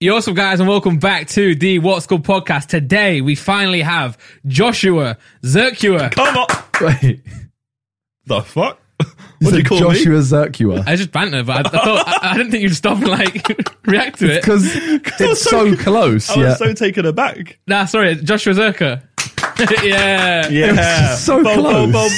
Yo, what's up, guys, and welcome back to the What's Good podcast. Today, we finally have Joshua Zerkua. Come on. Wait, The fuck? you What do you said call Joshua me? Zerkua. I just banter, but I, I thought I, I didn't think you'd stop and like react to it. Because I was it's so so co- close. I yeah. was so taken aback. Nah, sorry, Joshua Zerka. yeah. Yeah. just so Bo, bo, close. bo,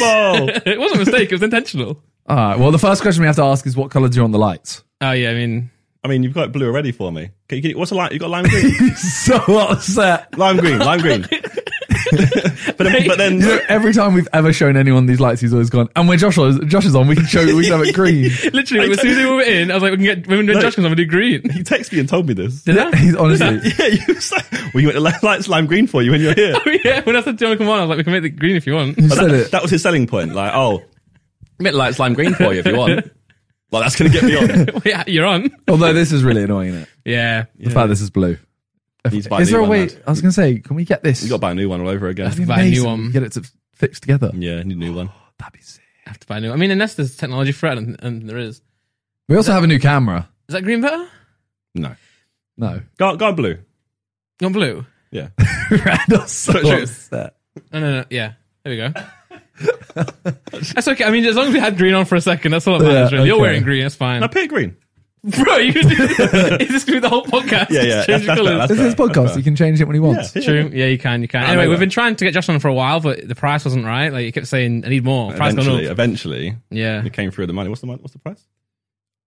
bo. it wasn't a mistake; it was intentional. All right. Well, the first question we have to ask is what color do you want the lights? Oh yeah, I mean, I mean, you've got blue already for me. Can you, can you- what's a lime? You got lime green? so upset. lime green, lime green. but then, but then You know, every time we've ever shown anyone these lights, he's always gone. And when Joshua is, Josh is on, we can show we can have it green. literally, as soon as we were in, I was like, we can get when Josh comes on, we do green. he texted me and told me this. Did I? He's honestly. Yeah, you was like, well, you went to li- lights lime green for you when you're here. yeah, when I said, "Do you want to come on?" I was like, "We can make it green if you want." You said it. That was his selling point. Like, oh, Bit light slime green for you if you want. like that's gonna get me on. yeah, you're on. Although this is really annoying, isn't it? Yeah, The fact this is blue. Need to buy Is a new there a one, way? lad. I was gonna say, can we get this? You got to buy a new one all over again. That'd be buy a new amazing. one. Get it to fix together. Yeah, need a new one. That'd be sick. I have to buy a new. I mean, unless there's technology for it, and, and there is. Is We also have a new camera. that green better? No, No. go go blue. Not blue. Yeah, Randall's so Sure. upset. No, no, no. Yeah, there we go. that's okay. I mean, as long as we had green on for a second, that's all that matters. Yeah, really, you're okay. wearing green. That's fine, no, pick green. bro. You is this gonna be the whole podcast? Yeah, yeah, Change that's- that's colours. fair, This is his Fair, podcast. fair. He can change it when he Yeah, wants. yeah. True. Yeah, you can. You can. I Anyway, know we've that. been trying to get Josh on for a while, but the price wasn't right. Like, you kept saying, "I need more." Price gone Eventually, up. eventually, Yeah. it came through the money. What's the money? What's the price?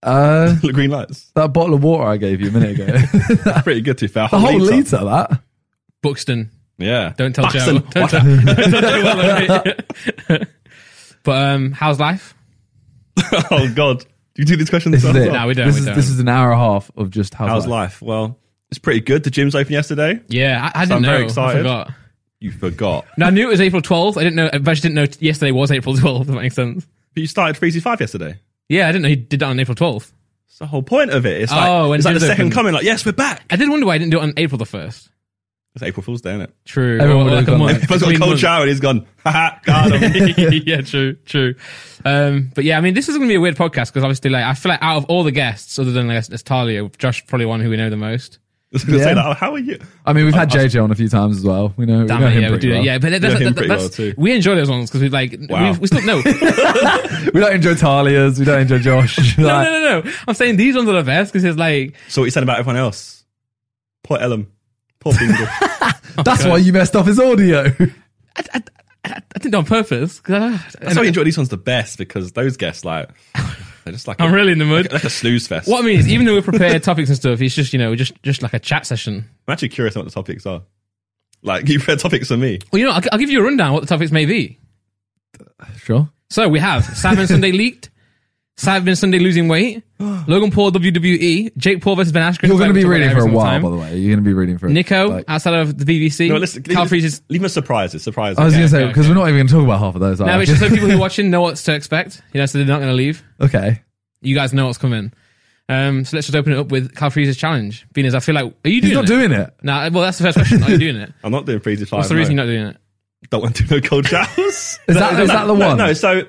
Uh, The green lights. that bottle of water I gave you a minute ago. the Pretty good to be fair. whole liter, of that. Buxton. Yeah. Don't tell Buxton. Joe. Don't tell, don't tell Joe well, okay? but um, how's life? oh God. Do you do these questions? This is it. No, we don't, This we is don't. this is an hour and a half of just how's, How's life? life. Well, it's pretty good. The gym's open yesterday. Yeah, I, I didn't I'm know. very I excited. forgot. You forgot. No, I knew it was April 12th. I didn't know. I actually didn't know t- yesterday was April 12th. If that makes sense. But you started 365 yesterday. Yeah, I didn't know he did that on April 12th. It's the whole point of it. It's like, Oh, when it's like the gym's second open. coming. Like, yes, we're back. I did wonder why I didn't do it on April the 1st. It's April Fool's Day, isn't it? True. Everyone Or would've like a gone. month. Everyone's got a Between cold months. shower and he's gone, ha ha, got him. yeah, true, true. Um, but yeah, I mean, this is going to be a weird podcast because obviously, like, I feel like out of all the guests, other than I guess it's Talia, Josh probably one who we know the most. I was gonna Yeah. say that. Oh, How are you? I mean, we've had JJ on a few times as well. We know, Damn we know it, him yeah, we pretty do well. it. Yeah, but that, that's, him that, pretty that's well, too. we enjoy those ones because we like Wow. we, we still no. We don't enjoy Talia's. We don't enjoy Josh. No, no, no, no. I'm saying these ones are the best because it's like So what you said about everyone else? Poor Ellen. Poor Bingo. That's why you messed up his audio. I, I, I, I didn't do it on purpose. 'cause I, That's why I enjoy these ones the best because those guests, like, they're just like, a, I'm really in the mood. like a snooze fest. What I mean is, even though we prepare topics and stuff, it's just you know just just like a chat session. I'm actually curious on what the topics are. Like, you read topics for me. Well, you know, I'll, I'll give you a rundown of what the topics may be. sure. So we have Simon Sunday leaked, Simon Sunday losing weight, Logan Paul WWE, Jake Paul versus Ben Askren. You're Like we going to be talk about reading every for a single while, time. by the way. You're going to be reading for Nico uh, like- outside of the BBC. No, listen, Cal leave, Freeze's. us- leave us surprises. Surprises. I was going to say okay, because we're not even going to talk about half of those. are No, we? it's just so people who are watching know what to expect. You know, so they're not going to leave. okay. You guys know what's coming. Um, so let's just open it up with Cal Freeze's challenge. Being as I feel like, are you doing He's not it? doing it. No, well, that's the first question. Are you doing it? I'm not doing freezy five. What's the no. reason you're not doing it? Don't want to do no cold showers. Is that is that the no, one? No, so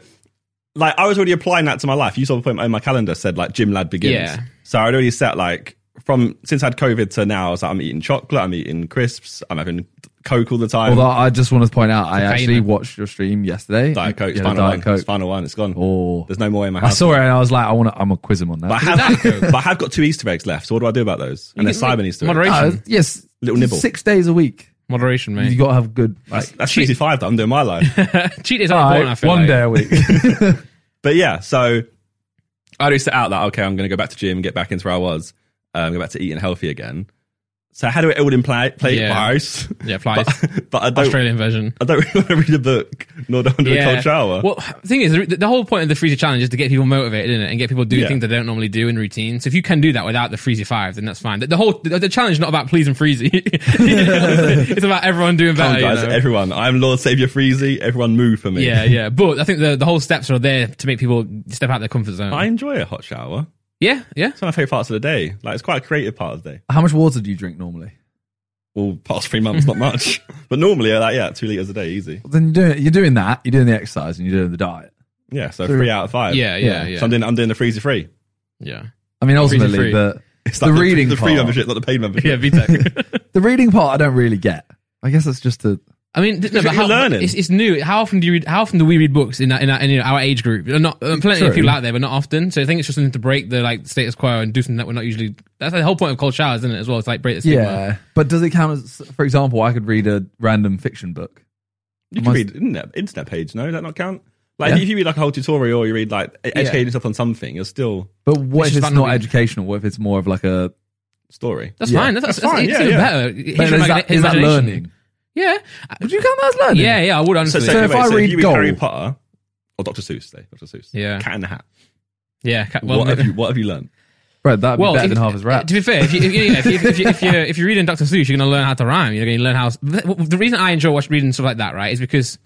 like I was already applying that to my life. You saw the point in my calendar said like gym lad begins. Yeah. So I'd already set like from since I had COVID to now, I was like I'm eating chocolate, I'm eating crisps, I'm having Coke all the time. Although I just want to point out, I actually favourite. watched your stream yesterday. Diet Coke's Yeah, the final Diet one. Coke. It's final one. It's gone. Oh, There's no more in my I house. saw it and I was like, I want to. I'm gonna quiz him on that. But I, have, but I have got two Easter eggs left. So what do I do about those? And there's Simon Easter egg. Moderation. Ah, yes, Little nibble. Six days a week. Moderation, mate. You got to have good. Like, That's freezy five that I'm doing my life. Cheat is not important, I feel one like. day a week. But yeah, so I already set out that okay, I'm going to go back to gym and get back into where I was, um, go back to eating healthy again. So how do it all in play? Play Yeah. Paris, Yeah, flies. but, but I don't. Australian version. I don't really want to read a book, nor do I want to do a cold shower. Well, the thing is, the, the whole point of the Freezer Challenge is to get people motivated, isn't it? And get people doing Yeah. things they don't normally do in routine. So if you can do that without the Freezer 5, then that's fine. The, the whole, the, the challenge is not about pleasing Freezy. it's about everyone doing Come better. on, you guys, know? everyone, I'm Lord Savior Freezy. Everyone, move for me. yeah, yeah. But I think the, the whole steps are there to make people step out their comfort zone. I enjoy a hot shower. yeah, yeah. It's one of my favorite parts of the day. Like it's quite a creative part of the day. How much water do you drink normally? Well, past three months, not much, but normally, yeah, like, yeah, two liters a day, easy. Well, then you're doing, you're doing that. You're doing the exercise and you're doing the diet. Yeah, so three out of five. Yeah, yeah, yeah. So I'm doing, I'm doing the Freezy free. yeah. I mean, Freezer ultimately, free. the It's The reading the free part. membership, not the paid membership. yeah, VTech. The reading part, I don't really get. I guess that's just a. I mean, th- no, You're but how, learning. It's, it's new. How often do you read? How often do we read books in our, in our, in our age group? Uh, Not uh, plenty of True. people out there, but not often. So I think it's just something to break the like status quo and do something that we're not usually. That's the whole point of cold showers, isn't it? As well, it's like break the stigma. Yeah, but does it count as, for example, I could read a random fiction book. You can Must- read internet, internet page, no? That not count? Like Yeah. if you read like a whole tutorial or you read like e- educating yourself on something, you're still But what It's just if it's fun to not read. educational? What if it's more of like a? story. That's Yeah. fine. That's, that's, That's fine, It's yeah, even yeah. better. His But is imagina- that, is that imagination. learning? Yeah. Would you count that as learning? Yeah, yeah. I would So, honestly. so, anyway, if I so read you read Harry Gold- Potter or Dr. Seuss, say, Dr. Seuss. Yeah. Cat in the Hat. yeah. ca- Well, what have you what have you learned? Right, that'd be well, better if- than half as rap. To be fair, if, you, if, you, yeah, if, you- if, you, if, you're, if you're reading Dr. Seuss, you're going to learn how to rhyme. You're going to learn how. The the reason I enjoy watching reading stuff like that, right, is because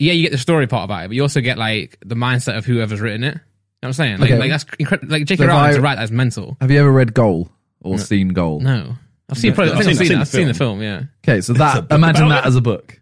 yeah, you get the story part about it, but you also get like the mindset of whoever's written it. You know what I'm saying? Like, Okay. like that's incredible. Like J.K. So if Rowling I- to write that's mental. Have you ever read Goal or seen Goal? No, I've seen. No, probably, I've I think I've seen- seen, I've I've seen the film. Yeah. Okay, so a that book imagine about that as a book.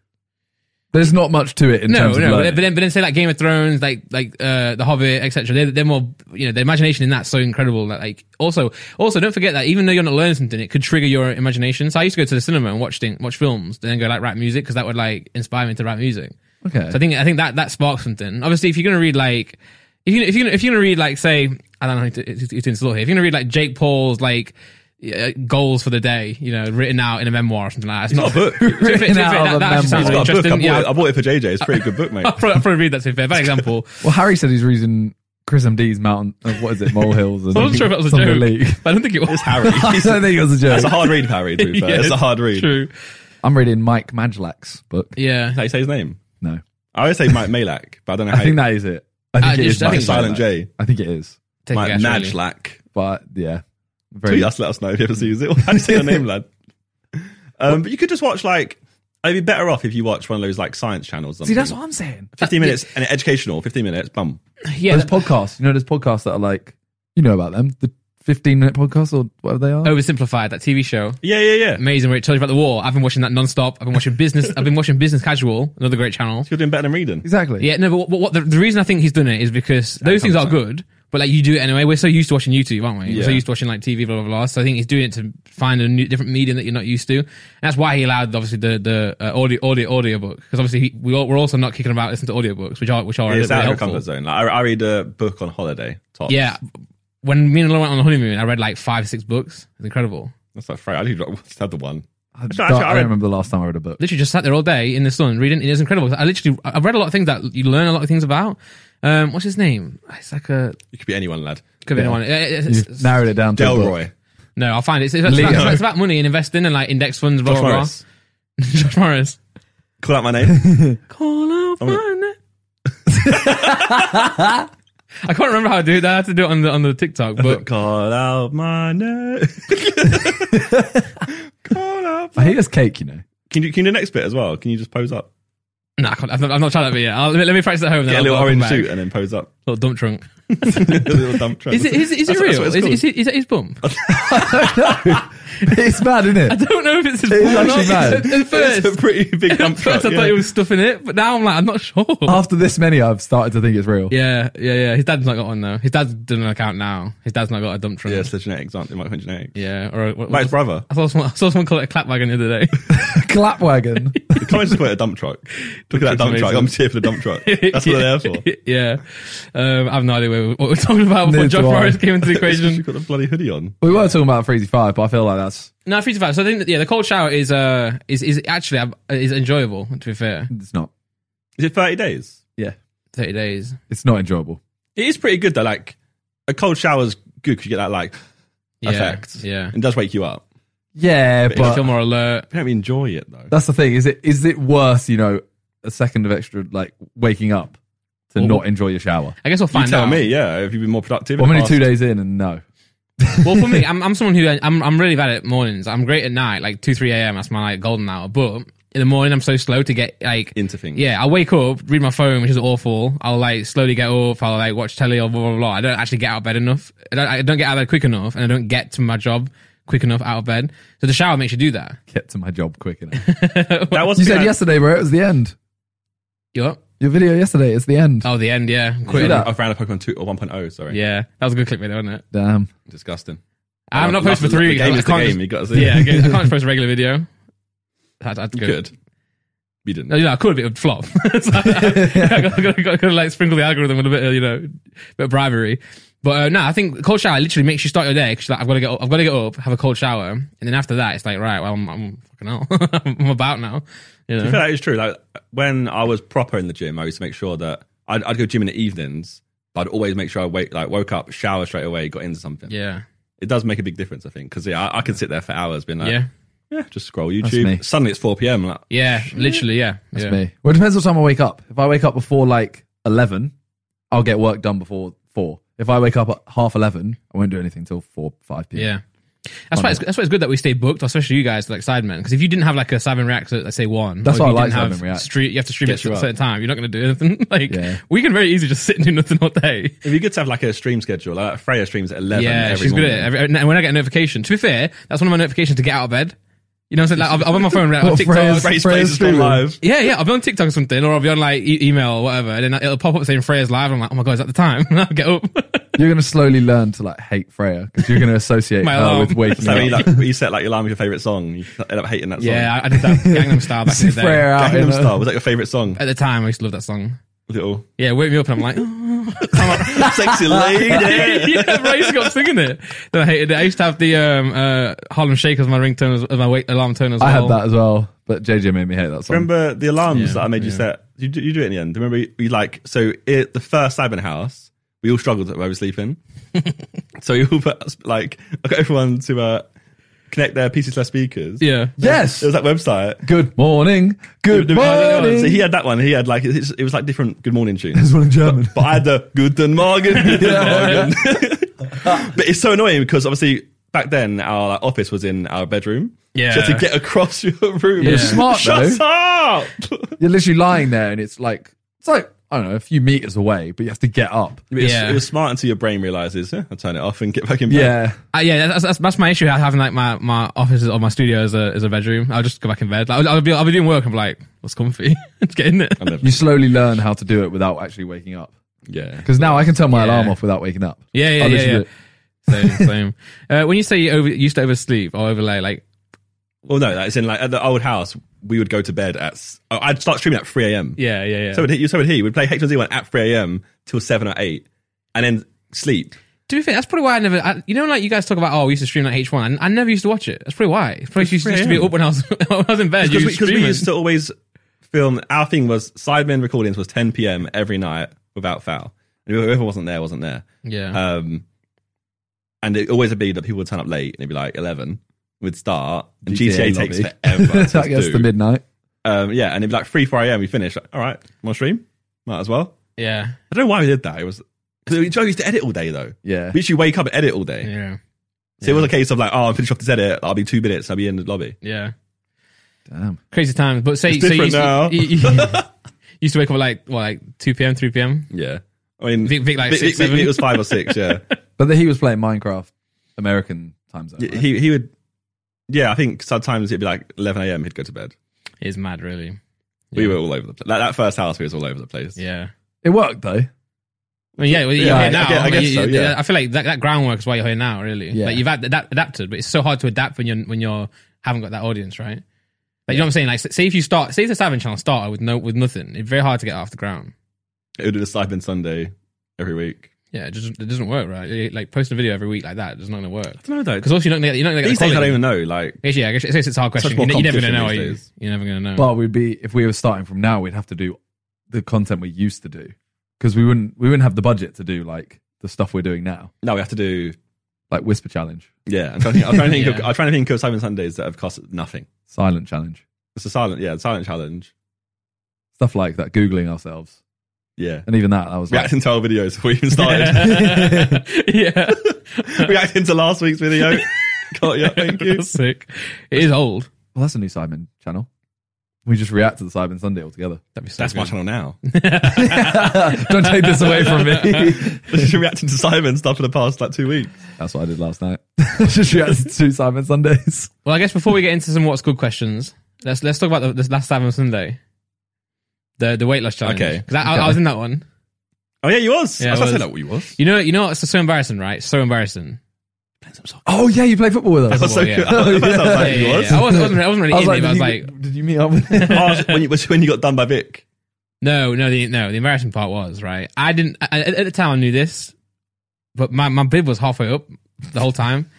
There's not much to it in No, terms of no, but learning. then, but then, but then say like Game of Thrones, like like uh, The Hobbit, etc. They're, they're more, you know, the imagination in that's so incredible that like also also don't forget that even though you're not learning something, it could trigger your imagination. So I used to go to the cinema and watch thing, watch films, and then go like write music because that would like inspire me to write music. okay, So I think I think that that sparks something. Obviously, if you're gonna read like if you if you if you're gonna read like say I don't know who to, who to insult here. If you're gonna read like Jake Paul's like. uh, Goals for the day, you know, written out in a memoir or something like that. It's, not a book. To be fair- to be Written fair, out of that, a that actually sounds memoir. It's got a book. I interesting. bought, Yeah, it, I bought it for JJ. It's a pretty good book, mate. I'll probably, I'll probably read that to be fair. Bad example. well Harry said he's reading Chris MD's Mountain. Uh, what is it? Molehills. and I wasn't sure if that was a Thunder joke, League. but I don't think it was. It's Harry. I don't think it was a That's a joke. hard read, Harry, to be fair. Yeah, it's a hard read. True. I'm reading Mike Majlak's book. Yeah. How you say his name? No, I always say Mike Malak, but I don't know how I think you, that is it. I think Uh, it just- is. I Mike think- Silent Majlak. J. I think it is. Take a Mike guess, really. Majlak. But yeah, very Tweet us, let us know if you ever use it. How do you say your name, lad? Um, but you could just watch like I'd be better off if you watch one of those like science channels. or See, that's something. what I'm saying. fifteen minutes and educational. Fifteen minutes, bum. Yeah. there's that- podcasts. You know, there's podcasts that are like, you know about them, the 15 minute podcasts or whatever they Oh, are. Oversimplified that TV show. Yeah, yeah, yeah. Amazing where it tells you about the war. I've been watching that nonstop. I've been watching business. I've been watching Business Casual, another great channel. You're doing better than reading. Exactly. Yeah, no, but what, what the, the reason I think he's done it is because those things are good, but like you do it anyway. We're so used to watching YouTube, aren't we? We're so Yeah. used to watching like TV, blah blah blah. So I think he's doing it to find a new, different medium that you're not used to. And that's why he allowed obviously the the uh, audio audio audiobook because obviously he, we all, we're also not kicking about listening to audiobooks, which are which are a little It's bit out of your helpful. comfort zone. Like, I, I read a book on holiday. Tops. Yeah. When me and Laura went on the honeymoon, I read like five, six books. It's incredible. that's like Frank. I need to just have the one. I, Actually, don't- actually, I I read- don't remember the last time I read a book. Literally just sat there all day in the sun reading. It is incredible. I literally, I've read a lot of things that you learn a lot of things about. Um, what's his name? It's like a, You could be anyone, lad. could be anyone. Uh, it's- it's- You've narrowed it down to a book. Delroy. no, I'll find it. It's, it's, about, it's about- it's about money and investing and like index funds, blah, Josh blah, blah. Morris. Josh Morris. Call out my name. Call out my name. I can't remember how to do that. I had to do it on the, on the TikTok, but Call out my name. Call out. I hate this cake, you know. Can you can you do the next bit as well? Can you just pose up? no, I can't, I've, not, I've not tried that bit yet. I'll, let, me, let me practice at home. then Get a I'll- little I'll come orange back. suit and then pose up. Little dump trunk. little dump truck. Is it, is, it- is it That's- that's real? Is, what it's it- called. is, it, is that his bump? It's mad, isn't I it? don't know if it's his It is bum or not. actually bad. At- At first, It's a pretty big at dump first truck. I yeah. Oh. thought he was stuffing it, but now I'm like, I'm not sure. After this many, I've started to think it's real. yeah, yeah, yeah. His dad's not got one though. His dad's done an account now. His dad's not got a dump truck. Yeah, it's the genetics, aren't they? Might have been genetics. Yeah, or a- what, Like his what- brother. I saw someone, I saw someone call it a clap wagon the other day. Clap wagon. You can't just call it a dump truck. Look at that dump truck. I'm just here for the dump truck. That's what they're there for. yeah, um, I have no idea where, we- what we're talking about before Neither John do I. Morris came into the She's equation. got a bloody hoodie on. we were talking about Freezy Five, but I feel like that's no, three to five. So I think that, yeah, the cold shower is uh is is actually uh, is enjoyable. To be fair, it's not. Is it 30 days? Yeah, thirty days. it's not enjoyable. It is pretty good though. Like a cold shower's good because you get that like Yeah, effect. Yeah, It does wake you up. Yeah, But you but feel more alert. I don't really enjoy it though. that's the thing. Is it is it worth you know a second of extra like waking up to Well, not enjoy your shower? I guess we'll You find tell out. me, yeah. Have you been more productive? Well, I'm in only the two past- days in, and no, well, for me, I'm, I'm someone who I'm, I'm really bad at mornings. I'm great at night, like 2, 3 a.m. That's my like golden hour. But in the morning, I'm so slow to get like. Into things. Yeah, I wake up, read my phone, which is awful. I'll like slowly get up. I'll like watch telly or blah blah blah. I don't actually get out of bed enough. I don't, I don't get out of bed quick enough, and I don't get to my job quick enough out of bed. So the shower makes you do that. get to my job quick enough. That was you said yesterday, bro. It was the end. You up? Your video yesterday is the end. Oh, the end. Yeah, I'm quitting. that. I found a Pokemon 2 or 1.0, sorry. Yeah, that was a good clickbait, though, wasn't it? Damn. Disgusting. I'm not posting for Uh, the three weeks. game I is the can't game. just- you got to see. yeah, I can't just post a regular video. That's, that's you good. could. You didn't. No, you know, I could, but it would flop. so I got, got, got, to like sprinkle the algorithm with a bit of you know, bit of bribery. But uh, no, I think cold shower literally makes you start your day because like, I've got to get up, I've got to get up, have a cold shower, and then after that it's like right, well I'm, I'm fucking out, I'm about now. You I know, feel that is true. Like when I was proper in the gym, I used to make sure that I'd, I'd go gym in the evenings, but I'd always make sure I wake like woke up, shower straight away, got into something. yeah, It does make a big difference, I think, because yeah, I, I can sit there for hours being like, yeah, yeah, just scroll me. YouTube. Suddenly it's four PM. Like, yeah, literally, yeah, That's yeah. me. Well, it depends what time I wake up. If I wake up before like 11, I'll get work done before 4. If I wake up at half 11, I won't do anything till 4, 5 p.m. Yeah. That's why, it's, that's why it's good that we stay booked, especially you guys, like Sidemen. Because if you didn't have like a Sidemen React at, let's say, one, That's or if why I you like didn't Sidemen React. Street, you have to stream Gets it you at a up. certain time. You're not going to do anything. like, Yeah. we can very easily just sit and do nothing all day. it'd be good to have like a stream schedule. Like Freya streams at eleven. Yeah, every she's morning. good at it. Every- And when I get a notification, to be fair, that's one of my notifications to get out of bed. You know what I'm saying? Like, I'll- I'm on my phone right now. What, TikTok. Freya's- Freya's Freya's place has gone streaming. live. Yeah, yeah. I'll be on TikTok or something, or I'll be on like e- email or whatever, and then it'll pop up saying Freya's live. And I'm like, oh my god, is that the time? And I'll get up. You're going to slowly learn to like hate Freya because you're going to associate My her alarm. with waking So you up. like you set like your alarm with your favorite song. You end up hating that song. yeah, I, I did that Gangnam Style back in See the day. Freya out in Gangnam a- Style was that your favorite song? At the time, I used to love that song. Little Yeah, wake me up, and I'm like, oh. sexy lady. yeah, bro, I used to go up singing it. Then I hated it. I used to have the um, uh, Harlem Shake as my ringtone, as, as my wake alarm tone as well. I had that as well, but JJ made me hate that song. Remember the alarms Yeah, that I made you yeah. set? You, do- you do it in the end. Remember, we, we like, so it, the first Cyber House, we all struggled where we were sleeping. so you all put, like, I got everyone to uh, connect their PC slash speakers. Yeah. yes. It was that website. Good morning. Good morning. So he had that one. He had like, it's- it was like different good morning tunes. There's one in German. But I had the Guten Morgen, Guten Morgen. but it's so annoying because obviously back then our like, office was in our bedroom. Yeah. So to get across your room, It was smart, Shut though. up! You're literally lying there and it's like, it's like, I don't know, a few meters away, but you have to get up. It was, Yeah. it was smart until your brain realizes, eh, I'll turn it off and get back in bed. Yeah. Uh, yeah, that's, that's that's my issue. Having like my my office or my studio as a as a bedroom, I'll just go back in bed. Like, I'll, I'll be I'll be doing work. I'm like, what's comfy? Let's get in it. I never- You slowly learn how to do it without actually waking up. yeah. Because now I can turn my Yeah. alarm off without waking up. Yeah, yeah, I'll yeah, literally yeah. do it. Same, same. Uh, when you say you over, used to oversleep or overlay, like Well, no, that's in like at the old house, we would go to bed at, s- oh, I'd start streaming at 3 a.m. yeah, yeah, yeah. So would he, so would he. We'd play Hector Z1 at 3 a.m. till 7 or 8 and then sleep. to be fair, that's probably why I never. I, you know, like you guys talk about, oh, we used to stream like H one. I, I never used to watch it. That's probably why. It's probably used, to- used to be up when I was when I was in bed. you Because were we, 'cause we streaming. used to always film, our thing was Sidemen recordings was 10 p.m. every night without foul. And whoever wasn't there, wasn't there. yeah, Um, and it always would be that people would turn up late and it'd be like 11. We'd start and GTA GTA, takes lobby. forever. to that gets do. to midnight. um, yeah, and it'd be like 3 4 a.m. We finish. Like, all right, my stream, might as well. yeah, I don't know why we did that. It was because Joe used to edit all day though. Yeah. We used to wake up and edit all day. yeah, So it was a case of like, oh, I'm finished off this edit. I'll be two minutes. I'll be in the lobby. yeah. Damn. Crazy times, but say It's so you different used, to- now. you- you- used to wake up at like what, like two p.m., three p.m. Yeah, I mean, Vic- Vic, like, six, seven. It was five or six. Yeah, But then he was playing Minecraft American time zone. right? he he would. Yeah, I think sometimes it'd be like 11 a.m. He'd go to bed. It is mad, really. We were all over the place. Like that first house, we was all over the place. Yeah. it worked though. Mm. Well, yeah, well, you're Yeah, here I- now. I guess- I Like, guess you- so, yeah. I feel like that, that groundwork is why you're here now, really. Yeah. Like you've ad- that, adapted, but it's so hard to adapt when you're when you're haven't got that audience, right? Like you know what I'm saying? Like say if you start, say if the Savage Channel started with no with nothing, it's very hard to get off the ground. It would do the Sidemen Sunday every week. Yeah, it doesn't it doesn't work, right? It- Like posting a video every week like that is not going to work I don't know though. because also you're not going to you're not going to get These the days, I don't quality. even know. Like, Actually, yeah, I guess it's, it's a hard question. more You're, ne- you're never going to competition know. Are these you? days. You're never going to know. But we'd be if we were starting from now, we'd have to do the content we used to do because we wouldn't we wouldn't have the budget to do like the stuff we're doing now, no, we have to do. like whisper challenge, Yeah, I'm trying to think. I'm trying to think, of, Yeah. I'm trying to think of Sidemen Sundays that have cost nothing. silent challenge, It's a silent, yeah, silent challenge. stuff like that. Googling ourselves Yeah, and even that, I was like, reacting to our videos before we even started. yeah, reacting to last week's video. Got you, thank you. That's sick. It is old. well, that's a new Simon channel. We just react to the Simon Sunday altogether. That'd be so That's good. my channel now. Don't take this away from me. Just reacting to Simon stuff for the past like two weeks. That's what I did last night. just reacted to Simon Sundays. Well, I guess before we get into some what's good questions, let's let's talk about the, this last time on Sunday, the the weight loss challenge. Okay. because I, I, I was in that one. Oh yeah, you was. Yeah, I was I was. about to say that what you was. You know, you know, it's so embarrassing, right? So embarrassing. playing some soccer. Oh yeah, you play football with That us. was so yeah. cool. I was like, Yeah, he yeah, was. yeah. I wasn't, I wasn't, I wasn't really in it, but I was did, like, you, did you meet up with him? Ask when you was when you got done by Vic. no, no, the, no. The embarrassing part was right. I didn't I, at at the time. I knew this, but my my bib was halfway up the whole time.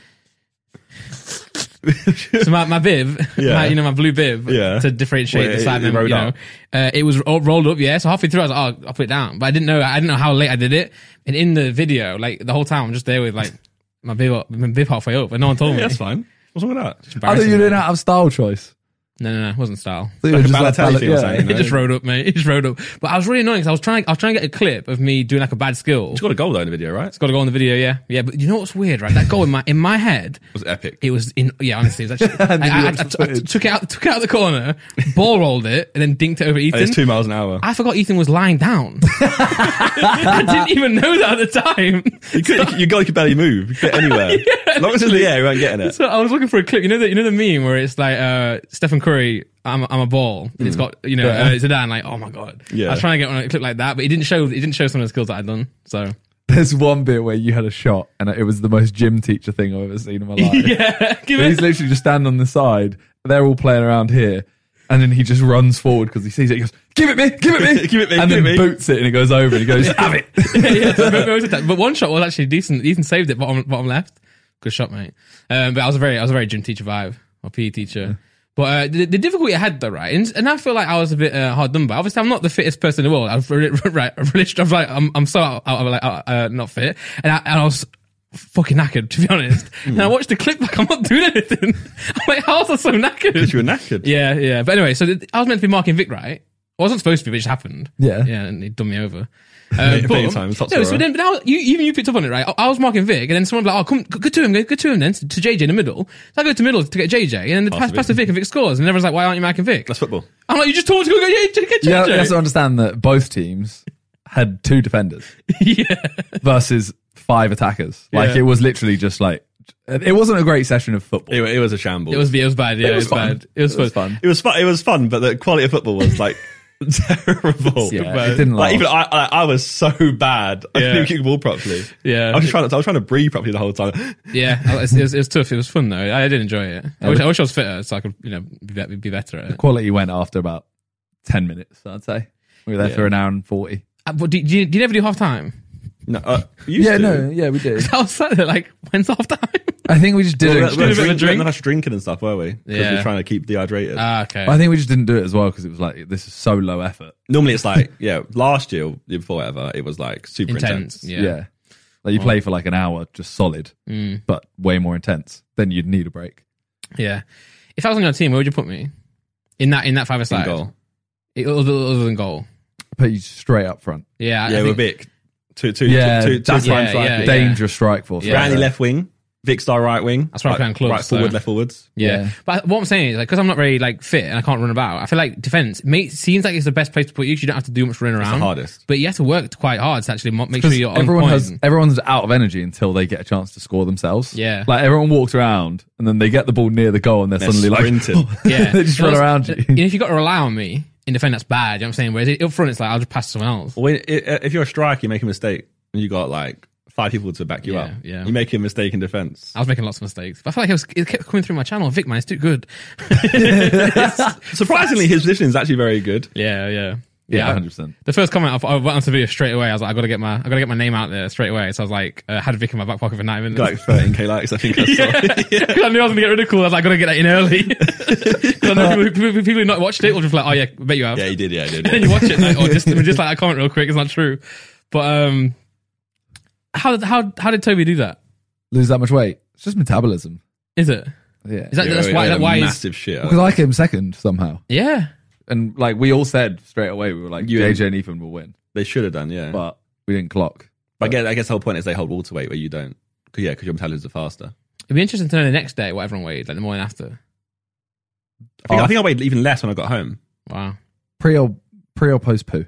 So my, my bib, Yeah. my, you know, my blue bib, Yeah. to differentiate Wait, the side it- it member, you rolled know, up. uh, it was all rolled up. Yeah. So halfway through, I was like, oh, I'll put it down. But I didn't know, I didn't know how late I did it. And in the video, like the whole time, I'm just there with like my bib, up, my bib halfway up, and no one told me. That's fine. What's wrong with that? I thought you didn't have style choice. No, no, no. It wasn't style. I thought you Like were a Balotelli ballad- thing or something, It No. just rode up, mate. It just rode up. But I was really annoying because I was trying. I was trying to get a clip of me doing like a bad skill. You got a goal though in the video, right? It's got to go on the video, yeah, yeah. But you know what's weird, right? That goal in my in my head, It was epic. it was in. Yeah, honestly, it was actually. I, I- I- I t- I t- took it out, took it out the corner, ball rolled it, and then dinked it over And it's Ethan. two miles an hour. I forgot Ethan was lying down. I didn't even know that at the time. You could, your goal could barely move. You could get anywhere. as long as it's in the air, you ain't getting it. So I was looking for a clip. You know the you know the meme where it's like uh, Stephen Curry, I'm a, I'm a ball, and it's got you know uh, Zidane like, oh my god. Yeah. I was trying to get on a clip like that, but it didn't show it didn't show some of the skills that I'd done. So There's one bit where you had a shot, and it was the most gym teacher thing I've ever seen in my life. yeah, give But it. he's literally just standing on the side. They're all playing around here. And then he just runs forward because he sees it. He goes, Give it me, give it me. Give it me, And give then it me. boots it and it goes over and he goes, Have it. yeah, yeah, so both- both attacked. but one shot was actually decent. Ethan saved it bottom bottom left. Good shot, mate. Um, but I was a very I was a very gym teacher vibe or PE teacher. But uh, the, the difficulty I had though, right, and, and I feel like I was a bit uh, hard done by. Obviously, I'm not the fittest person in the world. I've really, right, I'm, really, I'm like I'm, I'm so out, out, like, out, uh, not fit, and I, and I was fucking knackered to be honest. Mm. And I watched the clip like I'm not doing anything. I'm like, how was I so knackered? You were knackered. Yeah, yeah. But anyway, so th- I was meant to be marking Vic, right? I wasn't supposed to be, but it just happened. Yeah. Yeah, and it done me over. Uh, plenty of time, it's not no, so so wrong. then, but I was, you, even you picked up on it, right? I, I was marking Vic, and then someone was like, oh, come, go, go to him, go, go to him then, to JJ in the middle. So I go to middle to get JJ, and then the pass, to pass to Vic, and Vic scores, and everyone's like, why aren't you marking Vic? That's football. I'm like, you just told me to go get, J- get You have, you have JJ. to understand that both teams had two defenders versus five attackers. Like Yeah. it was literally just like, it wasn't a great session of football. It, it was a shambles. It was, it was bad, yeah, it was, fun. bad. It was, fun. fun. It was fun. It was fun, but the quality of football was like terrible. Yeah, But, it didn't like last. even I, I, I was so bad. I Yeah. couldn't kick the ball properly. Yeah. I was just trying. To, I was trying to breathe properly the whole time. Yeah, I- it was, it, was, it was tough. It was fun, though. I, I did enjoy it. I wish, I wish I was fitter so I could, you know, be, be- be better at it. Quality went after about 10 minutes, I'd say. We were there for an hour and 40. Uh, But do, do, you, do you never do half time? No, uh, you used yeah, to. no, yeah, we did. I was sat there like, when's half time? I think we just did Well, it. we- we were a bit of a drink- drink. Not us drinking and stuff, were we? Because we Yeah. were trying to keep dehydrated. ah, okay. I think we just didn't do it as well because it was like, this is so low effort. Normally, it's like yeah. Last year, or the year before, whatever, it was like super Intense. intense. Yeah. Oh. Yeah. Like you play for like an hour, just solid, Mm. but way more intense. Then you'd need a break. Yeah. If I was on your team, where would you put me? In that in that five In aside goal. other, other than goal. Put you straight up front. Yeah. I- I Yeah, we're think- big. Two, two, Yeah, two, two, that's prime yeah, strikers. yeah, Dangerous strike force. Yeah. Randy left wing, Vic Star right wing. That's why I right, play on clubs, Right forward, so- left forwards. Yeah. Yeah. But what I'm saying is, like, because I'm not very like fit and I can't run about, I feel like defense mate, seems like it's the best place to put you 'cause you don't have to do much running around. hardest. But you have to work quite hard to actually mo- make sure Because you're on everyone point. has everyone's out of energy until they get a chance to score themselves. Yeah. like everyone walks around and then they get the ball near the goal and they're, They're suddenly sprinting. like, yeah. they just run Because, around uh, you. know, if you've got to rely on me in defense, that's bad. You know what I'm saying? Whereas up front, it's like, I'll just pass to someone else. Well, i- i- if you're a striker, you make a mistake, and you got like five people to back you Yeah, up. yeah. Uh, You make a mistake in defense. I was making lots of mistakes. But I feel like it, was, it kept coming through my channel. Vic, man, it's too good. Surprisingly, his position is actually very good. Yeah, yeah. yeah, hundred percent. The first comment I, I went onto the video straight away. I was like, I gotta get my, I gotta get my name out there straight away. So I was like, uh, had Vic in my back pocket for nine minutes. Got, Like 13k likes, I think. I saw. yeah. 'Cause I knew I was gonna get ridiculed. I was like, I gotta get that in early. 'Cause I know people, who- people, people who not watched it will just be like, oh yeah, I bet you have. yeah, he did. Yeah, he And did. then Yeah. you watch it, like, or just, just like I comment real quick. It's not true. But um, how how how did Toby do that? Lose that much weight. It's just metabolism. Is it? Yeah, Is that Yeah, that's yeah, why? yeah, That why is massive shit. because I came second somehow, yeah. and like we all said straight away, we were like, You- JJ and Ethan will win, They should have done. Yeah, but, but we didn't clock. I uh, guess I guess the whole point is they hold water weight where you don't. Cause, yeah, because your metabolisms are faster. It'd be interesting to know the next day what everyone weighed, like the morning after. I think, Oh. I think I weighed even less when I got home. Wow. pre or pre or post poo?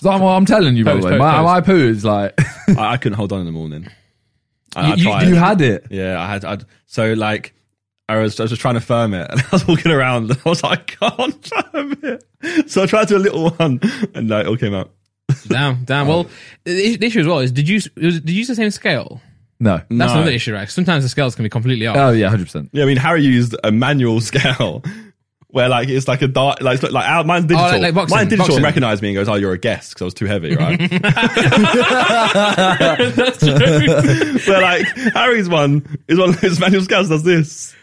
So I'm, I'm telling you, by Post, the post, way, my, post. my poo is like I, I couldn't hold on in the morning. I, You- I you- tried. you had it. Yeah, I had. I'd, so like, I was, I was just trying to firm it, and I was walking around, and I was like, I can't firm it. So I tried to do a little one, and like, it all came out. Um, Damn, damn. Well, the the issue as well is, did you did you use the same scale? No. That's No. another issue, right? Sometimes the scales can be completely off. Oh yeah, hundred percent. Yeah, I mean, Harry used a manual scale where like it's like a dark, like it's like, like our, mine's digital. Oh, like- like boxing, Mine digital boxing. recognized me and goes, "Oh, you're a guest because I was too heavy, right?" That's true. but like Harry's one is one of those manual scales does this.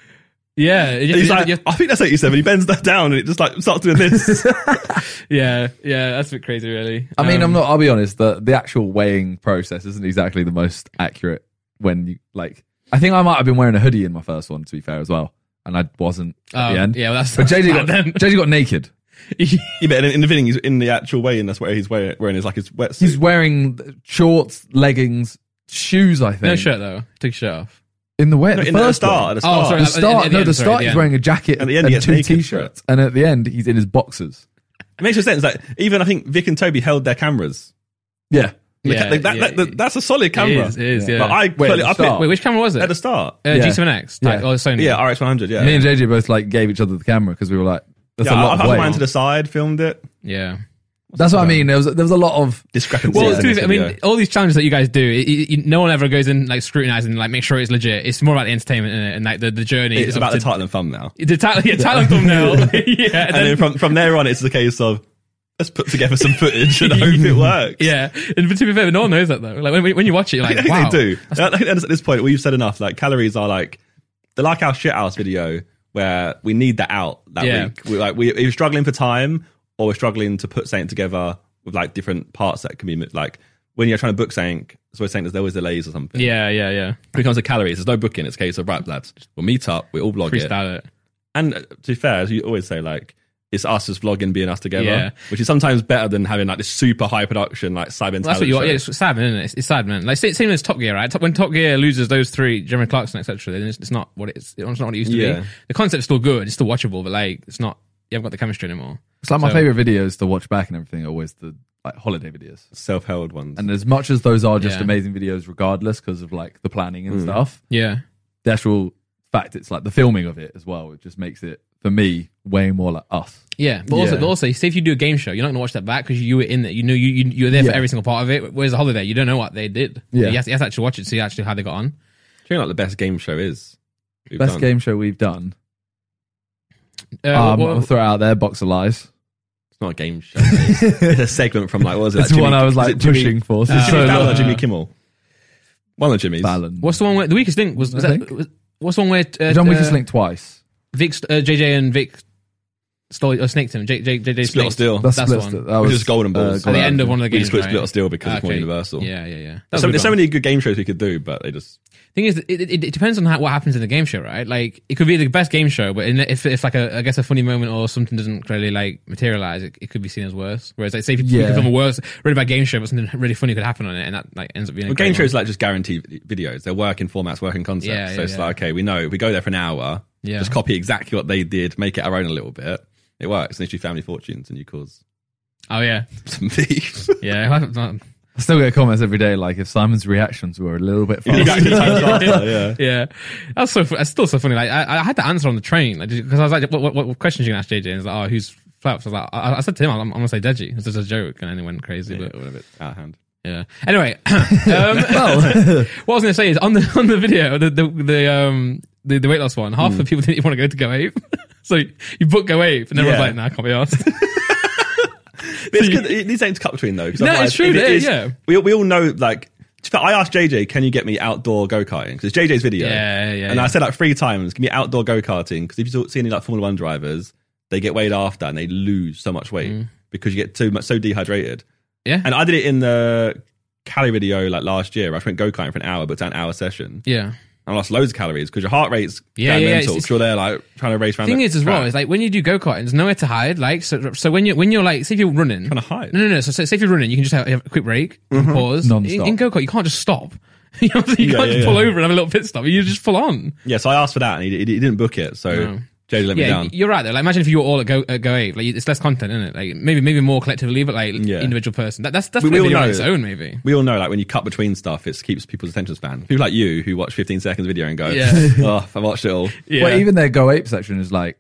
yeah, you- And he's you- like, you- "I think that's 87." He bends that down and it just like starts doing this. yeah, yeah. That's a bit crazy, really. I mean, Um, I'm not. I'll be honest. The the actual weighing process isn't exactly the most accurate when you like. I think I might have been wearing a hoodie in my first one. To be fair, as well, and I wasn't at um, the end. Yeah, well, that's But JJ bad got then. JJ got naked. yeah, but in, in the thing, he's in the actual way, and that's where he's wearing, wearing is like his wetsuit. He's wearing shorts, leggings, shoes. I think no shirt though. Took shirt off. in the way. No, the in the first start, one. at the Oh, start. sorry, at the- The at start. the no, end, the sorry, start. at the he's end. wearing a jacket At the end, he and gets two naked for t-shirts, and at the end, he's in his boxers. It makes no sense. Like even I think Vic and Toby held their cameras. Yeah. The ca- Yeah, like, that, yeah, that, that- that's a solid It camera. is. It is. But Yeah. I clearly the I start. Wait, picked which camera was it? at the start. Uh, Yeah. G7X. Type, Yeah. Or Sony. Yeah, RX100. Yeah, Me and JJ both like gave each other the camera because we were like, "That's yeah. a I, lot I of had weight." mine to the side, filmed it. Yeah. That's what I mean. There was there was a lot of Discrepancies. Well, in to be this fair, I mean, video. all these challenges that you guys do, it, it, it- no one ever goes in like scrutinizing, like make sure it's legit. It's more about the entertainment innit? and like the, the journey. it's up about to, the title and thumb now. The title, yeah, title and thumbnail. yeah, and And then then, from from there on, it's the case of let's put together some footage and hope it works. yeah. And to be fair, no one knows that though. Like when, when you watch it, you're I like, think wow, they do. I think at this point, we've said enough. Like calories are like they're like our shit house video where we need that out that Yeah. week. We're like we, we're struggling for time or we're struggling to put something together with like different parts that can be like when you're trying to book something. So we're saying there's always delays or something. Yeah, yeah, yeah. When it comes to calories, there's no booking. It's a case of right, lads. We'll meet up. We all vlog it. Freestyle it. And uh, to be fair, as you always say, like it's us as vlogging being us together, Yeah. which is sometimes better than having like this super high production like cyber. Well, that's what talent you want. show. Yeah, it's sad, isn't it? It's, it's sad, man. Like same same as Top Gear, right? Top- When Top Gear loses those three, Jeremy Clarkson, etc., then it's, it's not what it's. It's not what it used to Yeah. be. The concept's still good. It's still watchable, but like it's not. You haven't got the chemistry anymore. It's like my So- favorite videos to watch back and everything are always the like holiday videos. self-held ones. And as much as those are just Yeah. amazing videos, regardless because of like the planning Mm. and stuff, Yeah. the actual fact it's like the filming of it as well. It just makes it for me way more like us. Yeah, but also, Yeah. but also, say if you do a game show, you're not gonna watch that back because you were in it. You know, you, you you were there for Yeah. every single part of it. Whereas a holiday, you don't know what they did. Yeah. you have, to, you have to actually watch it to see actually how they got on. Do you know what the best game show is? We've Best done? game show we've done. Uh, um, what- I'll throw it out there. Box of Lies. It's not a game show. it's a segment from like what was it? That's like the one I was is like it Jimmy- pushing for. So Uh, Jimmy so Fallon or long. Jimmy Kimmel. One of Jimmy's. Fallon. what's the one where the weakest link was? was, I that, think. was what's the one where uh, We've done uh, Weakest Link twice. Vic, st- uh, JJ and Vic stole or snaked him. J, J, JJ Split or snaked. Steal. That's, that's the split- one. That Which was uh, is Golden Balls. at the Golden end of Balls. one of the We games. just put right? Split or Steal because it's more Okay. universal. Yeah, yeah, yeah. That There's was so, a there's good so one. many good game shows we could do, but they just thing is, it, it, it depends on how, what happens in the game show, right? Like, it could be the best game show, but in, if if like a I guess a funny moment or something doesn't really like materialize, it, it could be seen as worse. Whereas like say if you, you Yeah. film a worse really bad game show, but something really funny could happen on it, and that like ends up being a well, great game one. shows like just guarantee vi- videos. They work in formats, work in concepts. Yeah, yeah, so it's yeah. like okay, we know if we go there for an hour, Yeah. just copy exactly what they did, make it our own a little bit. It works. And it's your family fortunes, and you cause Oh yeah, some beef. yeah, I still get comments every day like if Simon's reactions were a little bit Oh. faster. exactly times after, yeah. yeah. That's so fu- that's still so funny. Like I, I had to answer on the train because I was like, what, what, what questions you gonna ask JJ? And he's like, oh, who's flaps? I was like, I, I said to him, I'm, I'm gonna say Deji. It's just a joke, and then it went crazy. But It went a bit out of hand. Yeah. Anyway, um, what I was going to say is on the on the video, the the, the um the, the weight loss one, Hmm. half the people didn't even want to go to Go Ape. so you book Go Ape, and everyone's Yeah. like, "Nah, I can't be asked." But it's good. It needs something to cut between though. 'cause No, otherwise, it's true, if yeah, yeah. We, we all know like. in fact, I asked JJ, "Can you get me outdoor go karting?" Because JJ's video, Yeah, yeah, yeah, And yeah. I said like three times, "Can you outdoor go karting?" Because if you see any like Formula One drivers, they get weighed after and they lose so much weight because you get too much so dehydrated. Mm. yeah. And I did it in the calorie video like last year. I went go karting for an hour, but an hour session. yeah. I lost loads of calories because your heart rate's Yeah, going yeah, yeah, mental. it's- so you're there like trying to race around. Thing the is, as well, track. is like when you do go karting, there's nowhere to hide. Like, so, so when you when you're like, say if you're running, Trying to hide. Mm-hmm. No, no, no. So, say say if you're running, you can just have, have a quick break, and pause. Non-stop. In, in go kart, you can't just stop. you know, you Yeah, can't yeah, just pull yeah. over and have a little pit stop. You just full on. yeah. So I asked for that, and he, he didn't book it. So No. JJ let me yeah, down. you're right though. Like, imagine if you were all at Go at Go Ape. Like, it's less content, isn't it? Like, maybe maybe more collectively, but like Yeah. individual person. That, that's that's We- we the all video on know its that. own, maybe. we all know like when you cut between stuff it keeps people's attention span people like you who watch 15 seconds video and go Yeah. oh i watched it all Yeah, Well, even their Go Ape section is like,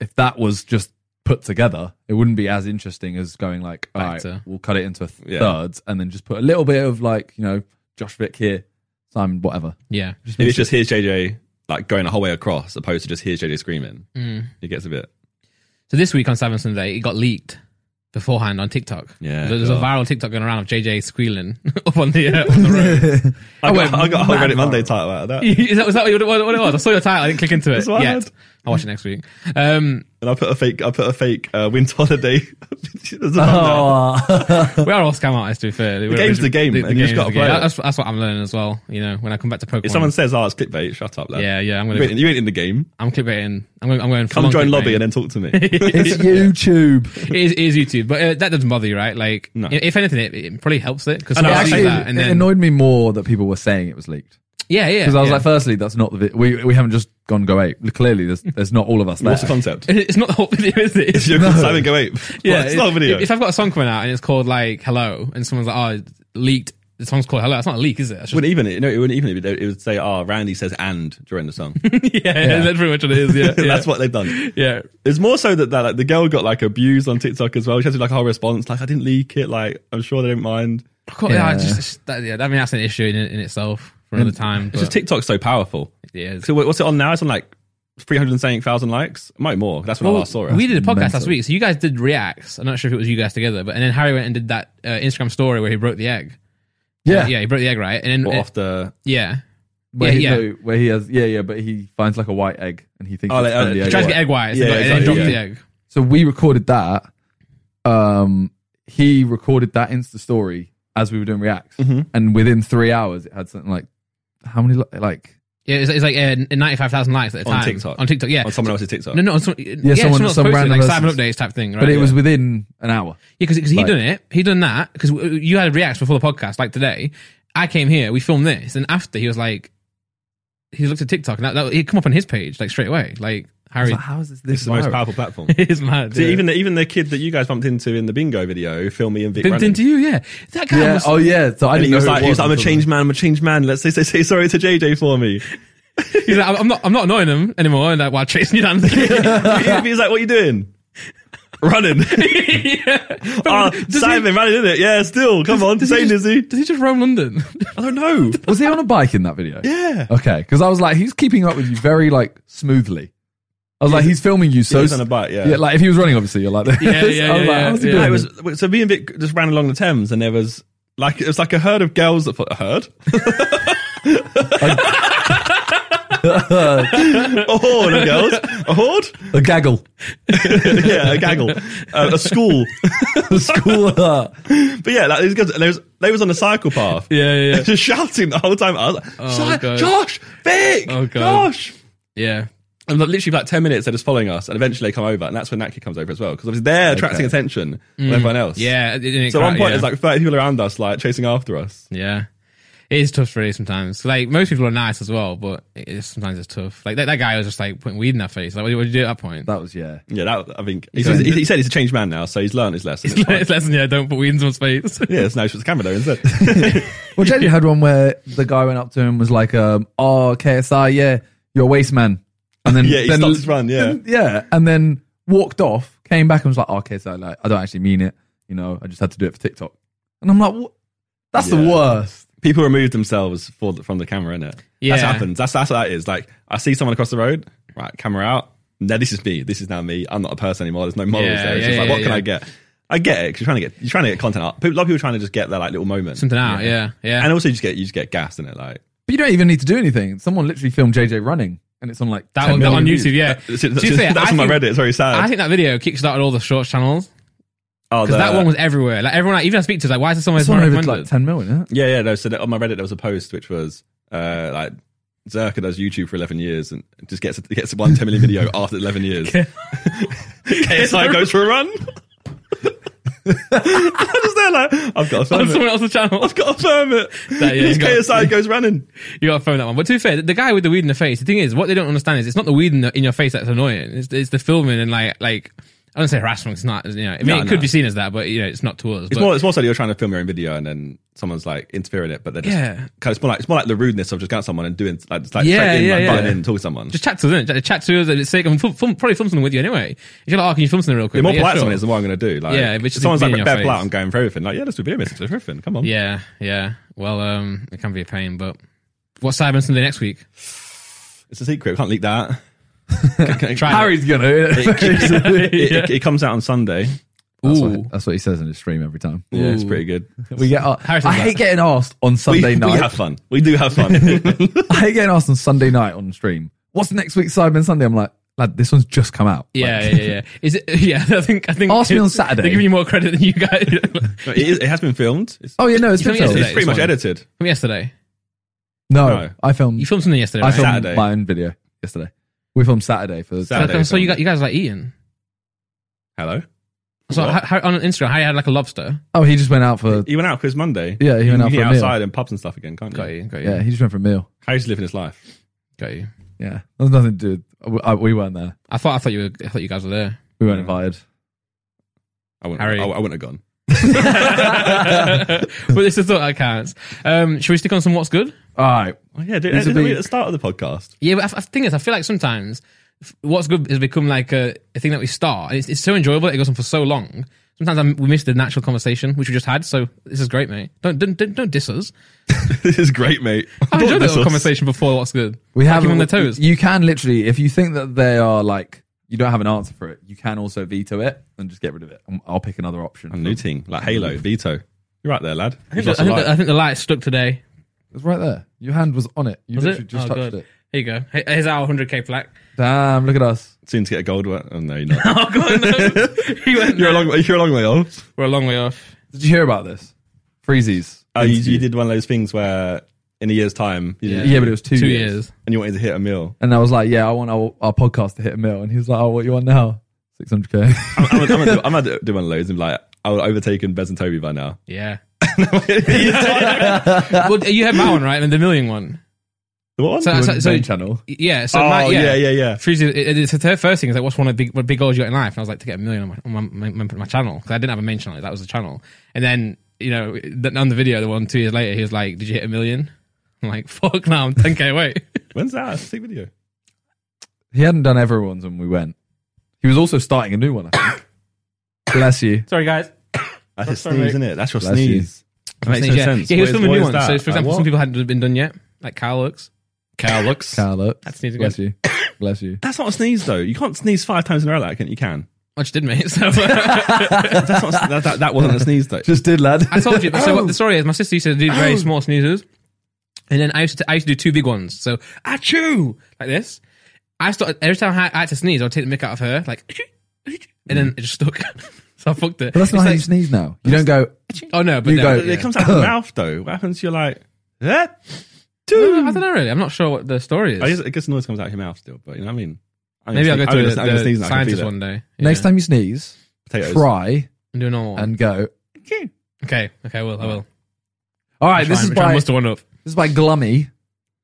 if that was just put together, it wouldn't be as interesting as going like, all Back right, to- we'll cut it into th- Yeah. thirds and then just put a little bit of like, you know, Josh Vick here, Simon, whatever. Yeah. Maybe it's just here's JJ like going the whole way across, opposed to just here's JJ screaming. Mm. It gets a bit. So this week on Cyber Sunday, it got leaked beforehand on TikTok. Yeah. There's a viral TikTok going around of JJ squealing up on the, uh, on the road. I got, went I got a whole mad Reddit Monday title out of that, is that, was that what, you- what it was? I saw your title. I didn't click into it It's wild. yet. I'll watch it next week. Um, and I put a fake. I put a fake uh, winter holiday. There's a thumbnail. Oh, we are all scam artists, to be fair. The game's the game, and you just gotta play it. That's, that's what I'm learning as well. You know, when I come back to Pokemon. If someone says, "Oh, it's clickbait," shut up. Lad. yeah, yeah, I'm You gonna, ain't, you ain't in the game. I'm clickbaiting. I'm going, I'm going. Come full-on join lobby clickbait. and then talk to me. it's YouTube. it, is, it is YouTube, but uh, that doesn't bother you, right? Like, if anything, it, it probably helps it because know, I actually, see that, and it then annoyed me more that people were saying it was leaked. yeah, yeah. Because I was yeah. like, firstly, that's not the vi- we we haven't just gone go ape. Clearly, there's there's not all of us there. What's the concept? it's not the whole video, is it? If you're called Simon Go Ape. Yeah, it's not a video. If, if I've got a song coming out and it's called like "Hello" and someone's like, "Oh, it's leaked," the song's called "Hello." That's not a leak, is it? That's just- wouldn't even no, it wouldn't even. It would say, "Oh, Randy says and" during the song. yeah, that's pretty much what it is. Yeah, yeah. That's what they've done. Yeah, It's more so that, that like the girl got like abused on TikTok as well. She had to do, like a whole response, like I didn't leak it. Like I'm sure they don't mind. Of course, yeah. I Yeah. just, it's- that, yeah, I mean that's an issue in, in itself for another time. But It's just TikTok's so powerful. yeah, it's- So what- what's it on now? It's on like 300 and something thousand likes. Might more. That's when oh, I last saw it. Oh, we did a podcast last mental. week, so you guys did reacts. I'm not sure if it was you guys together, but and then Harry went and did that uh, Instagram story where he broke the egg. Yeah, yeah, he broke the egg right, and then What, uh, off the yeah, Where yeah, he, yeah. no, where he has yeah, yeah, but he finds like a white egg and he thinks Oh, like, it's been uh, the he egg tries to white. get egg whites, Yeah, but- and then exactly, dropped yeah. the egg. So we recorded that. Um, he recorded that Insta story as we were doing reacts, Mm-hmm. and within three hours, it had something like how many li- like Yeah, it's, it's like uh, 95,000 likes at the On time. TikTok. On TikTok, yeah. on someone else's TikTok. No, no, on some, yeah, someone, someone- else some posted, random like Simon person. Updates type thing, right? but it yeah. was within an hour. Yeah, because he Like- done it. He done that because you had reacts before the podcast, like today. I came here, we filmed this, and after he was like, he looked at TikTok, and that, that he'd come up on his page like straight away. Like I was Harry like, how is this? It's the most viral? powerful platform. is mad. See, yeah. even the, even the kid that you guys bumped into in the bingo video, Phil me and Vic. Bumped running. into you, yeah. That guy Yeah. was. Oh yeah. So I And didn't he know was who like, it he was like, I'm a until changed man. I'm a changed man. Let's say, say, say sorry to JJ for me. He's like, I'm not. I'm not annoying him anymore. And like, while chasing you down, the he was like, "What are you doing? Running? yeah. Oh, Ah, does Simon running, isn't it? Yeah, still. Come on, does say he just, Lizzie. Does he just roam London? I don't know. then. Was he on a bike in that video? Yeah, Oh, Okay, because I was like, he's keeping up with you very like smoothly. I was like, he's filming you so he's on a bike, yeah. like if he was running, obviously, you're like, this. Yeah, yeah, I was yeah, like, yeah, how's he yeah. doing it this? was. So me and Vic just ran along the Thames, and there was like it was like a herd of girls that fo- a herd. a horde of girls, a horde, a gaggle. yeah, a gaggle, uh, a school. The school. uh, But yeah, like, these girls, and they was they was on the cycle path, Yeah, yeah, yeah. just shouting the whole time. I was like, "Si- God. Josh, Vic, Oh, God. Josh, yeah. And like, literally for like 10 minutes, they're just following us and eventually they come over. And that's when that kid comes over as well. Because obviously they're attracting attention from everyone else. Yeah. So at one point, yeah. there's like 30 people around us, like chasing after us. Yeah. It is tough for you sometimes. Like most people are nice as well, but it is, sometimes it's tough. Like that, that guy was just like putting weed in their face. Like, what, did you do at that point? that was yeah. Yeah, that, I think. He's, he's- he said he's a changed man now, so he's learned his lesson. It's fine. it's lesson, yeah. Don't put weed in someone's face. yeah, it's now just the camera though instead. Well, Jaded had one where the guy went up to him and was like, um, "Oh, KSI, yeah, you're a waste man," and then Yeah, he then, stopped his run, yeah. yeah, and then walked off, came back and was like, "Oh, KSI, like, I don't actually mean it, you know, I just had to do it for TikTok," and I'm like, what? "That's the Yeah. worst." People remove themselves for the, from the camera, innit? Yeah. That's what happens. That's, that's what that is. Like, I see someone across the road, right, camera out. No, this is me. This is now me. I'm not a person anymore. There's no morals Yeah, there. It's yeah, just like, yeah, what can yeah. I get? I get it 'cause you're trying to get you're trying to get content out. People- A lot of people are trying to just get their like little moment. Something out, yeah, yeah. And also, you just get you just get gassed in it. Like But you don't even need to do anything. Someone literally filmed JJ running, and it's on like that 10 one, that million on views. YouTube, yeah. that's, To be that's- fair, that's I on my think- Reddit. It's very sad. I think that video kickstarted all the shorts channels oh, because the- that one was everywhere. Like everyone, like, even I speak to, is like, why is this someone's It's more on over like recommended? ten million. Isn't it? yeah, yeah. No, so that- on my Reddit there was a post which was uh, like Zerka does YouTube for eleven years and just gets gets one ten million video after eleven years. KSI goes for a run. I'm just there like I've got to on firm it. someone else's channel. I've got to firm it. That, yeah, He's you got- KSI goes running. You gotta phone that one. But to be fair, the the guy with the weed in the face, the thing is, what they don't understand is it's not the weed in, the, in your face that's annoying. It's, it's the filming and like, like, I don't say harassment. It's not, you know, I mean, No, it could no. be seen as that, but you know, it's not to us. It's but, more, it's more so that you're trying to film your own video and then someone's like interfering it, but they're just Yeah. kind of, it's more like it's more like the rudeness of just going to someone and doing like just like Yeah, straight in, yeah, like, yeah. butting in, talk to someone. Just chat to them. innit? Chat to us at its sake. And film, film, probably film something with you anyway. If you're like, oh, can you film something real quick? the more Like, yeah, polite sure. someone is, the more I'm going to do. Like, Yeah, yeah, but but just someone's be like in your bare face. polite, I'm going for everything. Like, yeah, let's do video messages for everything. Come on. Yeah, yeah. Well, um, it can be a pain, but What's Cyber Sunday next week? It's a secret. We can't leak that. Can- can- Try Harry's gonna. it, it- it comes out on Sunday. That's Ooh. what, that's what he says in his stream every time. Yeah, it's Ooh. pretty good. We get. a- Harry says I hate that. getting asked on We, Sunday we night. have fun. We do have fun. I hate getting asked on Sunday night on stream. What's next week's Cyber Sunday? I'm like, lad, this one's just come out. Yeah, Like, yeah, yeah, yeah. Is it? Yeah, I think I think. Ask me on it's- Saturday. They're giving you more credit than you guys. No, it, is, it has been filmed. It's, Oh yeah, no, it's You filmed been filmed. yesterday. it's pretty it's much fine. edited. From yesterday, No, No. I filmed. you filmed something yesterday. I Right? filmed Saturday. my own video yesterday. We filmed Saturday for the. Saturday. So- so you got you guys like eating. Hello. So What? how, how, on Instagram, Harry had like a lobster. Oh, he just went out for. You went out because Monday. Yeah, he you can went out eat for a meal. outside and pubs and stuff again, can't Got you? you, got you, Yeah, he just went for a meal. Harry's living his life. got you. Yeah, there's nothing to do. With, uh, we, I, we weren't there. I thought I thought you were, I thought you guys were there. We weren't Yeah. invited. I wouldn't, Harry. I, I wouldn't have gone. but this is what I can't. Um, should we stick on some what's good? All right. Oh, yeah, did, These did will we be- at the start of the podcast? Yeah, but I, I thing is, I feel like sometimes f- what's good has become like a, a thing that we start. And It's, it's so enjoyable. It goes on for so long. Sometimes i we miss the natural conversation which we just had. So this is great, mate. Don't don't don't, don't diss us. this is great, mate. I Don't enjoyed the diss little us. conversation before what's good. We Like have him on the toes. You can literally, if you think that they are like you don't have an answer for it, you can also veto it and just get rid of it. Um, I'll pick another option. A new team, like Halo, Vito. You're right there, lad. I think, the, I, think the, I think the light stuck today. It's right there. Your hand was on it. You Was literally it? just Oh, touched good. it. Here you go. Here- Here's our 100k plaque. Damn! Look at us. Soon to get a gold one. Oh, no, you're not. Oh god, no. He went you're, there. a long, you're a long way off. We're a long way off. Did you hear about this? Freezies. Oh, you, interview. you did one of those things where in a year's time, you did- Yeah, but it was two, Two years. years. and you wanted to hit a meal. And I was like, "Yeah, I want our, our podcast to hit a mil." And he was like, "Oh, what you want now? Six hundred k." I'm, I'm, gonna do- I'm going to do one of those and be like, I would have overtaken Bez and Toby by now. Yeah. well, you had my one right, and the million one. What one? So, so, so Main channel. yeah. So oh, my, yeah, yeah, yeah. Freezy, it, it's her first thing is like, what's one of the big, what big goals you got in life? And I was like, to get a million on my, on my, my, my- my channel. Because I didn't have a main channel, that was the channel. And then, you know, th- on the video, the one two years later, he was like, did you hit a million? I'm like, fuck now, I'm 10k away. When's that? Sick video. He hadn't done everyone's when we went. He was also starting a new one. I think. Bless you. Sorry, guys. That's a sorry, sneeze, mate. isn't it? That's your Bless sneeze. That makes no yeah. sense. Yeah, he was What is- filming what new ones. is that? So, for example, what? some people hadn't been done yet, like Kyle looks. Cow looks. Kyle, look. That's neat again. Bless you. Bless you. That's not a sneeze, though. You can't sneeze five times in a row like that, can you? You can. Which did, mate. So, That's not, that, that, that wasn't a sneeze, though. Just did, lad. I told you. So Oh. what the story is, my sister used to do very small sneezes, and then I used to I used to do two big ones. So achoo like this. I started every time I I had to sneeze, I would take the mick out of her, like, "Achoo, achoo," and then it just stuck. so I fucked it. Mm. But that's It's not how you like- sneeze now. You don't go. oh no, but you no, go- yeah. It comes out of the mouth, though. What happens? You're like, eh? I don't know really. I'm not sure what the story is. I guess, I guess the noise comes out of your mouth still, but you know what I mean? I'm Maybe I'll go gonna sneeze- to the, I'm gonna- I'm gonna the sneeze and I can scientist feel it. one day. Next time you sneeze, Potatoes. try and do a normal one. and go. Okay, okay, I will, I will. All right, this Try is and- try and by this muster one up. is by Glummy.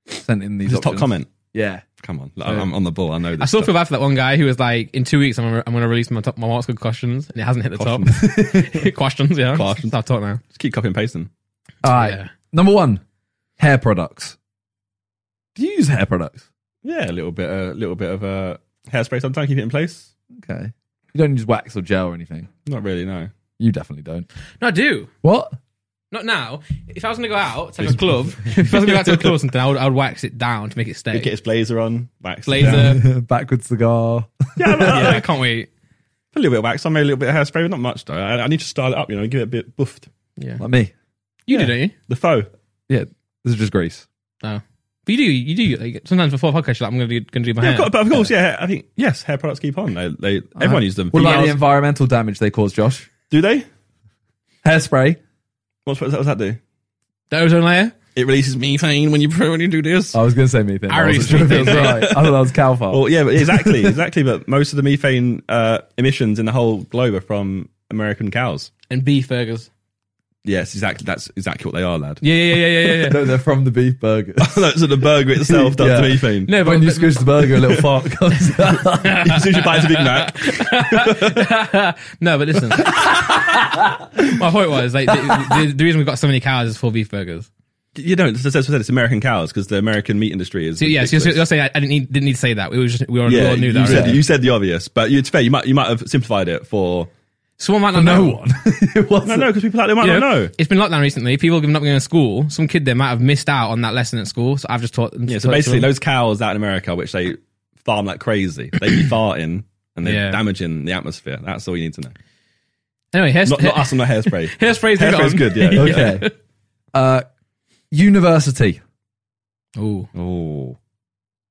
Sent in these Just top options. comment. Yeah, Come on. Like, I'm on the ball. I know this. I still stuff. feel bad for that one guy who was like, in two weeks, I'm gonna, I'm gonna release my top, my what's good questions, and it hasn't hit the top. questions, yeah. Questions. I'll talk now. Just keep copying and pasting. All right. Yeah. Number one, hair products. Do you use hair products? Yeah, a little bit, a little bit of uh, hairspray sometimes, keep it in place. Okay. You don't use wax or gel or anything. Not really, no. You definitely don't. No, I do. What? Not now. If I was going to go out to like a club, if I was going to go out to a club or something, I would, I would wax it down to make it stay. Get his blazer on, wax. it Blazer. down. Backward cigar. Yeah, I'm- yeah, I'm- I can't wait. a little bit of wax on, maybe a little bit of hairspray, but not much though. I, I need to style it up, you know, give it a bit buffed. Yeah, Like me. you do, don't you? The faux. Yeah. This is just grease. No, but you do. You do. Like, sometimes before podcast, you're like, I'm going to do, going to do my Yeah, hair. of course, but of course, yeah. I think yes, hair products keep on. They, they everyone uses them. What about the Females- environmental damage they cause, Josh? do they? Hairspray. What's, what does that do? The ozone layer. It releases methane when you when you do this. I was going to say methane. I I, wasn't already sure if it said was right. I thought that was cow fart. Well, Oh, yeah, but exactly, exactly. But most of the methane uh, emissions in the whole globe are from American cows. And beef burgers. Yes, exactly. That's exactly what they are, lad. Yeah, yeah, yeah, yeah, yeah. yeah. no, they're from the beef burger. no, so the burger itself does Yeah. the methane. no, but, when you squish the burger, a little fart comes out. As soon as you bite a Big Mac, no, but listen. my point was like the, the, the reason we've got so many cows is for beef burgers. you don't. As I said, it's American cows because the American meat industry is. So yeah, so you're, ridiculous. you're saying I, I didn't need didn't need to say that. We were just we all, we yeah, all knew you that. said already. you said the obvious, but you, it's fair. You might you might have simplified it for Someone might not No know. one. it No, wasn't. no, because people out there might You not know. It's been lockdown recently. People have not been going to school. Some kid there might have missed out on that lesson at school. So I've just taught them. Yeah, so taught it to basically, them. those cows out in America, which they farm like crazy, they be farting and they're Yeah. damaging the atmosphere. That's all you need to know. Anyway, hair, Not, not us on the hairspray. hairspray's been Hairspray's on. good, yeah. Okay. uh, university. Ooh, Oh.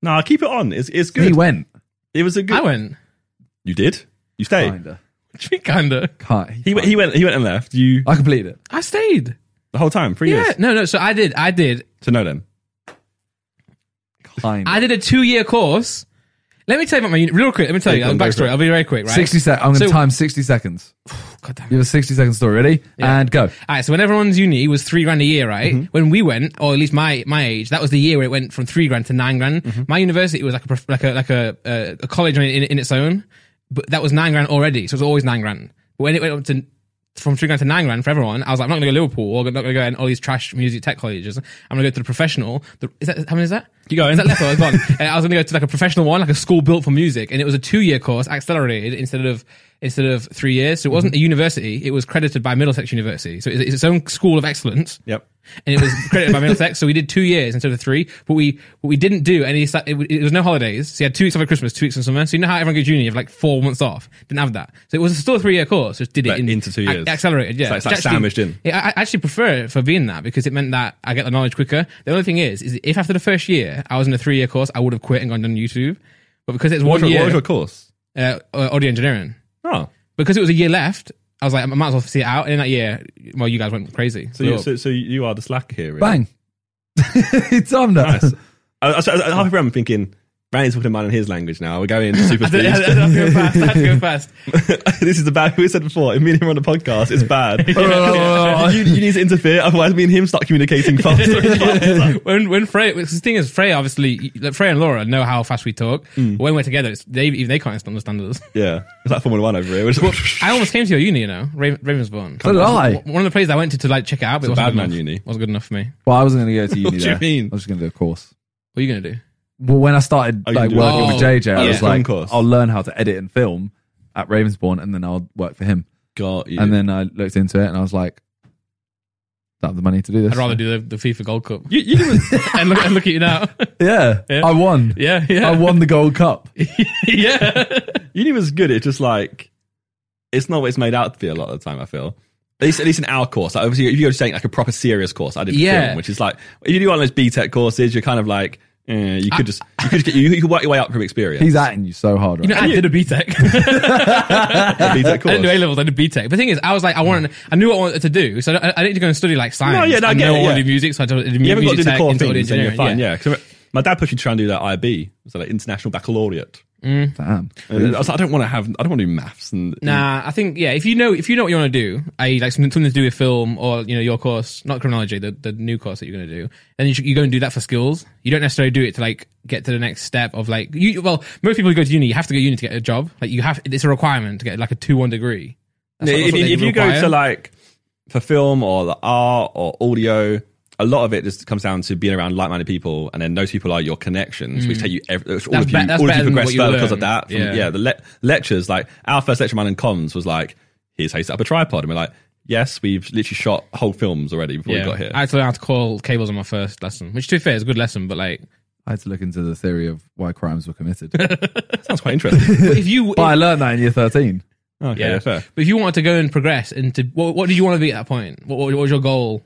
Nah, keep it on. It's, it's He good. went. It was a good. I went. You did? You stayed? Kinda. Kinda. Can't, He, went- he went He went and left. You, I completed it. I stayed. the whole time, three Yeah. years. No, no. So I did. I did. To know them. Kind. I did a two-year course. Let me tell you about my uni- real quick. Let me tell you go the on, go for backstory. it. I'll be very quick. Right. 60 sec. I'm going to So- time 60 seconds. God damn it. You have a 60 second story. Ready? And go. All right, so when everyone's uni was three grand a year, right? Mm-hmm. When we went, or at least my my age, that was the year where it went from three grand to nine grand. Mm-hmm. My university was like a prof- like a like a uh, a college in, in, in its own, but that was nine grand already, so it was always nine grand. But when it went up to from three grand to nine grand for everyone, I was like, I'm not going to go to Liverpool, or I'm not going to go in all these trash music tech colleges. I'm going to go to the professional. The, is that how many is that? You going? Is that left or gone? Uh, I was going to go to like a professional one, like a school built for music, and it was a two-year course, accelerated instead of instead of three years. So it wasn't a university; it was credited by Middlesex University. So it's, it's its own school of excellence. Yep. And it was credited by Middlesex, so we did two years instead of three. But we what we didn't do any. sa- It, it was no holidays. So you had two weeks off at Christmas, two weeks in summer. So you know how everyone goes uni, you have like four months off. Didn't have that. So it was still a three year course. Just did it But in, into two ac- years. accelerated. Yeah, So it's like sandwiched in. yeah, I I actually prefer it for being that because it meant that I get the knowledge quicker. The only thing is, is if after the first year I was in a three year course, I would have quit and gone on YouTube. But because it's one What was, year, your, what was your course? uh, uh, audio engineering, Oh. because it was a year left, I was like, I might as well see it out. And in that year, well, you guys went crazy. So you, so, so you are the slacker here. Really. Bang. it's on that. Nice. I, I, I, half of I'm thinking, Randy's talking mine in his language now. We're going super I had speed. to go fast. I had to go fast. this is the bad. We said before, me and him on the podcast, it's bad. oh, you, you need to interfere, otherwise, me and him start communicating faster. and faster. when when Freya, because the thing is, Freya obviously, like Freya and Laura know how fast we talk. Mm. When we're together, it's, they even they can't understand us. yeah, it's like Formula One over here. We're just- I almost came to your uni, you know, Ra- Ravensbourne. So did I. W- One of the places I went to to like check it out, but it wasn't bad good man enough. uni. wasn't good enough for me. Well, I wasn't going to go to uni. do there. you mean? I was just going to do a course. What are you gonna do? Well, when I started Oh, you like do it. working Oh, with JJ, I yeah. was Film like, course. I'll learn how to edit and film at Ravensbourne, and then I'll work for him. Got you. And then I looked into it, and I was like, don't have the money to do this. I'd rather do the, the FIFA Gold Cup. you, you was- and look and look at you now. Yeah, I won. yeah, Oh, I yeah, won the gold cup. yeah. uni was good. It's just like it's not what it's made out to be a lot of the time. I feel at least at least in our course. Like obviously, if you go to saying like a proper serious course, I did Yeah. film, which is like if you do one of those B Tech courses, you're kind of like eh, you could just you could just get you, you could work your way up from experience. He's atting you so hard. Right? You know, I did a B Tech. A B Tech I course. didn't do A levels. I did B Tech. But the thing is, I was like, I wanted, I knew what I wanted to do, so I, don't- I didn't go and study like science. No, yeah, no, I I get know it, I want to yeah. do music, so I did music you haven't got to do the tech core into audio things, then you're engineering, fine. Yeah, 'Cause my dad pushed me to try and do that IB, so like international baccalaureate. Damn. And I was like, I don't want to have, I don't want to do maths and Nah, I think yeah. If you know if you know what you want to do, i.e., like something, something to do with film or you know your course, not criminology, the, the new course that you're going to do, then you, should, you go and do that for skills. You don't necessarily do it to like get to the next step of like you. Well, most people who go to uni, you have to go to uni to get a job. Like you have, it's a requirement to get like a two one degree. That's Yeah, what- that's if, what they if you go require. to like for film or the art or audio, a lot of it just comes down to being around like-minded people, and then those people are your connections, which take you. Every, which all Hmm. That's of you, be- that's all of you better than progress what you further because learn. of that. From, Yeah. yeah. the le- lectures, like our first lecture, man in comms, was like, "Here's how you set up a tripod," and we're like, "Yes, we've literally shot whole films already before we got here." I had to learn how to call cables on my first lesson, which to be fair is a good lesson, but like I had to look into the theory of why crimes were committed. Sounds quite interesting. but if you but I learned that in year 13. okay, yeah. yeah. fair. but if you wanted to go and progress into what, what did you want to be at that point? What, what was your goal?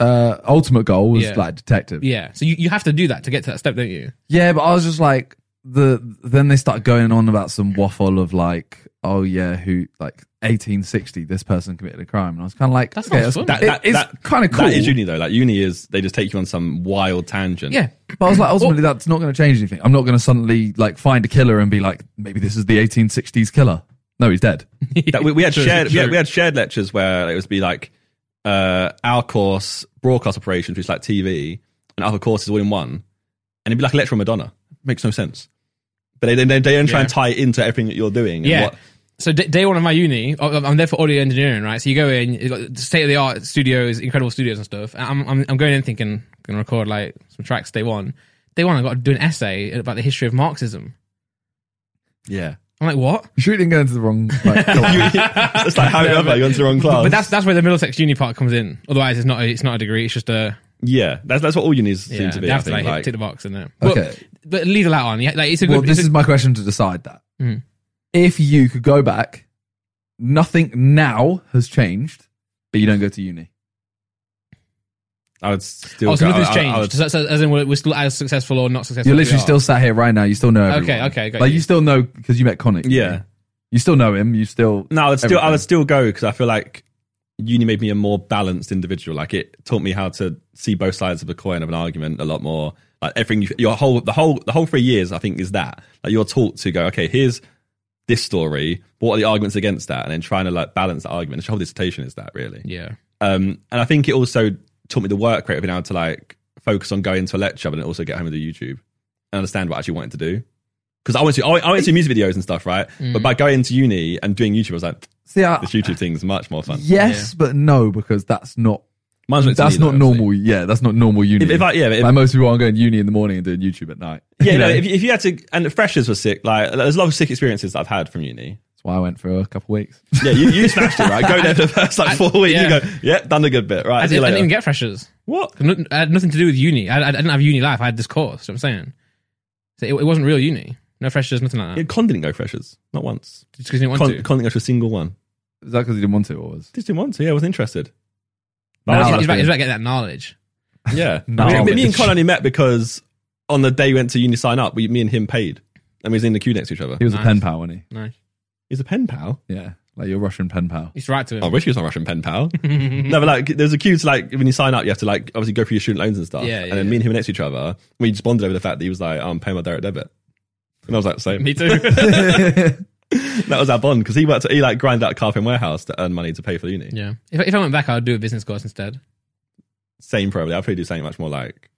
Uh, ultimate goal was Yeah. like detective. Yeah, so you, you have to do that to get to that step, don't you? Yeah, but I was just like the then they start going on about some waffle of like, oh yeah, who like 1860 this person committed a crime, and I was kind of like, That okay, sounds that's, fun. that, it- it's kind of cool. That is uni though. Like uni is they just take you on some wild tangent. Yeah, But I was like, ultimately, that's not going to change anything. I'm not going to suddenly like find a killer and be like, maybe this is the 1860s killer. No, he's dead. that we, we had True, shared we true. had, we had shared lectures where it would be like uh, our course broadcast operations, which is like TV, and other courses all in one, and it'd be like a lecture on Madonna. Makes no sense. But they they, they don't try and Yeah. tie it into everything that you're doing. and Yeah. what- So d- day one of my uni, I- I'm there for audio engineering, right? So you go in, you've got state of the art studios, incredible studios and stuff. And I'm, I'm I'm going in thinking gonna record like some tracks day one. Day one, I got to do an essay about the history of Marxism. I'm yeah. I'm like, what? You sure you didn't go into the wrong like, class? it's like how ever you went to the wrong class. But that's that's where the Middlesex uni part comes in. Otherwise, it's not a, it's not a degree. It's just a yeah, that's that's what all unis yeah. seem to be. they I have to think, like, like, tick the box in there. Okay. But, but leave that on. Yeah, like it's a good. Well, this it's a- is my question to decide that. Mm. If you could go back, nothing now has changed, but you don't go to uni. I would still. oh, so go- nothing's I- I- changed. I would- so, so, as in, we're, we're still as successful or not successful. You're as we literally are. still sat here right now. You still know. Everyone. Okay, okay, got Like you. you still know because you met Connick. yeah, You still know him. You still. no, I would still. I Everything. would still go because I feel like uni made me a more balanced individual. Like it taught me how to see both sides of the coin of an argument a lot more. Like everything, you, your whole the whole the whole three years, I think, is that like you're taught to go. Okay, here's this story. What are the arguments against that? And then trying to like balance that argument. The whole dissertation is that really. Yeah. Um, and I think it also taught me the work rate of being able to like focus on going to a lecture, but then also get home and do YouTube and understand what I actually wanted to do. Because I went to I, I went to music videos and stuff, right? But by going to uni and doing YouTube, I was like, See, I, this YouTube thing's much more fun. yes, but no, because that's not. Mine's went to That's uni, not though, normal. Yeah, that's not normal uni. If, if I, yeah, if, like most people aren't going to uni in the morning and doing YouTube at night. yeah, You no, know? if, if you had to, and the freshers were sick. Like, there's a lot of sick experiences that I've had from uni. that's why I went for a couple weeks. Yeah, you, you smashed it, right? Go there for the first like four weeks. yeah. You go, yeah, done the good bit, right? I see you didn't, I later. didn't even get freshers. what? 'Cause no- I had nothing to do with uni. I, I didn't have uni life. I had this course. You know what I'm saying, so it, it wasn't real uni. No freshers, nothing like that. Yeah, Con didn't go freshers, not once. Just because you didn't want Con, to. Con didn't go to a single one. Is that because you didn't want to, or was? Just didn't want to. Yeah, I wasn't interested. Now It's- it's it's, about, been- it's about getting that knowledge. Yeah. No. Me- me, me and Con only met because on the day we went to uni sign up, we, me and him paid. And we was in the queue next to each other. He was Nice. a pen pal, wasn't Nice. He's a pen pal. he? Yeah, like your Russian pen pal. It's right to him. I wish he was a Russian pen pal. no, but like there's a queue to like when you sign up, you have to like obviously go through your student loans and stuff. Yeah, yeah, and then me and him were next to each other. We just bonded over the fact that he was like, I'm paying my direct debit. And I was like, same. Me too. that was our bond because he worked, he like grinded out a carpet warehouse to earn money to pay for uni. yeah. If, if I went back, I would do a business course instead. Same probably. I'd probably do something much more like,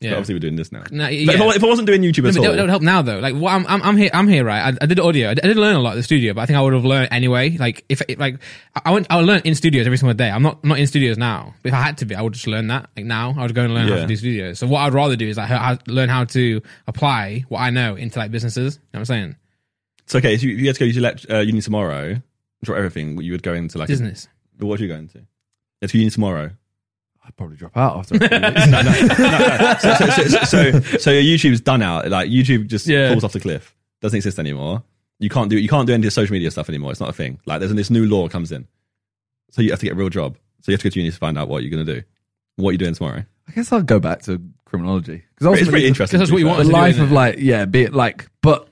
but Yeah. obviously we're doing this now. No, But yeah. if, I, if I wasn't doing YouTube No, at but all, that, that would help now though. Like, what I'm, I'm, I'm here, I'm here, right? I, I did audio. I did, I did learn a lot at the studio, but I think I would have learned anyway. Like, if, if like, I- I went, I learned in studios every single day. I'm not, I'm not in studios now. But if I had to be, I would just learn that. Like now, I would go and learn how Yeah. to do studios. So what I'd rather do is like, how, learn how to apply what I know into like businesses. You know what I'm saying? So okay, if you, if you had to go to lect- uh, uni tomorrow, drop everything, you would go into like a- Business. what are you going to? It's uni tomorrow. I'd probably drop out after. A few weeks. No, no, no, no. So, so, so, so, so your YouTube's done out. Like YouTube just Yeah. falls off the cliff. Doesn't exist anymore. You can't do you can't do any of the social media stuff anymore. It's not a thing. Like there's this new law comes in, so you have to get a real job. So you have to go to uni to find out what you're going to do. What you're doing tomorrow. I guess I'll go back to criminology because It's pretty interesting. Because that's to be what you fair. want. the to do, isn't life of it? like yeah be it like but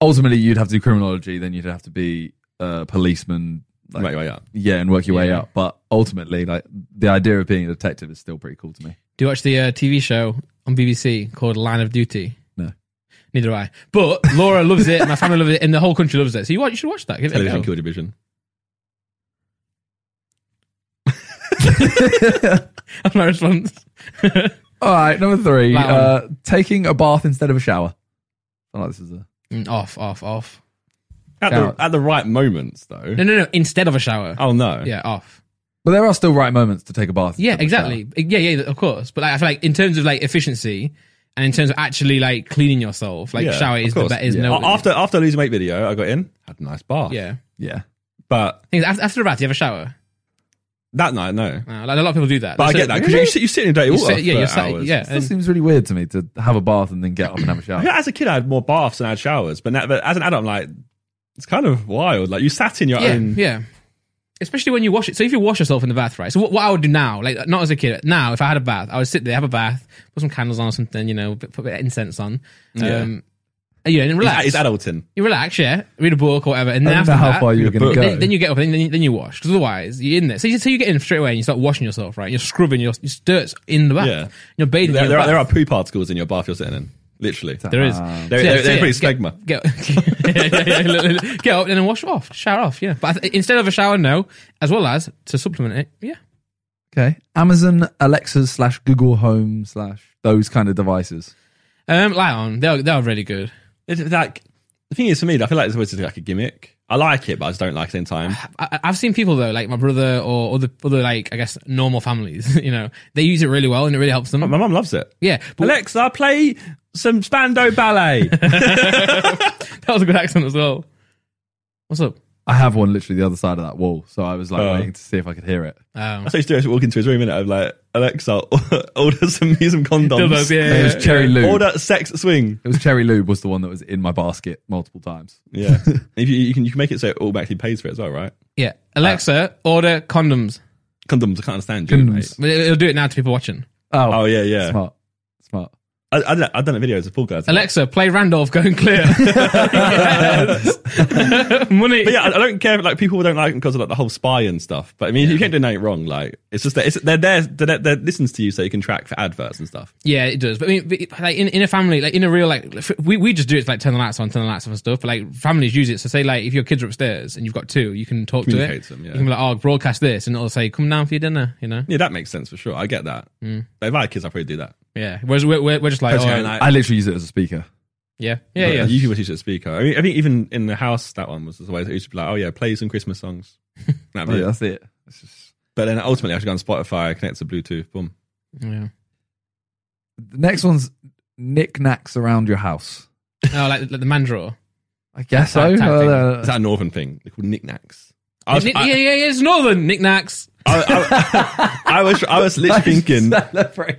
ultimately you'd have to do criminology then you'd have to be a policeman like, Right, right, yeah. yeah and work your way Yeah. up but ultimately like the idea of being a detective is still pretty cool to me Do you watch the uh, TV show on BBC called Line of Duty? No. Neither do I. But Laura loves it. My family loves it, and the whole country loves it. So you, wa- you should watch that. Give it a Television go. kill division. That's my response. all right number three Right on. uh taking a bath instead of a shower oh no, this is a Mm, off, off, off. At Shout. the, at the right moments though. No, no, no. Instead of a shower. Oh no. Yeah, off. but there are still right moments to take a bath Yeah, instead of a exactly. Yeah, yeah, of course. But like, I feel like in terms of like efficiency and in terms of actually like cleaning yourself, like Yeah, shower is of the course. bet is Yeah. no. A- After after losing weight video, I got in, had a nice bath. yeah, shower. yeah But Things- after, after a bath, you have a shower. that night, no. Uh, like a lot of people do that. But I So- get that because you, sit- you sit in dirty you water. sit- yeah, for you're sat, hours. yeah, and- it still seems really weird to me to have a bath and then get up and have a shower Yeah, as a kid, I had more baths than I had showers. But, now, but as an adult, I'm like, it's kind of wild. Like you sat in your yeah, own. yeah. Especially when you wash it. So if you wash yourself in the bath, right? So what, what I would do now, like not as a kid, now if I had a bath, I would sit there, have a bath, put some candles on or something, you know, put a bit of incense on, um, you know, and relax. It's adulting. you relax, yeah, read a book or whatever, and I then don't after know how that, far you're Read a going to book. go. Then, then you get up, and then, then you wash. Because otherwise, you're in there. So you, so you get in straight away, and you start washing yourself, right? And you're scrubbing your, your dirt's in the bath. Yeah. You're bathing. There, in there, your are, bath. there are Ah. poo particles in your bath you're sitting in. Literally. There is. Uh, They're, So yeah, they're, so they're yeah, pretty get- smegma. Get, get up and then wash off, shower off. Yeah, but I th- instead of a shower, no. As well as to supplement it, yeah. okay amazon alexa slash google home slash those kind of devices Um, Lion, they are they are really good. It's like the thing is for me, I feel like it's always like a gimmick. I like it, but I just don't like it at the same time. I, I- I've seen people though, like my brother or other other like I guess normal families. You know, they use it really well, and it really helps them. My mum loves it. Yeah, but Alexa, play some Spando ballet. that was a good accent as well. What's up? I have one literally the other side of that wall, so I was like Oh. waiting to see if I could hear it. Um, That's how you do it. Walk into his room, and I'm like, Alexa, order some, use some Dildos, condoms. yeah, it was yeah, Cherry Lube. Order sex swing. It was Cherry Lube was the one that was in my basket multiple times. Yeah. And if you, you can you can make it so it automatically pays for it as well, right? yeah. Alexa, Uh, order condoms. Condoms. I can't understand you. Condoms. mate. But it- It'll do it now to people watching. Oh yeah, yeah. smart, smart. I, I, done- I've done a video as a pool guy. Alexa, play Randolph going clear. Yes. Money. But yeah, I, I don't care if like people don't like them because of like the whole spy and stuff. But I mean, you can't do nothing wrong. Like it's just that it's, they're there, they're, they're, they're listens to you so you can track for adverts and stuff. Yeah, it does. But I mean, but, like in, in a family, like in a real like, f- we, we just do it to, like turn the lights on, turn the lights off and stuff. But like families use it. So say like if your kids are upstairs and you've got two, you can talk to it. Communicate to them, yeah. You can be like, oh, broadcast this, and it'll say, come down for your dinner. You know. Yeah, that makes sense for sure. I get that. But if I had kids, I'd probably do that. Yeah. Whereas we're we're, we're just like, Because, you oh, know, like- I literally use it as a speaker. yeah, yeah, yeah. But You can teach it a speaker. I mean, I think even in the house, that one was the way it used to be like, oh yeah, play some Christmas songs. That'd Oh, be yeah, it. that's it. It's just- But then ultimately, I should go on Spotify, connect to Bluetooth, boom. yeah. The next one's knickknacks around your house. Oh, like, like the man drawer. I guess so. Tag- tag thing. Uh, It's that a northern thing. They're called knickknacks. I was, Nick- I, yeah, yeah, yeah. It's northern knickknacks. I, I- I was, I was literally thinking, Celebrate.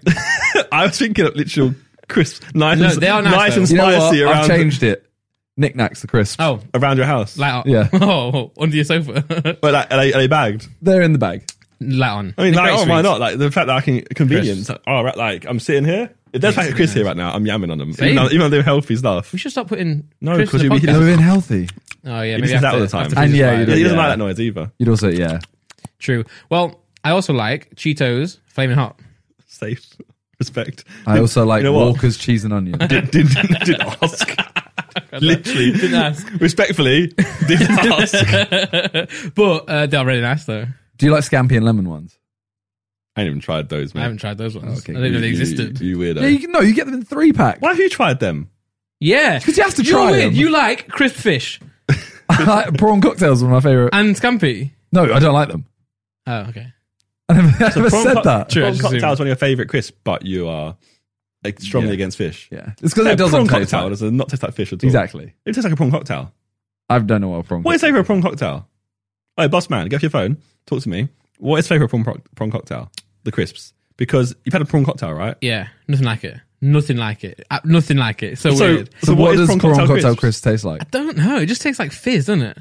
I was thinking of literal crisp, nice, No, and, they are nice, nice though. and You know what? spicy I've around, changed it. Knickknacks the crisps. Oh, around your house. light on. Yeah. Oh, under your sofa. But like, are, they, are they bagged? They're in the bag. light on. I mean, like, Great oh, why streets. not? Like the fact that I can convenience. Like, oh, right, like I'm sitting here. If there's like a Chris here right now, I'm yamming on them. Even Same. though, even though they're healthy stuff. We should stop putting No, Chris in 'cause the we- podcast. Yeah. They've been healthy. Oh yeah, listens maybe to that after- all the time. after And Physi's yeah, Fire. you do. Yeah, he doesn't Yeah. like that noise either. You'd also, yeah. True. Well, I also like Cheetos Flaming Hot. Safe, respect. I also like know what? Walker's cheese and onion. Did, did, did ask. Literally, Didn't ask. respectfully, did ask. I But uh, they are really nice though. Do you like scampi and lemon ones? ain't even tried those, I man. haven't tried those ones. Okay, I didn't know they You- existed. You, you weirdo. Yeah, you can, no, you get them in three pack. Why have you tried them? yeah, 'Cause you have to You're try weird. them. You like crisp fish Like, prawn cocktails are my favorite. and scampi. No, I don't like them. Oh, okay. I never, I never Prawn said cock- that. True, I Prawn just cocktail assumed. is one of your favourite crisps, but you are like, strongly against fish. Yeah, it's because Yeah, it doesn't prawn taste cocktail like- does not taste like fish at all. Exactly. It tastes like a prawn cocktail. I don't know what a prawn. What is favourite prawn cocktail? Oh, boss man, get off your phone. Talk to me. What is favourite prawn, pro- prawn cocktail? The crisps. Because you've had a prawn cocktail, right? Yeah, nothing like it. Nothing like it. Uh, nothing like it. So, So- weird. So, So what, what is does prawn prawn cocktail, cocktail crisps? crisps? taste like? Don't know. It just tastes like fizz, doesn't it?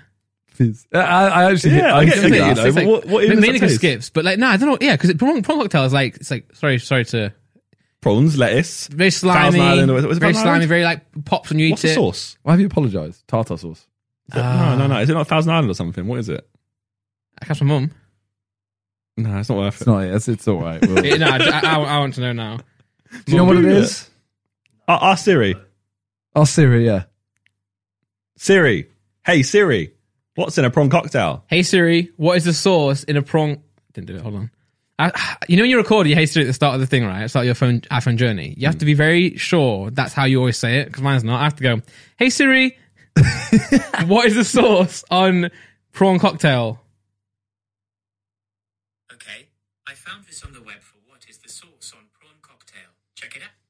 Fizz. I, I actually, Yeah, I I get- see I get that. you though. It's But like, what- what even does mainly that 'cause taste? skips, but like no, I don't know. Yeah, because prawn, prawn cocktail is like it's like sorry, sorry to Prawns, lettuce. very slimy, Thousand Island, or- was it very Thousand slimy, Island? very like pops when you eat What's it. the sauce? Why have you apologized? Tartar sauce. no, no, no. Is it not Thousand Island or something? What is it? I catch my mum. No, it's not worth It's it. not. It's it's all right. We'll- Yeah, Do no, I, I, I want to know now. you know what it Google it. is? Our, our Ah, Siri. Oh, Siri. Yeah. Siri. Hey, Siri. What's in a prawn cocktail? Hey Siri, what is the sauce in a prawn? Didn't do it. Hold on. I, you know when you record your Hey Siri at the start of the thing, right? At the start of your phone iPhone journey, you have to Hmm. be very sure that's how you always say it because mine's not. I have to go, Hey Siri, what is the sauce on prawn cocktail? Okay, I found this on the web for what is the sauce on prawn cocktail. Check it out.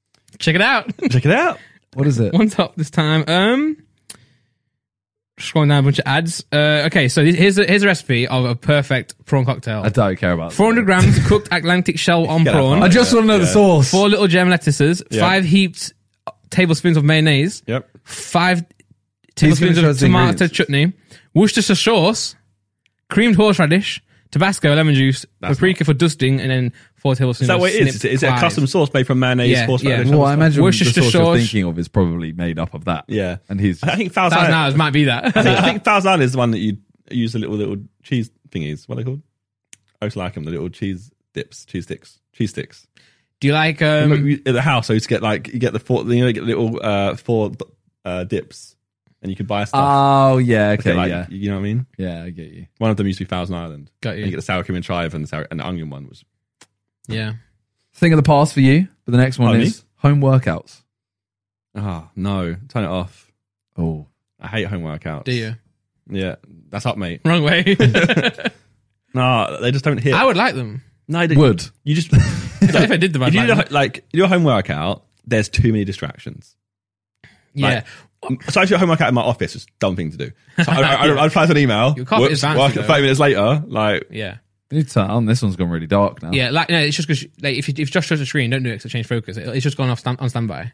Check it out. Check it out. What is it? One top this time. Um, scrolling down a bunch of ads. Uh, okay, so here's a, here's a recipe of a perfect prawn cocktail. I don't care about. that. 400 grams cooked Atlantic shell on Get that prawn. far. I just want to know the Yeah. sauce. four little gem lettuces, Yeah. five heaped tablespoons of mayonnaise, Yep. five He's gonna tablespoons show of us the tomato ingredients. chutney, Worcestershire sauce, creamed horseradish, Tabasco, lemon juice, paprika for dusting, and then four tablespoons. Is that of what it is? Is snipped it, is it a chives. custom sauce made from mayonnaise, Yeah, yeah. horseradish? and Well, I stuff? imagine the Worcestershire sauce you're sauce. thinking of is probably made up of that. Yeah. And he's. I think Thousand Thousand Island. hours might be that. I think, I think Thousand Island is the one that you use the little little cheese thingies. What are they called? I always like them. The little cheese dips, cheese sticks, cheese sticks. Do you like Look, um? you- at the house, I used to get like you get the four, you know, you get the little uh, four uh, dips, and you could buy stuff. Oh yeah. Okay. Get, like, yeah. You know what I mean? Yeah. I get you. One of them used to be Thousand Island. Got you. And you get the sour cream and chive and the, sour, and the onion one was. Yeah. Thing of the past for you, but the next one Oh, me? is home workouts. Ah no, turn it off. Oh. I hate home workouts. Do you? Yeah, that's up, mate. Wrong way. No, they just don't hit. I would like them no, they don't- Wood. you just if I did them. I'd if you like do them. a, like your home workout, there's too many distractions. Yeah. So I do homework out in my office. It's a dumb thing to do. So I, I, I, I reply to an email. Your carpet whoops, is fancy, work it though. Five minutes later, like yeah. I need to turn it on. uh, oh, This one's gone really dark Oh. now. Yeah, like no, it's just because like if you, if Josh touches the screen, don't do it because it change focus. It, it's just gone off stand, on standby.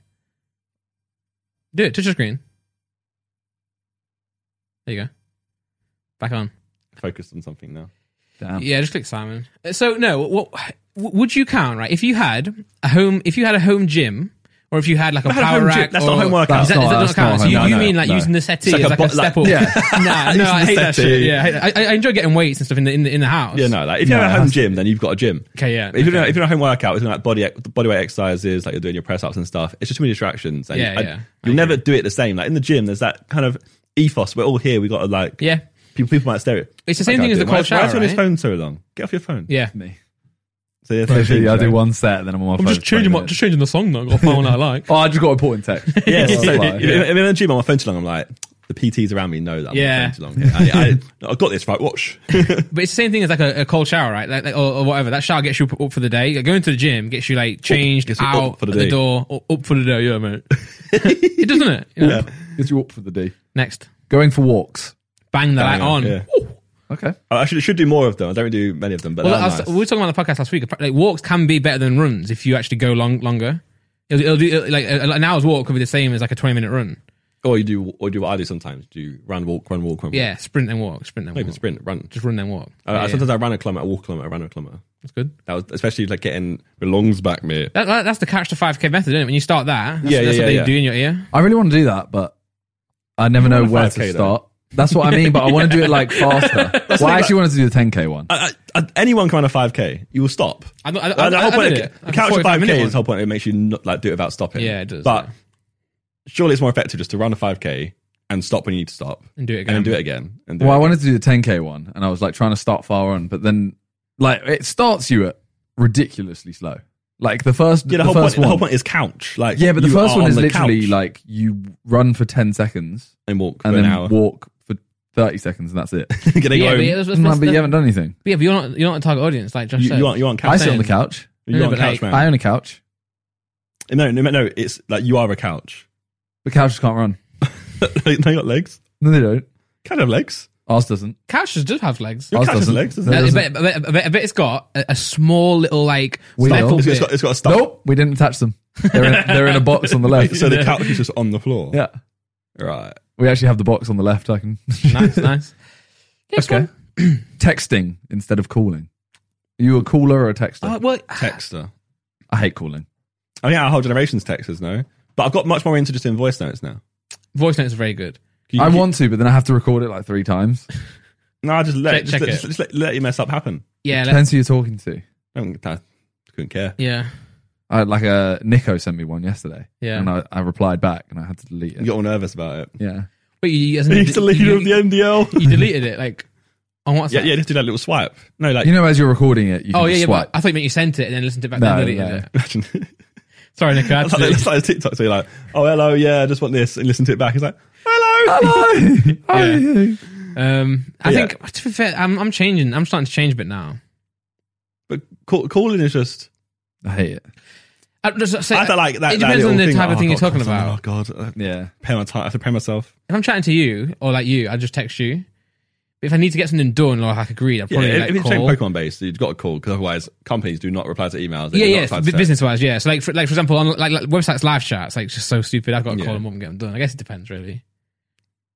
Do it. Touch the screen. There you go. Back on. focused on something now. Oh. Damn. Yeah, just click Simon. Uh, So no, what w- would you count right? If you had a home, if you had a home gym, or if you had like a I had a power home gym. rack, That's or, not home workout. Is that, That's is that not- not that's not count? So you, home- you no, no, mean like no. using the settee It's as like a like bo- a like- step up? Yeah. nah, no, I hate that shit. settee. Yeah, I, I- I enjoy getting weights and stuff in the in the, in the house. Yeah, no. Like if you have a home gym, then you've got a gym. Okay, yeah. If you're doing, if you're doing a home workout, it's like body body weight exercises, like you're doing your press ups and stuff. It's just too many distractions. And Yeah, I- yeah. You'll never do it the same. Like in the gym, there's that kind of ethos. We're all here. We got to like. Yeah. People, people might stare. at it. It's the same Like I thing as do. the cold Why- Why shower, is on his right? phone so long? Get off your phone. Yeah. Me. So yeah, I same thing, do right? one set and then I'm on my I'm phone. just changing my, just changing the song though. I've got to find one I like. Oh, I just got important text. Yeah, so, Oh, if, like, if I'm in the gym, I'm on my phone too long. I'm like, the PTs around me know that I'm Yeah. on my phone too long. I, I, I got this right. Watch. But it's the same thing as like a, a cold shower, right? Like, like or, or whatever. That shower gets you up, up for the day. Like, going to the gym gets you like changed Gets you out up for the at day. door, or up for the day. Yeah, mate. it doesn't it. You know? It's you up for the D. Next, Going for walks. bang the light Yeah. on. Yeah. Okay. I should should do more of them. I don't do many of them, but Well, they're I was- nice. we were talking about the podcast last week. Like walks can be better than runs if you actually go long longer. It'll, it'll do it'll- like a- an hour's walk could be the same as like a twenty minute run. or you do or do what I do sometimes. Do run, walk, run, walk, run. walk. Yeah, sprint then walk, sprint then Not even walk, sprint, run. just run then walk. I- I- yeah, yeah. Sometimes I ran a kilometer, I walk a kilometer, I ran Oh, a kilometer. That's good. That was especially like getting the lungs back, mate. That, that- that's the catch to five k method, isn't it? When you start that, that's, Yeah, yeah, that's what yeah, they yeah. do in your ear. I really want to do that, but I never know want a where 5K to though. start. That's what I mean, but I want to do it like faster. well, I actually wanted to do the 10K one. I, I, I- anyone can run a five k, you will stop. I don't- I- I- Like, the I- whole I point did of- it. the Like a couch to 45 five minute k one. is the whole point. It makes you not, like do it without stopping. Yeah, it does, But yeah. surely it's more effective just to run a five k and stop when you need to stop And do it and again. then do it again. And do Well, I it wanted to do the 10K one and I was like trying to start far on, but then like it starts you at ridiculously slow. Like the first, Yeah, the, the whole point. first The one. whole point is couch. Like yeah, but the you first are one on is the literally couch like you run for 10 seconds and walk for and an then hour. walk for 30 seconds and that's it. Gonna Yeah, but, go home. it was, was, Like, was but the- you haven't done anything. Yeah, but you're not you're not a target audience like Josh You, said. you aren't. You aren't I couch. sit on saying- the couch. You're No, on but couch, like- man. I own a couch. No, no, no. It's like you are a couch. The couches can't run. they got legs. No, they don't. Couch have legs. Ours doesn't. Couches do have legs. Your Ours couch has doesn't. legs, doesn't No, I it bet, I, bet, I bet- I bet it's got a, a small little like Wheel. metal It's got, bit. it's got- it's got a stuff. Nope, we didn't attach them. They're in, they're in a box on the left. So the couch is just on the floor. yeah, Right. we actually have the box on the left. I can nice, nice. Next Okay. one. texting instead of calling. Are you a caller or a texter? Uh, well, Texter. I hate calling. I think our whole generation's texters no. But I've got much more into just in voice notes now. voice notes are very good. You- I you- want to, but then I have to record it like three times. No, I just let just, Check- check let- just, it. just let, let your mess up happen. Yeah, let- Depends who you're talking to. I, don't, I couldn't care. yeah, I, like uh, Nico sent me one yesterday, Yeah. and I, I replied back, and I had to delete You it. got all nervous about it. Yeah, but you, you, as in- He's the leader of the MDL. you deleted it like on WhatsApp. Yeah, yeah, just do that little swipe. No, like you know, as you're recording it, you can Oh yeah, just yeah. But swipe. I thought you meant you sent it and then listened to it back. No, then deleted no. it. imagine. Sorry, Nick. I had It's to like, do- it's like a TikTok. So you're like, oh hello, yeah, I just want this, and listen to it back. It's like, hello. Hello. um, I Yeah. think to be fair, I'm, I'm changing. I'm starting to change a bit now. But call, calling is just. I hate it. I, just, say, I don't like that. It that depends little on the thing, type like, of thing oh, you're God, talking something, about. Oh god, I Yeah, pay my time. I have to pay myself. if I'm chatting to you or like you, I just text you. If I need to get something done or like agreed, I'll Yeah, probably if like it's call. Pokemon based, you've got to call because otherwise companies do not reply to emails. They yeah, do not yeah, reply it's to bu- text. business wise, yeah. So like, for, like for example, on like, like websites live chats, like it's just so stupid. I've got to Yeah. call them up and get them done. I guess it depends really.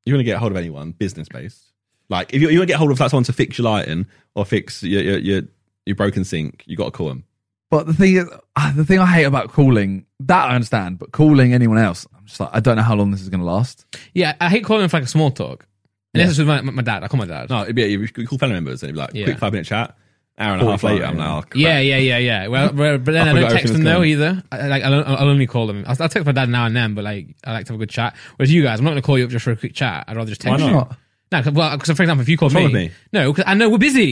You want to get a hold of anyone business based. Like if you, you want to get a hold of like, someone to fix your lighting or fix your your your, your broken sink, you got to call them. But the thing is, ah, the thing I hate about calling that I understand, but calling anyone else, I'm just like, I don't know how long this is going to last. Yeah, I hate calling them for like a small talk. Unless it's with my, my dad, I call my dad. No, it'd be you could call family members and it'd be like Yeah. quick five minute chat. Hour and a half Forty-five, later, I'm yeah. like, oh, crap. yeah, yeah, yeah, yeah. Well, well, but then I I, don't forgot text them everything was though going. either. I, like I'll, I'll only call them. I'll, I'll text my dad now and then, but like I like to have a good chat. Whereas you guys, I'm not going to call you up just for a quick chat. I'd rather just text Why you. not? No, 'cause- well, 'cause for example, if you call What's me, wrong with me? no, because I know we're busy.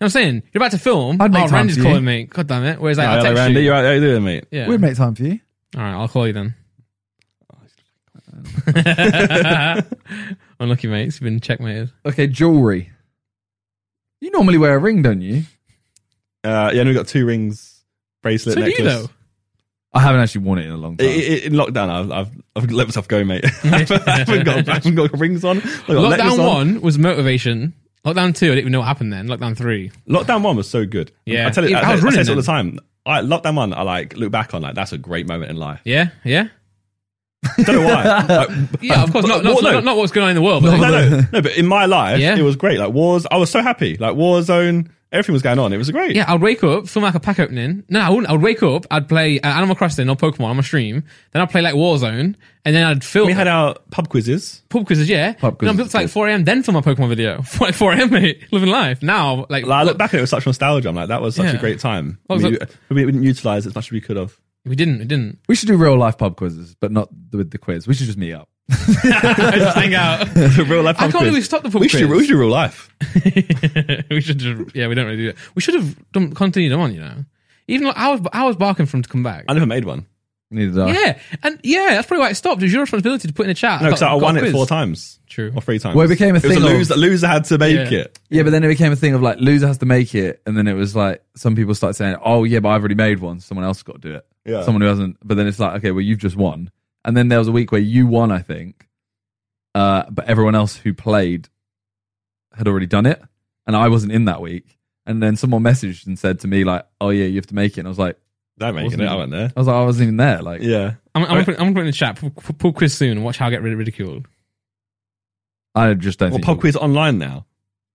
You know what I'm saying you're about to film. I'd make oh, time Randy's for you. calling me. God damn it! Whereas like, Hello, I'll text Randy, you. you're out there doing, mate. Yeah. We'd make time for you. All right, I'll call you then. Unlucky mates, you've been checkmated. Okay, jewelry. You normally wear a ring, don't you? Uh, yeah, and we got two rings, bracelet, So do necklace. you though? I haven't actually worn it in a long time. I- I- in lockdown, I've, I've, I've let myself go, mate. I haven't got, I haven't got rings on. I've got necklace Lockdown on. one was motivation. Lockdown two, I didn't even know what happened then. Lockdown three, Lockdown one was so good. Yeah. I tell you, Yeah, I, I was tell- I say running this all the then. time. I, lockdown one, I like look back on like that's a great moment in life. yeah, yeah, don't know why. Like, Uh, yeah. Of course, not not, Well, no. not, not what's going on in the world, but no, no, no, but in my life, Yeah. it was great. Like wars, I was so happy. Like Warzone, everything was going on. It was great. Yeah, I'd wake up, film like a pack opening. No, I wouldn't. I'd wake up, I'd play uh, Animal Crossing or Pokemon on my stream. Then I'd play like Warzone, and then I'd film We had our pub quizzes. pub quizzes, yeah. Pub and quizzes I'd be up is to like good. 4 a.m., then film my Pokemon video. Like 4 a.m., mate, living life. Now, like, Like, I look back at it with such nostalgia. I'm like, that was such Yeah. a great time. What was I mean, that? we, we didn't utilize it as much as we could have. we didn't, we didn't. We should do real life pub quizzes, but not with the quiz. We should just meet up. I just hang out. real I can't life. pub quiz. believe we stopped the pub We should, quiz. we should do real life. we should just, yeah, we don't really do that. We should have done, continued on, you know. Even though I was, I was barking for him to come back. I never made one. Neither do I. yeah, and yeah, that's probably why it stopped. It was your responsibility to put in the chat. No, because got- I got won a it quiz. four times True. or three times. Well, it became a was thing a of- loser. Loser had to make Yeah. it. Yeah, but then it became a thing of like loser has to make it, and then it was like some people started saying, "Oh yeah, but I've already made one. Someone else has got to do it. Yeah. Someone who hasn't." But then it's like, okay, well you've just won, and then there was a week where you won, I think, uh, but everyone else who played had already done it, and I wasn't in that week. And then someone messaged and said to me like, "Oh yeah, you have to make it." And I was like, That making Wasn't it. it? I went there. "I was like, I wasn't even there." Like, Yeah. I'm, I'm, gonna put, I'm gonna put in the chat. Pub, pub- pub quiz soon. and Watch how I get rid- ridiculed. I just don't. Well, think pub quiz online now.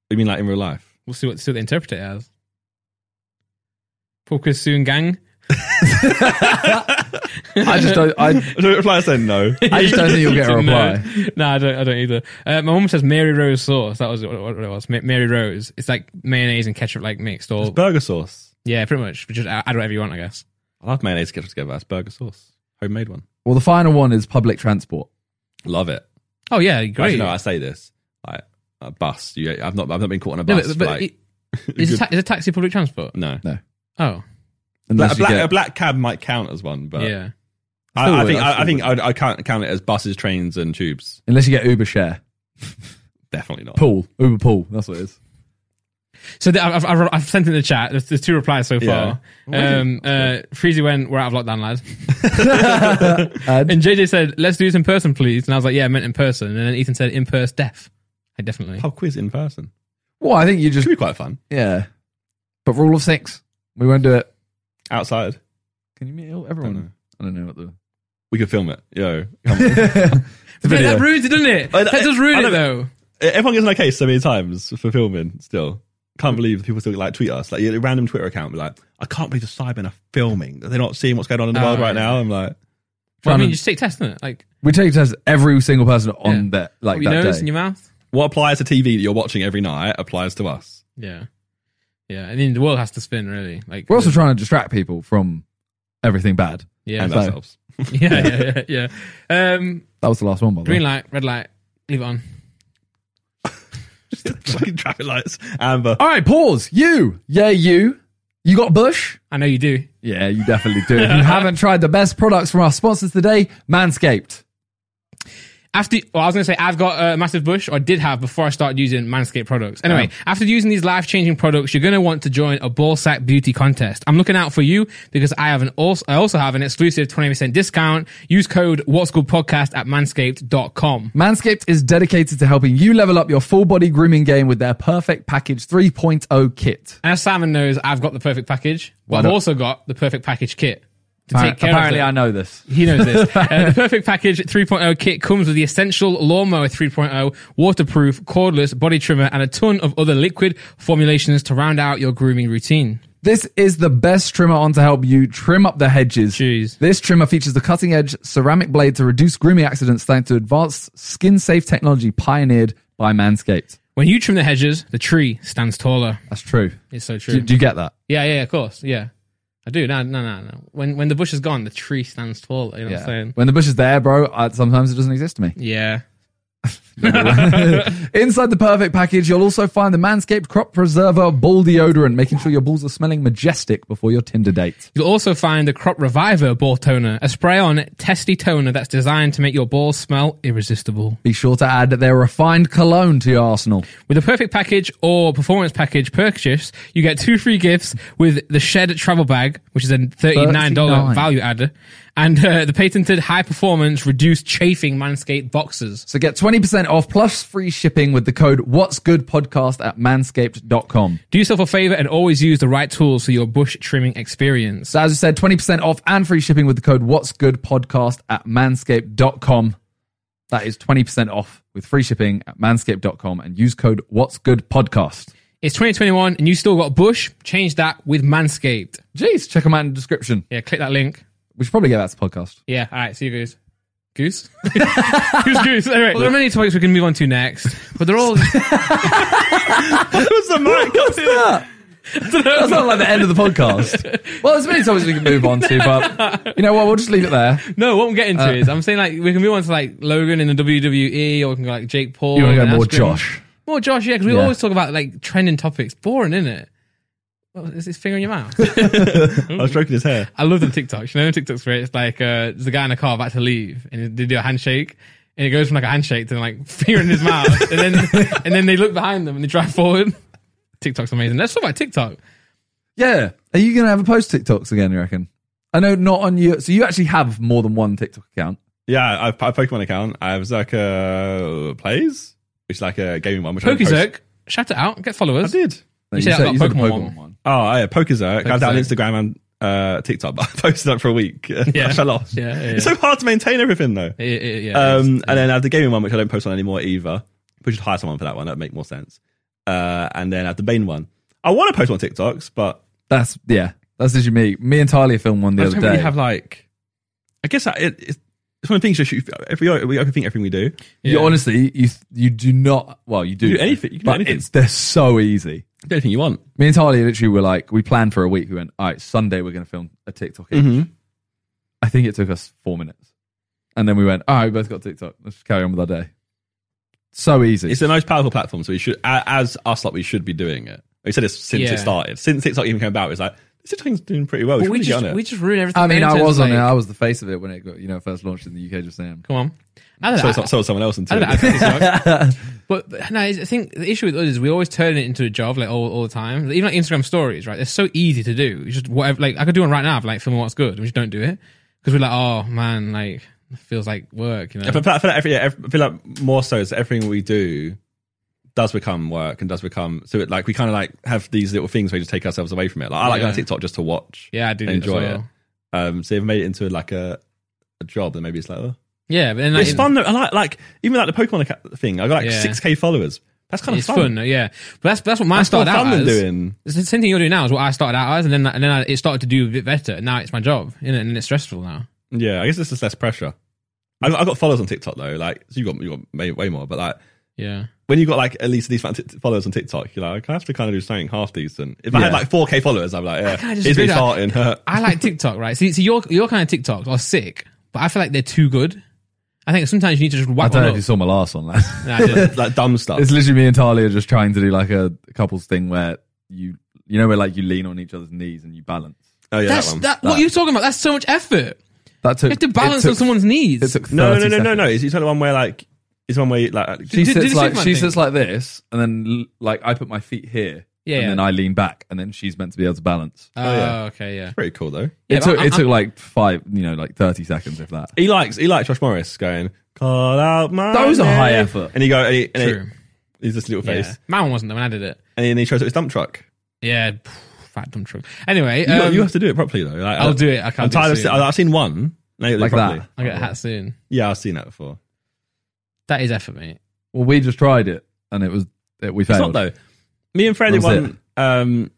You mean like in real life? We'll see what see what they interpret it as. Pub quiz soon, gang. I just don't. I, I don't reply. I said no. I just don't think you'll get a reply. No, no, I don't. I don't either. Uh, my mum says Mary Rose sauce. That was what, what it was. Ma- Mary Rose. It's like mayonnaise and ketchup, like mixed. Or burger sauce. yeah, pretty much. But just add add whatever you want, I guess. I love mayonnaise ketchup together. That's burger sauce. Homemade one. Well, the final one is public transport. Love it. Oh yeah, great. Actually, no, I say this. Like a bus. You, I've not. I've not been caught on a No, bus. but, but like, it- is, a ta- is a taxi public transport? no. Oh Like, Unless a, you black, get- a black cab might count as one, Uh, but yeah. I, I Still think would, I, I still think I'd, I can't count it as buses, trains, and tubes. Unless you get Uber share. Definitely not. Pool. Uber pool. That's what it is. So the, I've, I've, I've sent in the chat. There's, there's two replies so far. Yeah. Um, uh, Freezy went, "We're out of lockdown, lads." And And JJ said, "Let's do this in person, please." And I was like, "Yeah, I meant in person." And then Ethan said, "In person, deaf." I definitely. Pub quiz in person. well, I think you just Should be quite fun. yeah. But rule of six, we won't do it. Outside, Can you meet everyone? I don't know what the. we could film it. Yo, Yeah, that ruins it, doesn't it? I- That does I ruin it, don't- though. everyone gets in their case so many times for filming. Still, can't believe people still like tweet us like a random Twitter account. Be like, I can't believe the Cybermen are filming. They're not seeing what's going on in the Oh, world right yeah. now. I'm like, Well, I Fun mean, and- you just take tests, it? Like, We take tests every single person on Yeah. that like what your that nose day. and your mouth. what applies to TV that you're watching every night applies to us. Yeah, yeah. I mean, the world has to spin, really. Like, We're also trying to distract people from everything bad. yeah, and so- ourselves. yeah, yeah, yeah, yeah. Um, That was the last one, by the green way. light, red light, leave it on. Fucking traffic lights, Amber. All right, pause. You, yeah, you, you got Bush. I know you do. Yeah, you definitely do. if you haven't tried the best products from our sponsors today, Manscaped. After, well, I was going to say I've got a massive bush, or I did have before I started using Manscaped products. Anyway, Oh. after using these life-changing products, you're going to want to join a ball sack beauty contest. I'm looking out for you because I have an also, I also have an exclusive 20% discount. Use code What's Good Podcast at manscaped.com. Manscaped is dedicated to helping you level up your full body grooming game with their Perfect Package 3.0 kit. And as Simon knows, I've got the perfect package, but I've not? also got the perfect package kit to take care Apparently, of. I it. know this. He knows this. Uh, the Perfect Package 3.0 kit comes with the essential lawnmower 3.0, waterproof, cordless body trimmer, and a ton of other liquid formulations to round out your grooming routine. This is the best trimmer on to help you trim up the hedges. Jeez. This trimmer features the cutting edge ceramic blade to reduce grooming accidents thanks to advanced skin safe technology pioneered by Manscaped. When you trim the hedges, the tree stands taller. That's true. It's so true. Do, do you get that? yeah, yeah, of course. Yeah. I do. No, no, no, no. When when the bush is gone, the tree stands taller. You know what I'm saying? When the bush is there, bro, I, sometimes it doesn't exist to me. Yeah. Inside the perfect package, you'll also find the Manscaped Crop Preserver Ball Deodorant, making sure your balls are smelling majestic before your Tinder date. You'll also find the Crop Reviver Ball Toner, a spray on testy toner that's designed to make your balls smell irresistible. Be sure to add their refined cologne to your arsenal. With a perfect package or performance package purchase, you get two free gifts with the Shed Travel Bag, which is a $39 $39. value adder, and uh, the patented high performance reduced chafing Manscaped boxes. So get 20% off plus free shipping with the code What's Good Podcast at manscaped.com. Do yourself a favor and always use the right tools for your bush trimming experience. So as I said, 20% off and free shipping with the code What's Good Podcast at manscaped.com. That is 20% off with free shipping at manscaped.com and use code What's Good Podcast. It's 2021 and you still got bush. Change that with Manscaped. Jeez, check them out in the description. Yeah, click that link. We should probably get that to podcast. Yeah, all right. See you, Goose. Goose? goose, Goose. Anyway, well, there are many topics we can move on to next, but they're all. What's the mic? That's not like the end of the podcast. Well, there's many topics we can move on to, but you know what? We'll just leave it there. no, what I'm getting Uh, to is I'm saying like we can move on to like Logan in the WWE, or we can go like Jake Paul. You want to and go more Askren. Josh? More Josh, yeah, because we Yeah. always talk about like trending topics. Boring, isn't it? What, is this finger in your mouth? I was stroking his hair. I love the TikToks. You know, TikToks where it's like uh, there's a guy in a car about to leave, and they do a handshake, and it goes from like a handshake to like finger in his mouth, and then and then they look behind them and they drive forward. TikTok's amazing. Let's talk about TikTok. Yeah. Are you going to have a post TikToks again? You reckon? I know not on you. So you actually have more than one TikTok account. Yeah, I have a Pokemon account. I have Zerka Plays, which is like a gaming one. Which I post- Pokizerk, shout it out, get I followers. did. No, You said about the Pokemon one. Oh, yeah, Pokizerk. I have that on Pokizerk. Instagram and uh, TikTok, but I posted that for a week. Yeah. I fell off. Yeah, yeah, It's yeah. so hard to maintain everything, though. Yeah, yeah, yeah, it is. Um, and then I have the gaming one, which I don't post on anymore either. We should hire someone for that one. That'd make more sense. Uh, and then I have the main one. I want to post on TikToks, but That's yeah. That's literally me. Me and Talia filmed one the I other don't really day. have like. I guess I, it, it's, it's one of the things you should. If we, we I think everything we do, Yeah. You honestly, you you do not. Well, you do, You do anything, you can do but anything. it's they're so easy. do anything you want. Me and Talia literally were like, we planned for a week. We went, all right, Sunday we're going to film a TikTok. Mm-hmm. each." Mm-hmm. I think it took us four minutes, and then we went, all right, we both got TikTok. Let's just carry on with our day. So easy. It's the most powerful platform, so we should, a- as us, like we should be doing it. We said this since Yeah. it started, since TikTok even came about. It's like this TikTok's doing pretty well. But we we should really get just on we it. just ruined everything. I mean, in I terms was of, on it. like- I was the face of it when it got you know first launched in the UK. Just saying. Come on. I don't So, know. so, so someone else into I don't it. know. I think so. but but no, it's- I think the issue with us is we always turn it into a job like all, all the time. Even like Instagram stories, right? They're so easy to do. It's just whatever. Like I could do one right now, like filming what's good. We just don't do it because we're like, oh man, like it feels like work. You know, I feel, I feel like every, yeah, every- I feel like more so is everything we do does become work and does become so it, like we kind of like have these little things where we just take ourselves away from it. Like I like Yeah. going on TikTok just to watch. yeah, I do and that as enjoy well. it. Um, so they've made it into like a a job, and maybe it's like oh. Yeah, but then But like, it's fun. Though. I like like even like the Pokemon account thing. I got like Yeah. six k followers. That's kind of It's fun, yeah. But that's that's what mine That's more started out fun than as. doing. It's the same thing you're doing now is what I started out as, and then and then I, it started to do a bit better. And now it's my job, you know, and it's stressful now. Yeah, I guess this is less pressure. I got, I got followers on TikTok though. Like so you got you got way, way more, but like. Yeah. when you got like at least these amount of t- followers on TikTok, you're like, I have to kind of do something half decent. If I had Yeah. like 4k followers, I'm like, yeah, kinda just he's me agree that- farting. huh? I like TikTok, right? See, see, your your kind of TikToks are sick, but I feel like they're too good. I think sometimes you need to just I whack don't one know up. if you saw my last one. Last. Nah, I didn't. like dumb stuff. It's literally me and Talia just trying to do like a couples thing where you you know where like you lean on each other's knees and you balance. oh yeah, That's that one. that, what you're talking about. That's so much effort. That You took have to it balance took- on someone's It knees. took no, no, 30 no, no, no, seconds. It's not the one where like it's one way like She Did- did sits the like Superman she thing. sits like this, and then l- like I put my feet here, Yeah, and yeah. then I lean back, and then she's meant to be able to balance. Oh, yeah. okay, yeah. pretty cool though. Yeah, it took but it I- took like five, you know, like thirty seconds if that. He likes he likes Josh Morris going call out my. Those are name." high effort. And he go and, he, and he- True. he's this little Yeah. face, My one wasn't though when I did it. and then he shows up his dump truck. Yeah, phew, fat dumb truck. Anyway, You, got- um, you have to do it properly though. Like, I'll I- do it. I I'm can't. tired do of. it se- soon. I've seen one. No, Like properly. that. I'll get a hat soon. Yeah, I've seen that before. That is effort, mate. Well, we just tried it, and it was it, we It's failed. not though. Me and Fred did That was one. Um,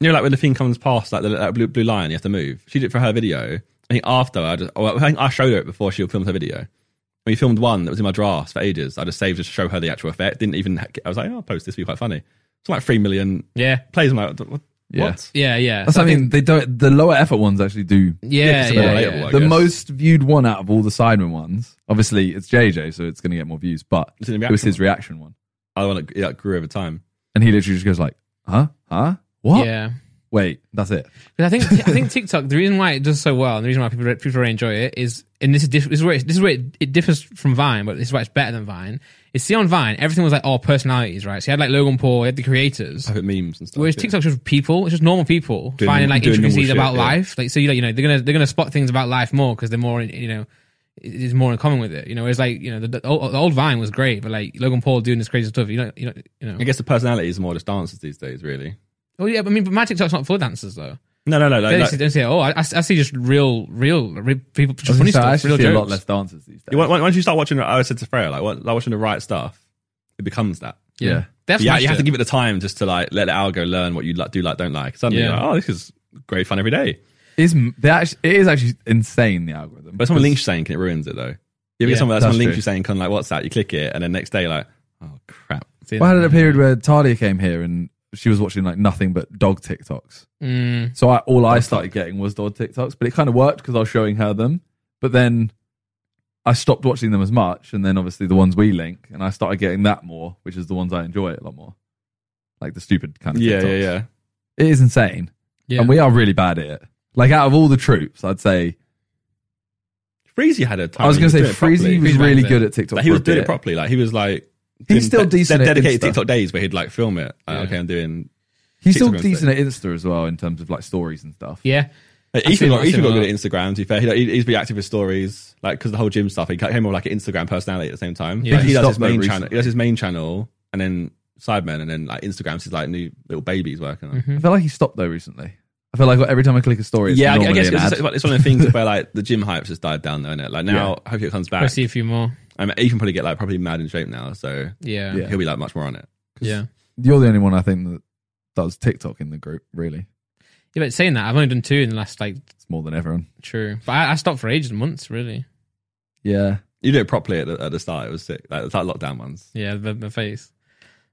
you know, like when the thing comes past, like the that blue blue line, you have to move. She did it for her video. I think after I, just, well, I think I showed her it before she filmed her video. We filmed one that was in my drafts for ages. I just saved it to show her the actual effect. Didn't even. I was like, oh, I'll post this. It'll Be quite funny. It's like three million Yeah. plays. I'm like, what, Yeah. Yeah, yeah. That's So what I mean. They don't. The lower effort ones actually do. yeah, it's a bit yeah, relatable, yeah. I the guess. most viewed one out of all the Sidemen ones. Obviously, it's JJ, so it's going to get more views. But It's in the it was reaction his reaction one, I want to, yeah, it grew over time. and he literally just goes like, "Huh? Huh? What? Yeah. Wait, that's it." But I think I think TikTok. The reason why it does so well, and the reason why people people really enjoy it is, and this is diff- this is where it, this is where it, it differs from Vine, but this is why it's better than Vine. Is see on Vine, everything was like all personalities, right? So you had like Logan Paul, you had the creators. Private memes and stuff. Whereas yeah. TikTok's just people, it's just normal people Doing- finding like doing normal intricacies shit, about yeah. life. Like so, you know, you know, they're gonna they're gonna spot things about life more because they're more, you know, there's more in common with it. You know, whereas like you know, the, the, old, the old Vine was great, but like Logan Paul doing this crazy stuff, you know, you know, you know. I guess the personalities are more just dancers these days, really. Oh yeah, but I mean, but my TikTok's not for dancers though. No, no, no. They Like, don't, see, like, don't say, oh, I, I see just real, real, real people, I was just gonna funny say, I stuff, actually real see jokes. a lot less dancers these days. you, want- once you start watching, I said to Freya, like, once- like watching the right stuff, it becomes that. Yeah. That's Yeah, my you have shit. to give it the time just to like let the algo learn what you like, do like, don't like. Suddenly, Yeah. you're like, oh, this is great fun every day. Is they actually, it is actually insane the algorithm. But someone links you saying, can it ruins it though? You ever Yeah, get someone, that's someone links true. you saying, kind of like, what's that? You click it, and then next day, like, oh crap. Well, I had a period where Tadia came here and she was watching like nothing but dog TikToks. Mm, So I, all I started getting was dog TikToks, but it kind of worked because I was showing her them. But then I stopped watching them as much, and then obviously the ones we link, and I started getting that more, which is the ones I enjoy a lot more, like the stupid kind of. Yeah, yeah, TikToks. yeah. It is insane, yeah. and we are really bad at it. Like out of all the troops, I'd say Freezy had a time. I was when going he doing to say it properly. Freezy was Freezy really banged it. good at TikTok. Like, he for was a doing it bit. properly. Like he was like He's still de- decent de- at dedicated Insta. TikTok days where he'd like film it. Like, Yeah. Okay, I'm doing. He's still TikTok decent at Insta as well in terms of like stories and stuff. yeah. Like, seen Ethan, that, got, I've Ethan seen got that. good at Instagram. To be fair, he, he's been active with stories, like because the whole gym stuff. He came more like an Instagram personality at the same time. Yeah. he, He does his stopped though main channel. recently. He does his main channel, and then Sidemen, and then like Instagram's his like new little baby he's working on. I feel like he stopped though recently. I feel like every time I click a story, it's Mm-hmm. Yeah, I, I normally guess an it's, ad. it's one of the things where like the gym hypes has died down, though, is it? Like now, hopefully it comes I back. see a few more. I mean, Ethan probably get like probably mad in shape now, so Yeah. Yeah. Yeah. he'll be like much more on it. yeah. You're the only one I think that does TikTok in the group. Really, But saying that, I've only done two in the last, like, it's more than everyone. true. But I, I stopped for ages and months, really. Yeah, You did it properly at the, at the start. It was sick. Like, it's like lockdown ones. Yeah, the, the face.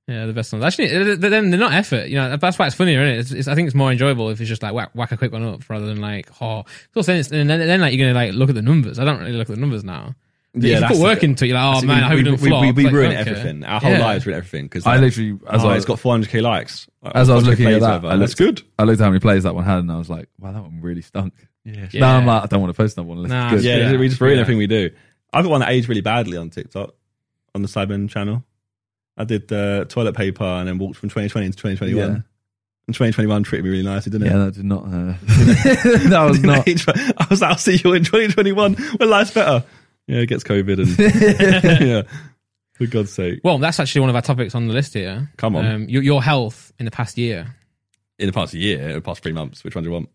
Yeah, the best ones. Actually, th- th- then they're not effort. You know, that's why it's funnier, isn't it? It's, it's, I think it's more enjoyable if it's just like whack, whack a quick one up rather than like, oh. 'Cause then, it's, and then, then like, you're going to like look at the numbers. I don't really look at the numbers now. Yeah, Yeah, if you that's put the work thing. into it, you're like, oh So man, I hope we, it didn't we, flop. we, we Like, ruin okay. everything. Our whole Yeah. lives ruin everything because I literally as oh, I it's was got 400k likes. As I was 400K looking at plays that, over. I that's looked- good. I looked how many plays that one had, and I was like, wow, that one really stunk. Yeah, Yeah. Now I'm like, I don't want to post that one. Unless Nah, it's good. yeah. yeah, we just ruin Yeah. everything we do. I've got one that aged really badly on TikTok on the Sidemen channel. I did uh, toilet paper and then walked from 2020 to 2021. Yeah. And 2021 treated me really nicely, didn't it? Yeah, that did not. Uh, that was not. I was like, I'll see you in 2021 when life's better. Yeah, it gets COVID and yeah, for God's sake. Well, that's actually one of our topics on the list here. Come on. Um, your, your health in the past year. In the past year, in the past three months, which one do you want?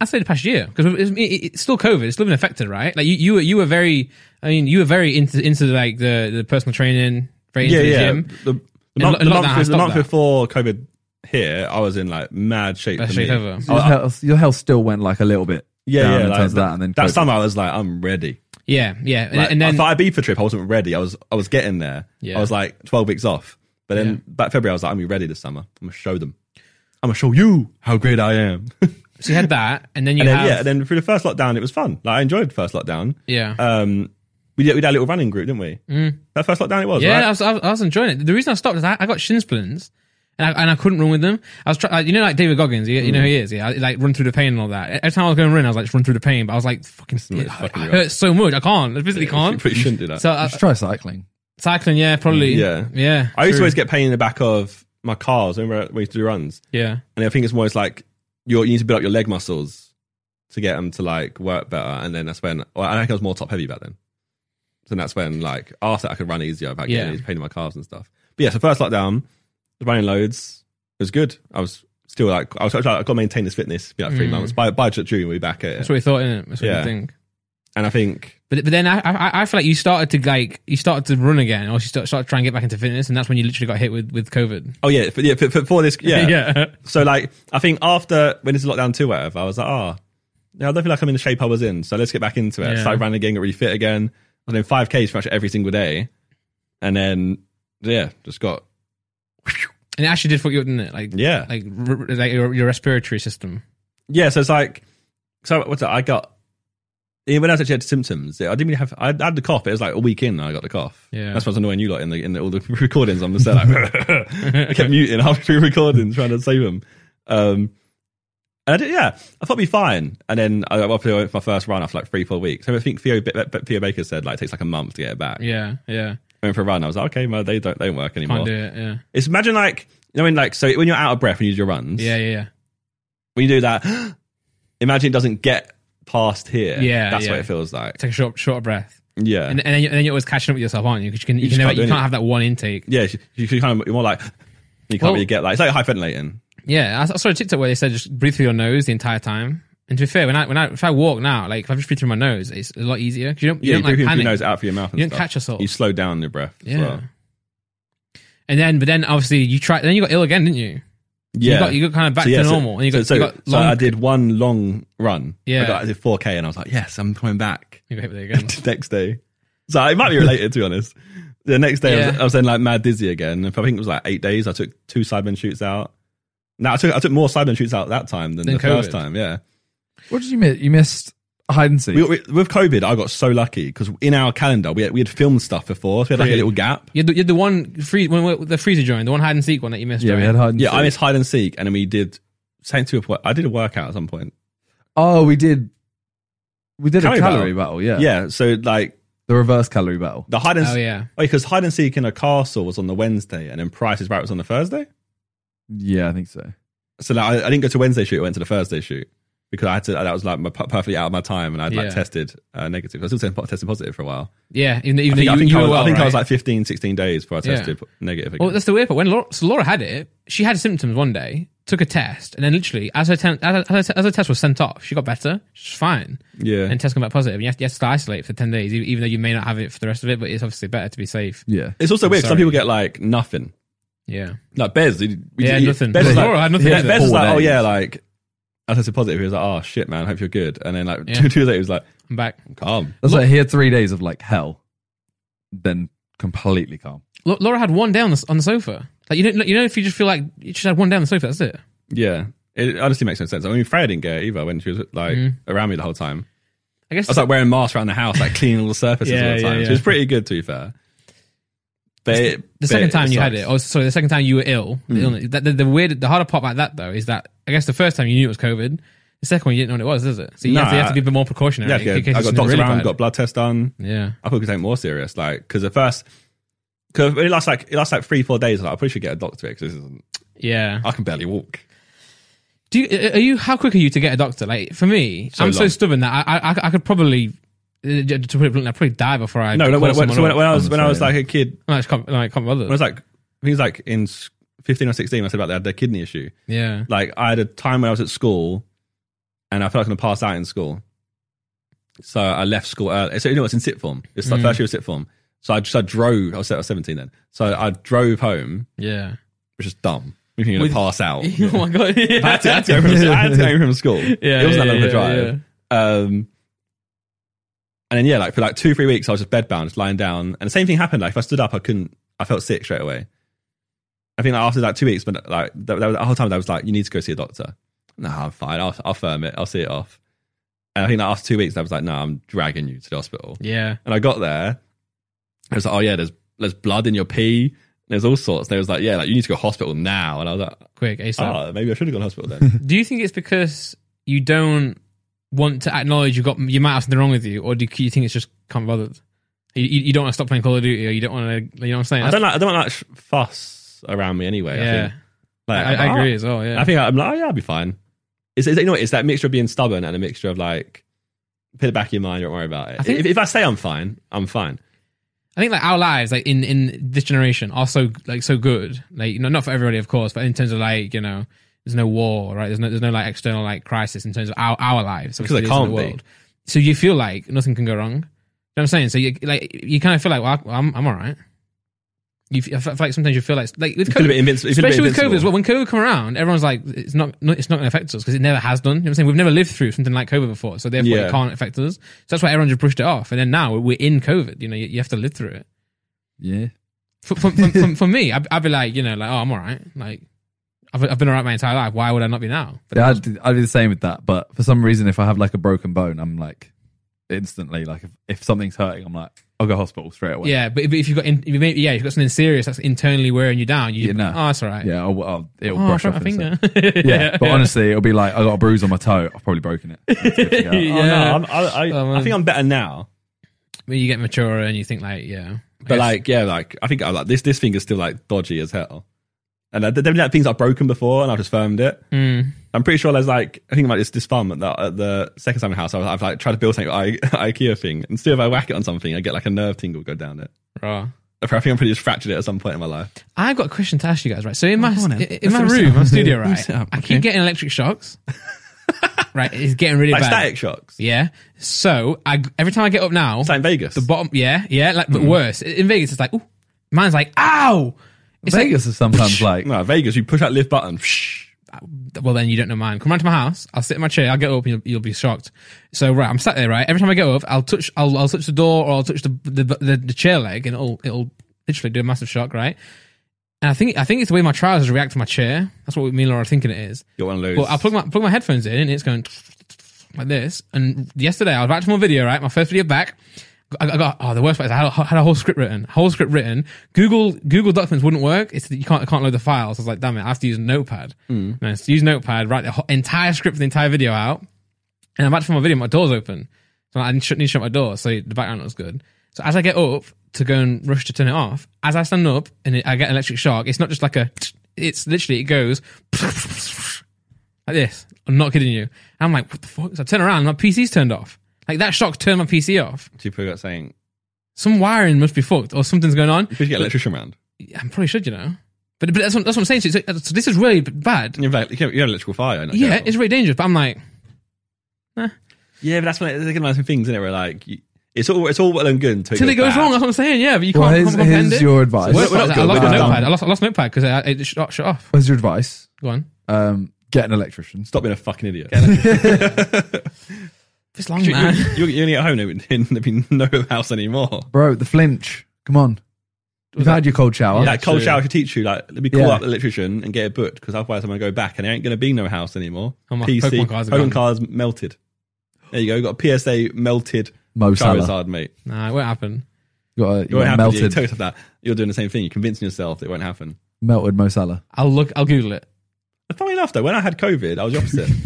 I'd say the past year because it's, it- it's still COVID. It's still been affected, right? Like you, you were, you were very. I mean, you were very into into like the, the personal training, very into the gym. The, the In month, lo- the lockdown, I month, the stopped month that. before COVID here, I was in like mad shape. Best for me. shape ever. Your, health, your health still went like a little bit. Yeah, down yeah. in like, terms of that, and then that COVID. summer, I was like, I'm ready. Yeah, yeah, and, Like, and then I thought I'd be for trip. I wasn't ready. I was, I was getting there. Yeah. I was like 12 weeks off. But then Yeah. back February, I was like, I'm gonna be ready this summer. I'm gonna show them. I'm gonna show you how great I am. so you had that, and then you and then, have yeah, and then through the first lockdown, it was fun. Like I enjoyed the first lockdown. yeah. Um, we did we did a little running group, didn't we? Mm. That first lockdown, it was Yeah, I Right? was, I was- I was enjoying it. The reason I stopped is I, I got shin splints. And I, and I couldn't run with them. I was trying, you know, like David Goggins, you, you know who he Mm. is. Yeah, I, like run through the pain and all that. E, Every time I was going to run, I was like, just run through the pain. But I was like, fucking, it, fucking rough. hurts so much. I can't. I physically can't. But you shouldn't do that. So I, Just try cycling. cycling, yeah, probably. Yeah. yeah. I used to true. always get pain in the back of my cars. Remember when we used to do runs, yeah. and I think it's more it's like you you need to build up your leg muscles to get them to like work better, and then that's when well, I think I was more top heavy back then. So that's when like after that, I could run easier about Yeah. getting these pain in my calves and stuff. But yeah, so first lockdown, running loads it was good. I was still like I was like, I got to maintain this fitness for like three Mm. months. By by June we'll be back at it, That's what we thought, innit? That's what Yeah. we think. and I think But but then I, I I feel like you started to like you started to run again, or you start, started trying to get back into fitness, and that's when you literally got hit with with COVID. oh yeah for, yeah for, for, for this yeah yeah. So like, I think after when this is lockdown two, whatever, I was like, ah, oh, yeah, I don't feel like I'm in the shape I was in. So let's get back into it. Yeah. So I ran again, got really fit again. I was in five Ks pretty much every single day, and then yeah, just got And it actually did fuck you up, didn't it? Like, Yeah. like, r- r- like your, your respiratory system. Yeah, so it's like, so what's it? I got yeah, when I was actually had symptoms. I didn't really have. I, I had the cough. But it was like a week in, and I got the cough. Yeah. that's what's annoying you lot in the in the, all the recordings. I'm just there like, I kept muting halfway through recording, trying to save them. Um, and I did, yeah, I thought it'd be fine. And then I obviously went for my first run after like three, four weeks. So I think Theo, Ba- Ba- Theo Baker said like it takes like a month to get it back. Yeah, yeah. I went for a run. I was like, okay, well, they don't they don't work Can't anymore. do it. Yeah, It's imagine like I mean like so when you're out of breath when you do your runs. yeah, yeah. yeah. when you do that, imagine it doesn't get past here. Yeah, that's yeah. what it feels like. Take a short, short breath, Yeah, and, and then you- and then you're always catching up with yourself, aren't you? Because you can, you, just can never, can't you do can't anything. have that one intake. yeah. You, you can kind of you're more like you can't Well- really get like it's like hyperventilating. Yeah, I I saw a TikTok where they said just breathe through your nose the entire time. And to be fair, when I when I if I walk now, like if I just breathe through my nose, it's a lot easier because you don't you Yeah, you don't like breathe in through panic. your nose out through your mouth. And You don't stuff. catch yourself. You slow down your breath. as Yeah. well. And then, but then obviously you try. Then you got ill again, didn't you? yeah. You got you got kind of back So, yeah, to so- normal, and you got, so, you so, got so long. I did one long run. Yeah. I, got, I did 4K and I was like, yes, I'm coming back you got hit with it again. the next day. So it might be related, to be honest. The next day, I, was, Yeah. I was then like mad dizzy again. I think it was like eight days. I took two Sidemen shoots out. No, I took I took more Sidemen shoots out that time than Than the first COVID. time. Yeah, What did you miss? You missed hide and seek. We, we, with COVID, I got so lucky because in our calendar we had, we had filmed stuff before, so we had like a Really? little gap. You had the, you had the one free when we- the freezer join, the one hide and seek one that you missed. yeah, right? we had hide and Yeah, seek. I missed hide and seek, and then we did same to a point. I did a workout at some point. oh, we did. We did Calorie a calorie battle. Yeah, Yeah, so like the reverse calorie battle. the hide and Oh seek, yeah, because hide and seek in a castle was on the Wednesday, and then Price is Right was on the Thursday. Yeah, I think so. So like, I, I didn't go to Wednesday shoot; I went to the Thursday shoot because I had to. That was like my, perfectly out of my time, and I would like Yeah. tested uh, negative. I still tested po- tested positive for a while. yeah. Even, though- even I think, though I, you, think you I was, were well, I think I was right? like 15, 16 days before I Yeah. tested po- negative. Again. Well, that's the weird part. When Laura, so Laura had it, she had symptoms one day, took a test, and then literally, as her, ten, as, her- as, her, as her test was sent off, she got better. She's fine. Yeah. And test come back positive. And you have, to, you have to still isolate for 10 days, e- even though you may not have it for the rest of it, but it's obviously better to be safe. Yeah, it's also weird. 'cause Some sorry. people get like nothing. Yeah. Like Bez, we Yeah, nothing. Bez was like, Laura had nothing. Yeah, either. Bez was Four like, oh days. yeah, like I tested positive. He was like, oh shit, man, hope you're good. And then like Yeah. two, two days later, he was like, I'm back. I'm calm. that's like here three days of like hell, then completely calm. Lau- Laura had one day on the, s- on the sofa. Like, you know, you know, if you just feel like you just had one day on the sofa, that's it. Yeah, it honestly makes no sense. I mean, Freya didn't get it either when she was like Mm. around me the whole time. I guess. I was like wearing masks around the house, like cleaning all the surfaces Yeah, all the yeah, time. She yeah. was pretty good, to be fair. But it- the but second time you had sucks. Hmm. it, oh sorry, the second time you were ill. The, illness, that, the, the weird, the harder part about that though is that I guess the first time you knew it was COVID, the second one you didn't know what it was, is it? So you, Nah, have, to, you have to be a bit more precautionary. yeah, in yeah, case it's I got something doctor really around, bad. got blood test done. yeah, I probably could take it more serious, like because at first, because it lasts like it lasts like three, four days. Like I probably should get a doctor because this isn't. yeah. I can barely walk. Do you, are you? How quick are you to get a doctor? Like for me, I'm so long. stubborn that I, I, I could probably. uh, To put it bluntly, I'd probably die before I. No, no. call When, when, someone so when, up. when I was when I was Understand. like a kid, No, I just can't, no, I can't bother. when I was like, I think it was like in s- 15 or 16, I said about they had their kidney issue. yeah, Like, I had a time when I was at school and I felt like I was going to pass out in school. So I left school early. So, you know, it's in sit form. It's like first year of sit form. So I just, I drove, I was, I was 17 then. So I drove home, yeah. which is dumb. You think you're going to pass out. oh my god! I had to, I had to go from, I had to go from school. Yeah, it yeah, wasn't that long of a yeah, drive. Um, and then yeah, like for like two, three weeks, I was just bedbound, just lying down. And the same thing happened. Like if I stood up, I couldn't. I felt sick straight away. I think like, after that two weeks, but like that, that was, the whole time, I was like, you need to go see a doctor. No, I'm fine. I'll, I'll firm it. I'll see it off. And I think like, after two weeks, I was like, no, I'm dragging you to the hospital. yeah, And I got there. I was like, oh yeah, there's there's blood in your pee. There's all sorts. They was like, yeah, like you need to go to hospital now. And I was like, quick ASAP. oh, maybe I should have gone to hospital then. Do you think it's because you don't want to acknowledge you got you might have something wrong with you, or do you think it's just can't be bothered? You, you, you don't want to stop playing Call of Duty, or you don't want to. You know what I'm saying? I don't like I don't like sh- fuss around me anyway. I, yeah, think. Like, I, I agree as well. Yeah, I think I'm like, oh yeah, I'll be fine. It's, it's you know it's that mixture of being stubborn and a mixture of like put it back in your mind, don't worry about it. I think- if, if I say I'm fine, I'm fine. I think like our lives, like in in this generation, are so like so good. Like you know, not for everybody, of course, but in terms of like you know, there's no war, right? There's no there's no like external like crisis in terms of our our lives Because there obviously, in the can't be. world. So you feel like nothing can go wrong. You know what I'm saying? So you like you kind of feel like well, I- I'm I'm all right. You f- I feel like sometimes you feel like like with It could have COVID, been invincible. especially with COVID as well. When COVID come around, everyone's like, it's not, no, it's not going to affect us because it never has done. You know what I'm saying? We've never lived through something like COVID before, so therefore Yeah. it can't affect us. So that's why everyone just pushed it off. And then now we're in COVID. You know, you, you have to live through it. Yeah, for, for, for, for, for me, I'd, I'd be like, you know, like, oh, I'm all right. Like, I've, I've been all right my entire life. Why would I not be now? But Yeah, I'd, do- I'd be the same with that. But for some reason, if I have like a broken bone, I'm like instantly like if, if something's hurting, I'm like I'll go hospital straight away. yeah, but if, if you've got, in, if you may, yeah, if you've got something serious that's internally wearing you down, you, Yeah, no. oh, that's all right. yeah. I'll, I'll, it'll Oh, I brush off broke my in a finger. sec. Yeah, but honestly, it'll be like I got a bruise on my toe. I've probably broken it. I need to go check it. out. Oh, Yeah. no, I'm, I, I, Oh, man. I think I'm better now. When you get mature and you think like, yeah, I But guess- like, yeah, like I think I like this. This thing is still like dodgy as hell. And I, there like things I've broken before, and I've just firmed it. Mm. I'm pretty sure there's like I think like it's this farm at the, at the second time in the house. I was, I've like tried to build something I, IKEA thing, and still if I whack it on something, I get like a nerve tingle go down it. raw. I think I'm pretty just fractured it at some point in my life. I've got a question to ask you guys, right? So in my go on in, then. in my Let's do room, my this. studio, Let's right? do this. I keep getting electric shocks. right, it's getting really Like bad. static shocks. Yeah. So I every time I get up now, It's like in Vegas. the bottom. Yeah, yeah. Like, but worse in Vegas, it's like, ooh, mine's like, ow. It's Vegas is sometimes like no, Vegas. You push that lift button. Psh, like, well, then you don't know mine. Come round to my house. I'll sit in my chair. I'll get up, and you'll, you'll be shocked. So right, I'm sat there. Right, every time I get up, I'll touch, I'll, I'll touch the door or I'll touch the the, the the chair leg, and it'll it'll literally do a massive shock. Right. And I think I think it's the way my trousers react to my chair. That's what me and Laura are thinking it is. you're one of those. Well, I plug my plug my headphones in, and it's going like this. And yesterday, I was back to my video, right? My first video back. I I got oh the worst part is I had a, had a whole script written, whole script written. Google Google Documents wouldn't work. It's that you can't I can't load the files. I was like, damn it, I have to use Notepad. And I used use Notepad, write the whole, entire script, for the entire video out. And I'm about to film my video, my door's open, so I need to shut- need to shut my door so the background looks good. So as I get up to go and rush to turn it off, as I stand up and it, I get an electric shock, it's not just like a. It's literally it goes like this. I'm not kidding you. I'm like, what the fuck? So I turn around, my PC's turned off. Like that shock turned my PC off. Two people got saying Some wiring must be fucked or something's going on. you should get an electrician round. I probably should, you know. But, but that's, what, that's what I'm saying. So, it's- so this is really bad. And you're like, you have you have electrical fire. and not Yeah, careful. it's really dangerous. But I'm like, yeah, but that's when it, there's like some things in it where like you, it's all it's all well and good until till it goes bad. wrong. That's what I'm saying. Yeah, but you can't Well, can't here's, comprehend here's it. your advice. Worst We're part not is I good, lost we're my not notepad. dumb. I lost, I lost notepad because it shut, shut off. What's your advice? Go on. Um, get an electrician. Stop being a fucking idiot. It's long, You- man. you- You're, you're only at home in, in, there'd be no house anymore. bro. The flinch. Come on. You've had your cold shower. that cold true. shower should teach you. Like, let me call Yeah. up the electrician and get it booked because otherwise I'm gonna go back and there ain't gonna be no house anymore. Oh, my PC, Pokemon cards are gone. Pokemon cards melted. There you go. You got a PSA melted Mo Salah. Charizard, mate. Nah, it won't happen. You got, a, It you won't got happen. Melted. You melted, tell yourself that you're doing the same thing. You're convincing yourself that it won't happen. melted Mo Salah. I'll look. I'll Google it. But funny enough, though, when I had COVID, I was the opposite. I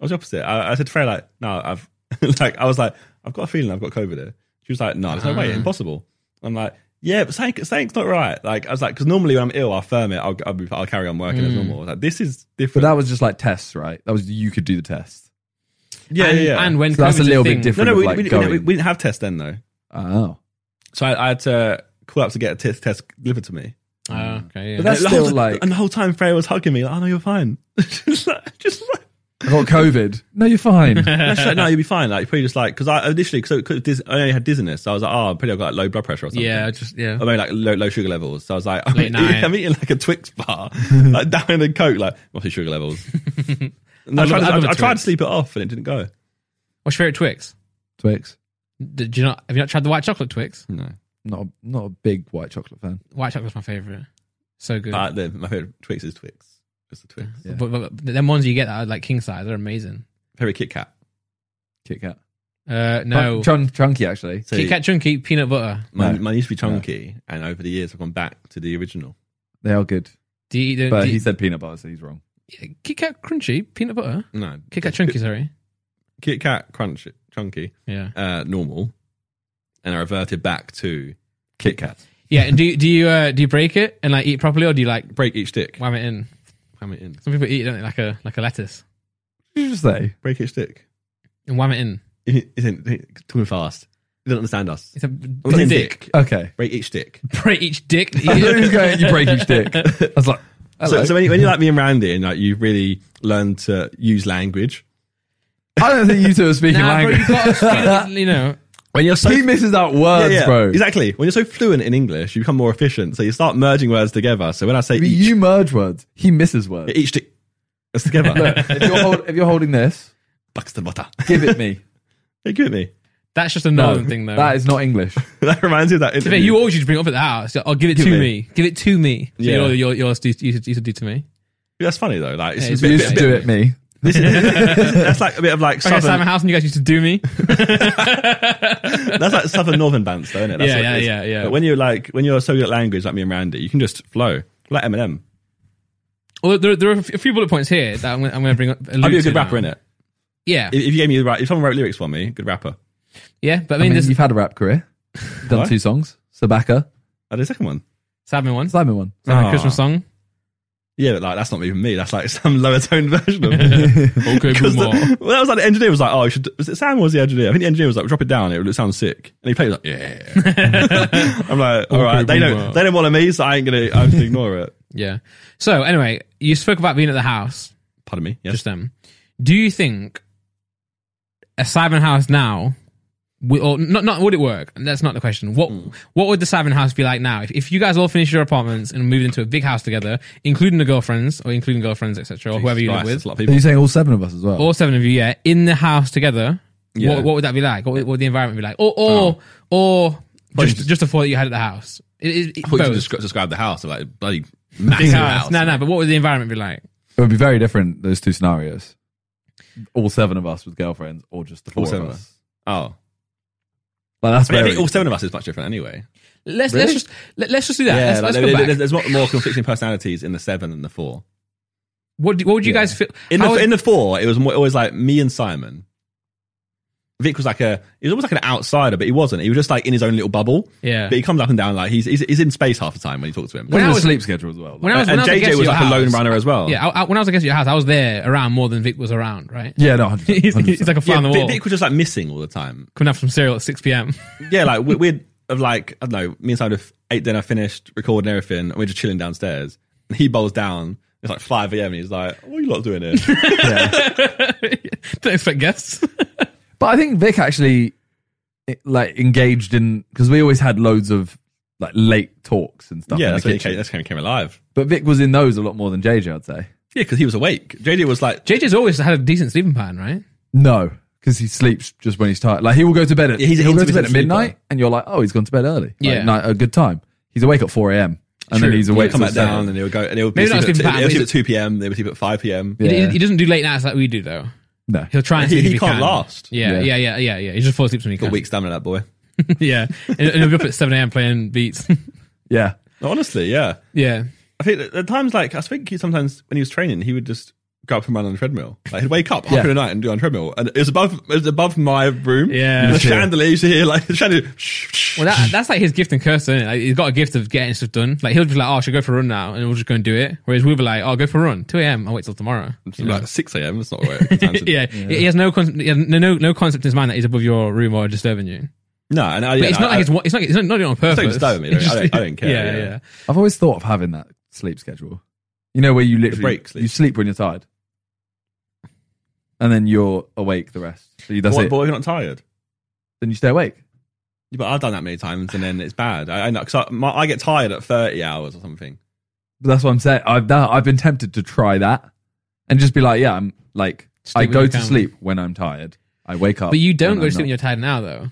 was the opposite. I, I said to Freya, like, no, I've like, I was like, I've got a feeling I've got COVID. Here. She was like, no, there's no way, impossible. I'm like, yeah, but something, something's not right. Like, I was like, because normally when I'm ill, I firm it. I'll, I'll, be, I'll carry on working as normal. I was like, this is But different. that was just like tests, right? That was you could do the test. yeah, and, yeah, yeah. And when So that's a COVID's little bit thing- different. no, no, of, we, like, we, we, going- we, didn't have tests then though. Oh, So I, I had to call up to get a test, test delivered to me. Oh, okay. Yeah. But that's And the whole still, time- like- and the whole time Freya was hugging me. Like, oh no, you're fine. just like, just like, I got COVID. no, you're fine. That's right. No, you'll be fine. Like, probably just like, because I initially, because I only had dizziness. So I was like, oh, probably I've got like, low blood pressure or something. yeah, just yeah. I mean, like low, low sugar levels. So I was like, I'm, Late eating, night. I'm eating like a Twix bar, like down in a Coke, like, what's your sugar levels? And I, I'd tried, love- I'd love I, a I tried to Twix. sleep it off and it didn't go. What's your favorite Twix? Twix. Did you not? Have you not tried the white chocolate Twix? No. Not a, not a big white chocolate fan. White chocolate's my favorite. So good. Uh, the, my favorite Twix is Twix. It's the Twix. Yeah. But, but, but them ones you get that are like king size, they're amazing. Favorite Kit Kat. Kit Kat. Uh, no, Chun- chun- chunky actually. So Kit Kat chunky peanut butter. Mine, No. mine used to be chunky, and over the years I've gone back to the original. They are good. Do you eat the But do he you, said peanut butter, so he's wrong. Kit Kat crunchy peanut butter? No. Kit Kat chunky, sorry. Kit Kat crunch, chunky, Yeah, uh, normal. And I reverted back to Kit Kat. yeah. And do you- do you uh, do you break it and like eat it properly, or do you like Break each stick. wham it in? Wham it in. Some people eat it don't they, like a like a lettuce What did you just say? Break each stick. and wham it in. Isn't, isn't talking fast? You don't understand us. It's a I'm saying dick. Okay. Break each stick. Break each dick. Who's going, you break each dick. I was like, So, hello. so when, you, when you're like me and Randy, and like you really learn to use language. I don't think you two are speaking nah, bro, language. you got to, you know. When you're so he misses out Yeah, words, yeah, bro. exactly. When you're so fluent in English, you become more efficient. So you start merging words together. So when I say But each, You merge words. He misses words. each stick, it's together. if, you're hold, if you're holding this, Bucks the butter. give it me. Hey, give it me. That's just a northern thing, though. That is not English. that reminds me of that. To be fair, interview. you always used to bring it up at the house. I'll give it to me. me. Give it to me. So Yeah. you're, you're, you're, you used to- used to do to me. That's funny though. Like it's Yeah, it's a bit- you bit- used to do it, me. This is, that's like a bit of like Back at southern. Simon House, and you guys used to do me. That's like southern northern dance, though, isn't it? That's Yeah, what it yeah, is. yeah, yeah. But when you're like when you're so good at language, like me and Randy, you can just flow like Eminem. Well, there, there are a few bullet points here that I'm, gonna- I'm going to bring up. I'd be a good rapper in it. Yeah, If if you gave me the right, if someone wrote lyrics for me, good rapper. yeah. But I I mean, mean, this you've had a rap career. You've done What? two songs. Sabaka, I did the second one. Simon one, Simon one. Simon Ah. Christmas song. Yeah, but like that's not even me. That's like some lower tone version of it. Okay, 'Cause the- well, that was like the engineer was like, "Oh, you should." Was it Sam or was the engineer? I think the engineer was like, "Drop it down. It would sound sick." And he played like, "Yeah." I'm like, "All right, they boomer." don't, they don't want me, so I ain't gonna. I just ignore it." Yeah. So anyway, you spoke about being at the house. Pardon me. Yes. Just them. Do you think a Simon House now? wi- Or not, not would it work? That's not the question. What Hmm. what would the Simon house be like now if, if you guys all finished your apartments and moved into a big house together, including the girlfriends or including girlfriends etc. or whoever you Christ, live with, that's a lot of Are people. you saying all seven of us as well? all seven of you, yeah, in the house together, Yeah. Oh. what, what would that be like? What would, what would the environment be like? Or or or just just the four that you had at the house. It, it, it, I thought you both. just describe the house like bloody Big massive house. house. No, no. But what would the environment be like? It would be very different, those two scenarios. All seven of us with girlfriends, or just the four All seven of of us. Oh, Like, that's but I very. think all seven of us is much different anyway. Let's let's Really? just let, let's just do that. Yeah, let's, like, let's there- go there- back. there's more, more conflicting personalities in the seven than the four. What, do, what would you guys feel? In the how would- in the four, it was more, always like me and Simon. Vic was like a he was almost like an outsider, but he wasn't. He was just like in his own little bubble. Yeah. But he comes up and down like he's he's, he's in space half the time when you talk to him. when I Because of was- the sleep schedule as well. when I was, when and I was at JJ Guess was Your like a lone House- runner as well. Yeah, I, I, when I was against your house, I was there around more than Vic was around. Right? yeah, no, 100%, he's, he's like a fly Yeah, on the Vic- wall, Vic was just like missing all the time. coming up from cereal at six p.m. Yeah, like we- we'd of like I don't know. Me and Simon have ate dinner, finished recording everything, and we're just chilling downstairs. And he bowls down. It's like five a.m. and he's like, "What are you lot doing here?" Don't expect guests. But I think Vic actually it, like engaged in because we always had loads of like late talks and stuff. yeah, in the that's when, he kitchen. came, that's when he came alive. But Vic was in those a lot more than JJ, I'd say. Yeah, because he was awake. JJ was like, JJ's always had a decent sleeping pattern, right? No, because he sleeps just when he's tired. Like he will go to bed at Yeah, he's an he'll go to bed intermittent at midnight, sleeper. and you're like, oh, he's gone to bed early. Like, Yeah. night, a good time. He's awake at four a.m. and then True. he's he'll awake come till back down seven. and he'll go and he'll be Maybe not asleep sleeping at, pattern, he'll but sleep at 2 p.m. They'll sleep at 5 p.m. He- Yeah. He, he doesn't do late nights like we do, though. No, He'll try and He- sleep if he he can't can. last. Yeah, yeah, Yeah. yeah, yeah, yeah. He just falls asleep when he Got can. weak stamina, that boy. yeah, and, and he'll be up at seven a.m. playing beats. yeah. No, honestly, yeah. yeah, I think at- at times, like, I think he sometimes when he was training, he would just go up and run on the treadmill. Like, he'd wake up half Yeah. of the night and do on treadmill. And it was above, it was above my room. Yeah. The Sure. chandelier, you should hear, like, the chandelier. shh, shh. Well, that, that's like his gift and curse, isn't it? Like, he's got a gift of getting stuff done. Like he'll be like, "Oh, I should go for a run now," and we'll just go and do it. Whereas we'll be like, "Oh, go for a run, two a.m. I'll wait till tomorrow." It's like 6 a.m. That's not where it comes yeah, he has no con- he has no no no concept in his mind that he's above your room or disturbing you. No, and I, But yeah, it's no, not like I, it's wa- it's not it's not doing it on not purpose. disturbing me, It's I don't- I don't care, Yeah, yeah. yeah. I've always thought of having that sleep schedule. You know where you literally break sleep. you sleep when you're tired, and then you're awake the rest. So you, that's Boy, it. boy, you're not tired. Then you stay awake. Yeah, But I've done that many times and then it's bad. I, I know, because I, my- I get tired at 30 hours or something. But that's what I'm saying. I've that, I've been tempted to try that and just be like, yeah, I'm like I when go you to can. sleep when I'm tired. I wake up. But you don't when go to I'm sleep when not. you're tired now, though.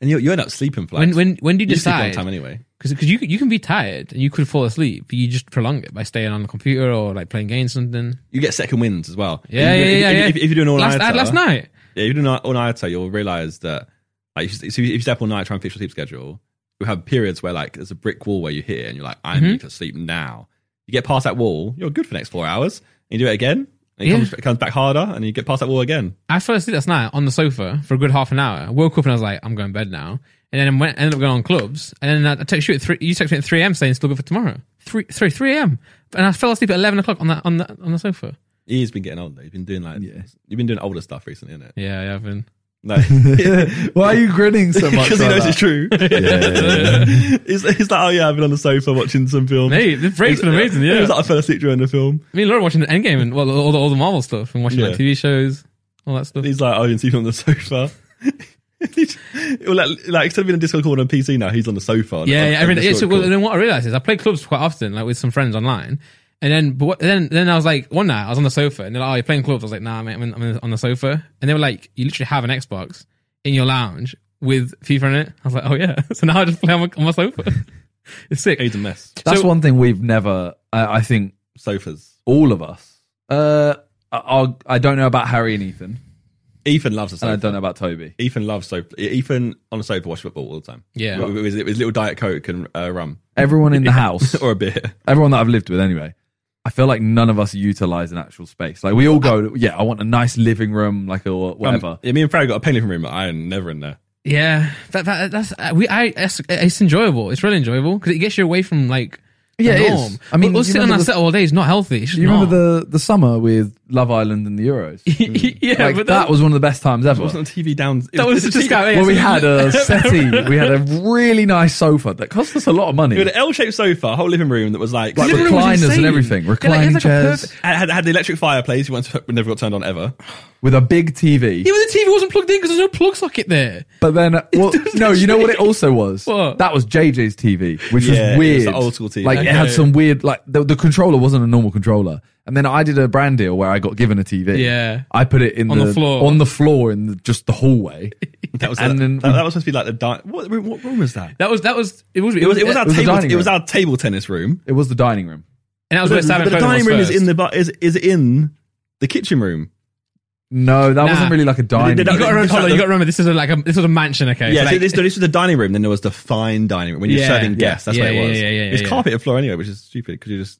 And you, you end up sleeping for like When when when do you you sleep decide? on time anyway. Because you you can be tired and you could fall asleep, but you just prolong it by staying on the computer or like playing games or something. You get second winds as well. Yeah, if, yeah, if- yeah, if, yeah. If, if you're doing all last, nighter, last night. yeah, if you're doing all nighter, you'll realize that like if you, if you step all night trying to fix your sleep schedule, you have periods where like there's a brick wall where you hit and you're like, Mm-hmm. I need to sleep now. You get past that wall, you're good for the next four hours. And you do it again, and it, Yeah. comes, it comes back harder, and you get past that wall again. I fell asleep last night on the sofa for a good half an hour. I woke up and I was like, I'm going to bed now. And then I went, ended up going on clubs. And then I, I text you at three. You text me at three a.m. saying still good for tomorrow. Three, three, three a.m. And I fell asleep at eleven o'clock on the on the on the sofa. He's been getting older. He's been doing like Yeah. you've been doing older stuff recently, isn't it? Yeah, yeah, I've been. Like, Why are you grinning so much? because he like knows that? it's true. He's, he's like, oh yeah, I've been on the sofa watching some film. Hey, the break's been amazing. It Yeah, was like I fell asleep during the film. me and Laura watching the Endgame and well, all the all the Marvel stuff and watching like Yeah. TV shows, all that stuff. He's like, oh, you can see me on the sofa. well, like, like, instead of being a Discord call on PC now, he's on the sofa. on- Yeah, on- yeah. on I mean, Discord yeah, so, well, call. and then what I realized is I play clubs quite often, like with some friends online. And then, but what, then, then I was like, one night I was on the sofa, and they're like, "Oh, you're playing clubs." I was like, "Nah, mate, I'm, in, I'm in- on the sofa." And they were like, "You literally have an Xbox in your lounge with FIFA in it. I was like, oh yeah. So now I just play on my, on my sofa. it's sick. It's a mess. That's So- one thing we've never. I, I think Sofas. all of us. Uh, I- I'll, I don't know about Harry and Ethan, Ethan loves a and sofa. I don't know about Toby. Ethan loves sofa. Ethan on a sofa watches football all the time. Yeah. With, with, with his little diet coke and uh, rum Everyone in the house, or a beer. everyone that I've lived with, anyway. I feel like none of us utilize an actual space. Like we all go, yeah, I want a nice living room, like or whatever. Um, yeah, me and Farrah got a painting room. but I am never in there. Yeah, that, that that's uh, we. I it's, it's enjoyable. It's really enjoyable because it gets you away from like the Yeah, it is. norm. I mean, Us- you us sitting on remember our the- set all day is not healthy. It's just Do you not. remember the the summer with Love Island and the Euros? yeah, like, but that was one of the best times ever. Wasn't on TV down. that was just yeah, Well, we so- had uh, a settee. We had a really nice sofa that cost us a lot of money. We had an L-shaped sofa, a whole living room that was like, Like Living room was recliners insane. and everything, Yeah, like, it was reclining like a chairs perfect- had, had the electric fireplace. You once never got turned on ever. with a big TV. even the TV wasn't plugged in because there's no plug socket there. But then, well, no, you know what it also was? What? That was JJ's TV, which Yeah, it was was weird. the old school TV. Like it had Okay. some weird, like the, the controller wasn't a normal controller. And then I did a brand deal where I got given a TV. Yeah. I put it in On the floor. on the floor in the, just the hallway. That was that, And then- that, that was supposed to be like the di- what, room- what room was that? That was that was it was It was it was our it was a table. dining It was room. our table tennis room. It was the dining room. and that was But where the, Simon but the Cowell was dining room is first. in the bu- is is in the kitchen room. No, that Nah. wasn't really like a dining. did that- You got to remember, It's like hold on, the- you got to remember this is a, like a this was a mansion, okay? So, Yeah, so like, this, this was the dining room. Then there was the fine dining room when you're Yeah. serving guests. That's Yeah, what yeah, it was. yeah, yeah, yeah, it's yeah. carpeted floor anyway, which is stupid because you just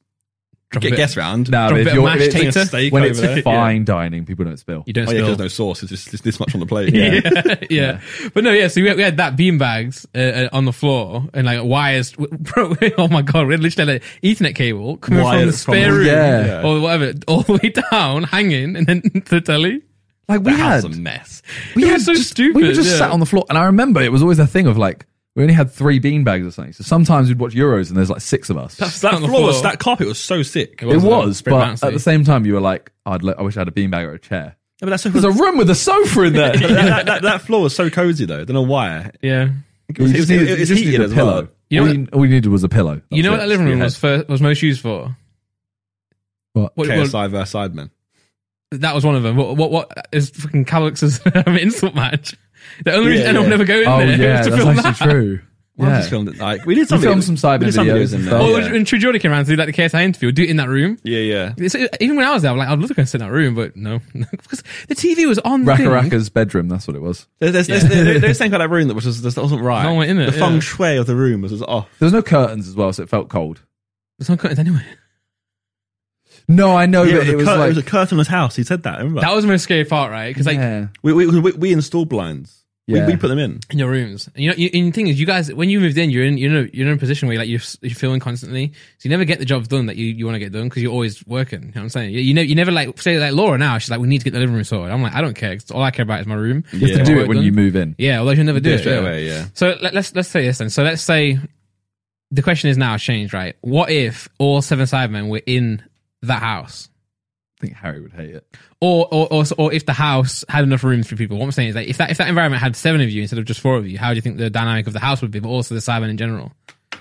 drop a get bit- guests round. Drop No, but a if bit of you're- mashed if it's- Bring a tater. steak when over it's there. fine dining, people don't spill. You don't Oh yeah, 'cause spill. there's no sauce. It's just, it's this much on the plate. yeah. yeah, Yeah. But no, yeah. So we had, we had that beanbags uh, uh, on the floor and like wires. Bro, oh my god, we had literally had an Ethernet cable coming from the Wired spare from- room Yeah. Yeah. or whatever, all the way down, hanging, and then to the telly. Like we That had, house is a mess. we It had was so just, stupid, We were just yeah. sat on the floor, and I remember it was always a thing of like we only had three bean bags or something. So sometimes we'd watch Euros, and there's like six of us. That's- That On the floor, was, floor. that carpet was so sick. it wasn't was, Pretty but bouncy. at the same time, you were like, I'd lo- I wish I had a beanbag or a chair. Yeah, but that, sofa There's was, a room with a sofa in there. that, that, that, that floor was so cozy though. I don't know why. Yeah. It was, it was, it was heated as well. You know all, you, all we needed was a pillow. That you know was what it. that living room Yeah. was first, was most used for? What? What, what- KSI versus Sidemen. that was one of them. What? What? what is fucking Calix's insult match? The only Yeah, reason I'll yeah. never go in Oh there yeah, was to that's film actually that. true. Well, I Yeah. just filmed it. Like, we did We something. filmed some we Sidemen did some videos videos in and there. stuff. Or yeah. when True Jordan came around to do like the KSI interview, do it in that room. yeah, yeah. It's, even when I was there, I'm like, I'd love to go and sit in that room, but no, because the TV was on. the Raka thing. Raka's bedroom. That's what it was. There's, there's, there's, there's, there's something about that room that was just, just wasn't right. No one in it, the feng yeah. shui of the room was just off. There was no curtains as well, so it felt cold. There's no curtains anyway. No, I know, Yeah, but Oh, it, it was was a cur- it was a like curtainless house. He said that. Remember? That was the most scary part, right? Because like yeah, we, we, we, we installed blinds. Yeah. We, we put them in. in your rooms, you know, you, and the thing is, you guys, when you moved in, you're in, you know, you're in a position where like you're, s- you're feeling constantly, so you never get the jobs done that you, you want to get done because you're always working. You know what I'm saying? You, you know, you never like say like Laura now. She's like, we need to get the living room sorted. I'm like, I don't care. 'cause all I care about is my room. you have Yeah. to do Get my it when work you done. move in. Yeah, although you'll never do, Yeah, it straight yeah. away. Yeah. So let, us let's say this then. So let's say the question is now changed, right? What if all seven Cybermen were in that house? I think Harry would hate it. Or, or or or if the house had enough rooms for people. What I'm saying is that if that if that environment had seven of you instead of just four of you, how do you think the dynamic of the house would be, but also the Cybermen in general? There'd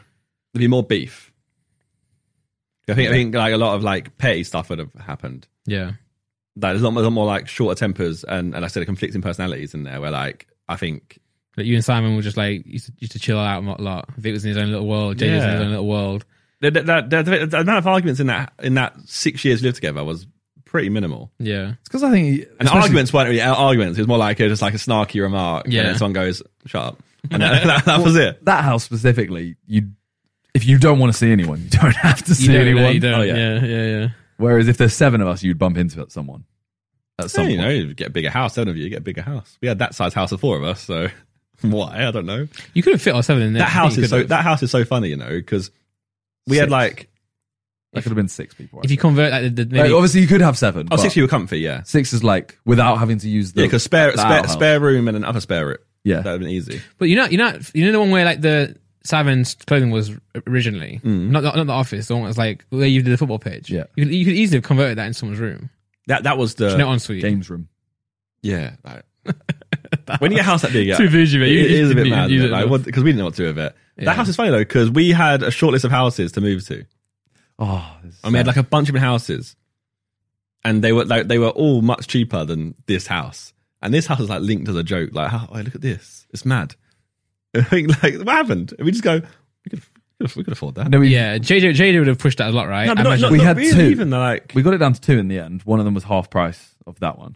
be more beef. I think I think like a lot of like petty stuff would have happened. Yeah. Like, there's a lot, more- a lot more like shorter tempers and and like I said conflicting personalities in there. Where like I think Like you and Simon were just like used to, used to chill out a lot. Vic was in his own little world. Jay was in his Yeah. own little world. the, the, the, the, the amount of arguments in that in that six years we lived together was pretty minimal. Yeah. It's because I think he- And especially- arguments weren't really uh, arguments. It was more like a, just like a snarky remark. Yeah. and then someone goes shut up, and that, that, that was it. that house specifically, you if you don't want to see anyone, you don't have to see You don't, anyone. no, you don't. Oh, yeah. yeah. Yeah. Yeah. Whereas if there's seven of us, you'd bump into someone at some So you point. know, you get a bigger house. Seven of you, you get a bigger house. We had that size house of four of us, so why? I don't know. You could have fit all seven in there. that house You is so could've. that house is so funny, you know, because we had Six. like That could have been six people. I if you think. convert like the, the Like, maybe, obviously you could have seven. oh but six people were comfy, yeah, six is like without having to use the yeah, because spare the spare, outhouse. spare room and another spare room. Yeah. That would have been easy. But you know, you know, you know the one where like the Simon's clothing was originally Mm. not, not not the office, the one that was like where you did the football pitch. Yeah. you, could- you could easily have converted that in someone's room. That that was the You know, ensuite. games room. yeah. like- when you get a house that big, yeah, Too bougie, mate. it- You- it you is a bit didn't mad use because it enough. we didn't know what to do with it. Yeah. That house is funny though because we had a short list of houses to move to. Oh, this is and we had sad. like a bunch of houses, and they were like they were all much cheaper than this house. And this house is like linked as a joke. Like, oh, look at this. It's mad. I think, like, what happened? And we just go, we could, we could- we could afford that. No, we, Yeah, JJ, JJ would have pushed that a lot, right? No, I but not, imagine- not, We we had had really two. even like we got it down to two in the end. One of them was half price of that one.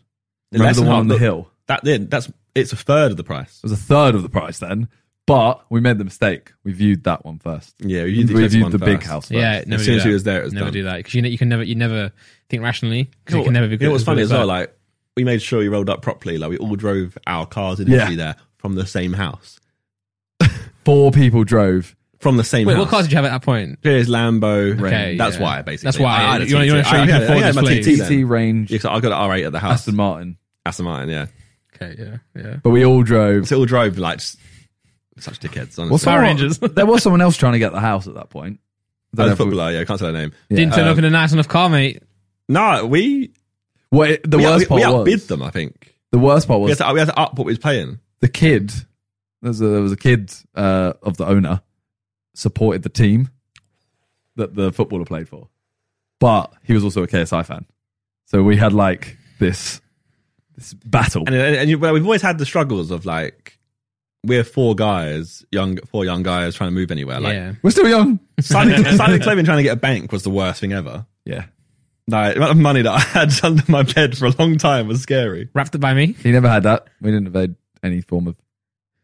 Remember less the than one half- on the look, hill? That then that's it's a third of the price. It was a third of the price then, but we made the mistake. We viewed that one first. Yeah, We you viewed the big house. First. yeah, never soon do as he that. was there, it was never done. do that because you, know, you can never you never think rationally 'cause you can never be good. It was at what funny as it's well. about. Like we made sure we rolled up properly. Like we all drove our cars individually there from the same house. Four people drove. From the same Wait, house. what cars did you have at that point? Here's Lambo. Okay, that's yeah. why basically. That's why. I had a You wanna- you wanna TT. show I you had- can afford I had my this TT place. then. TT range, Yeah, 'cause I got an R8 at the house. Aston Aston, Martin. Martin, yeah. Okay, yeah, yeah. But we all drove. So it all drove like just, such dickheads. Honestly, Well, someone- Rangers. there was someone else trying to get the house at that point. I don't That know was if we- footballer. Yeah, I can't say their name. Yeah. Didn't turn up in a nice enough car, mate. No, we Well, it- the we, worst out, we part outbid was them. I think the worst part we had, was to, we had to up what we was paying. the kid. There's a, there was a kid uh, of the owner supported the team that the footballer played for, but he was also a KSI fan. So we had like this this battle. And, and, and you, well, we've always had the struggles of like we're four guys, young four young guys trying to move anywhere. Like yeah, We're still young. signing, signing Clement trying to get a bank was the worst thing ever. Yeah, Like the amount of money that I had under my bed for a long time was scary. wrapped up by me. he never had that. We didn't evade any form of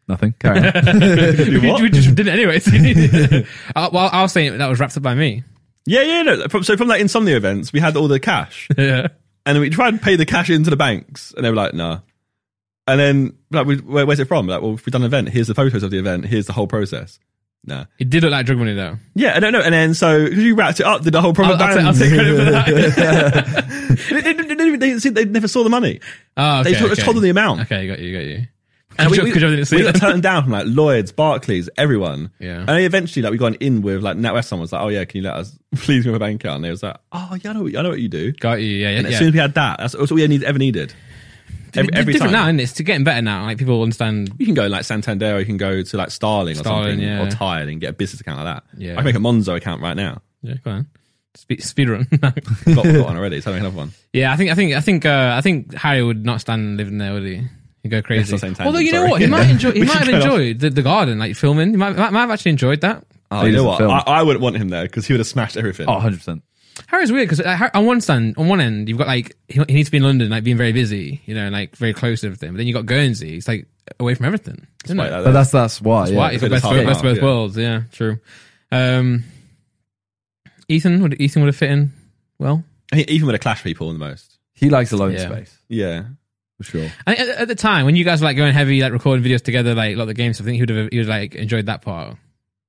nothing. Carry on. we, we just did it anyway. uh, well, I was saying that was wrapped up by me. Yeah, yeah. No. From, so from like insomnia events, we had all the cash, Yeah. and we tried to pay the cash into the banks, and they were like, "Nah." And then like, we, where, where's it from? Like, well, if we've done an event. Here's the photos of the event. Here's the whole process. Nah. It did look like drug money though. Yeah, no, no. And then so 'cause you wrapped it up, did the whole I'll, proper I'll, band. take, I'll take credit for that. they, they, they, they, they, they never saw the money. oh, okay, They told, okay. told them the amount. Okay, got you, got you. And Because we, you didn't see we got it. turned down from like Lloyd's, Barclays, everyone. Yeah. And then eventually, like, we got an in with like NatWest. Someone was like, "Oh yeah, can you let us please give a bank account?" And they was like, "Oh yeah, I know, what- I know what you do." Got you, yeah, yeah. And as yeah. soon as we had that, that's, that's all we need, ever needed. Every, It's every different now, time. isn't it? It's getting better now. Like people understand. You can go like Santander, or you can go to like Starling, or Starling, something, yeah. or Tide, and get a business account like that. Yeah. I can make a Monzo account right now. Yeah, go on. Speed, speed run. I've got, got one already, so I make another one. Yeah, I think I think I think uh, I think Harry would not stand living there, would he? He'd go crazy. That's the same tangent, Although you know sorry. what, he might enjoy. He We might should have go off. enjoyed the, the garden, like filming. He might, might, might have actually enjoyed that. Oh, He you know doesn't what? film. I, I wouldn't want him there because he would have smashed everything. Oh, 100%. Harry's weird because on one stand, on one end, you've got like he, he needs to be in London, like being very busy, you know, and, like very close to everything. But then you have got Guernsey, it's like away from everything. Isn't Like it? that. But that's that's why. yeah. Why? It's so the it's best, half and best of both half, yeah. worlds. Yeah, true. Um, Ethan would Ethan would have fit in well. I think even with a clash people the most. He likes alone Yeah. space, Yeah. for sure. I think at, at the time when you guys were like going heavy, like recording videos together, like a lot of the games, I think he would have he would like enjoyed that part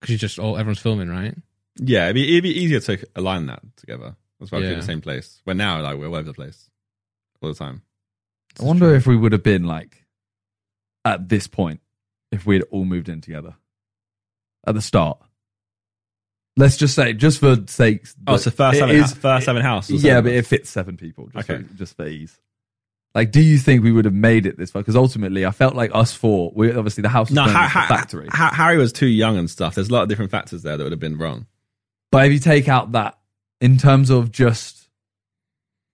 because you just all everyone's filming, right? Yeah, it'd be, it'd be easier to align that together. That's why we're Yeah. in the same place. Where now, like, we're all over the place all the time. I wonder if we would have been like at this point if we had all moved in together at the start. Let's just say, just for sakes, Oh, that so first it seven, is- hou- first seven house. or yeah, seven. but it fits seven people. Just Okay. for, just for ease. Like, do you think we would have made it this far? Because ultimately, I felt like us four. We obviously the house was no, no, Har- Har- factory. Har- Harry was too young and stuff. There's a lot of different factors there that would have been wrong. But if you take out that, in terms of just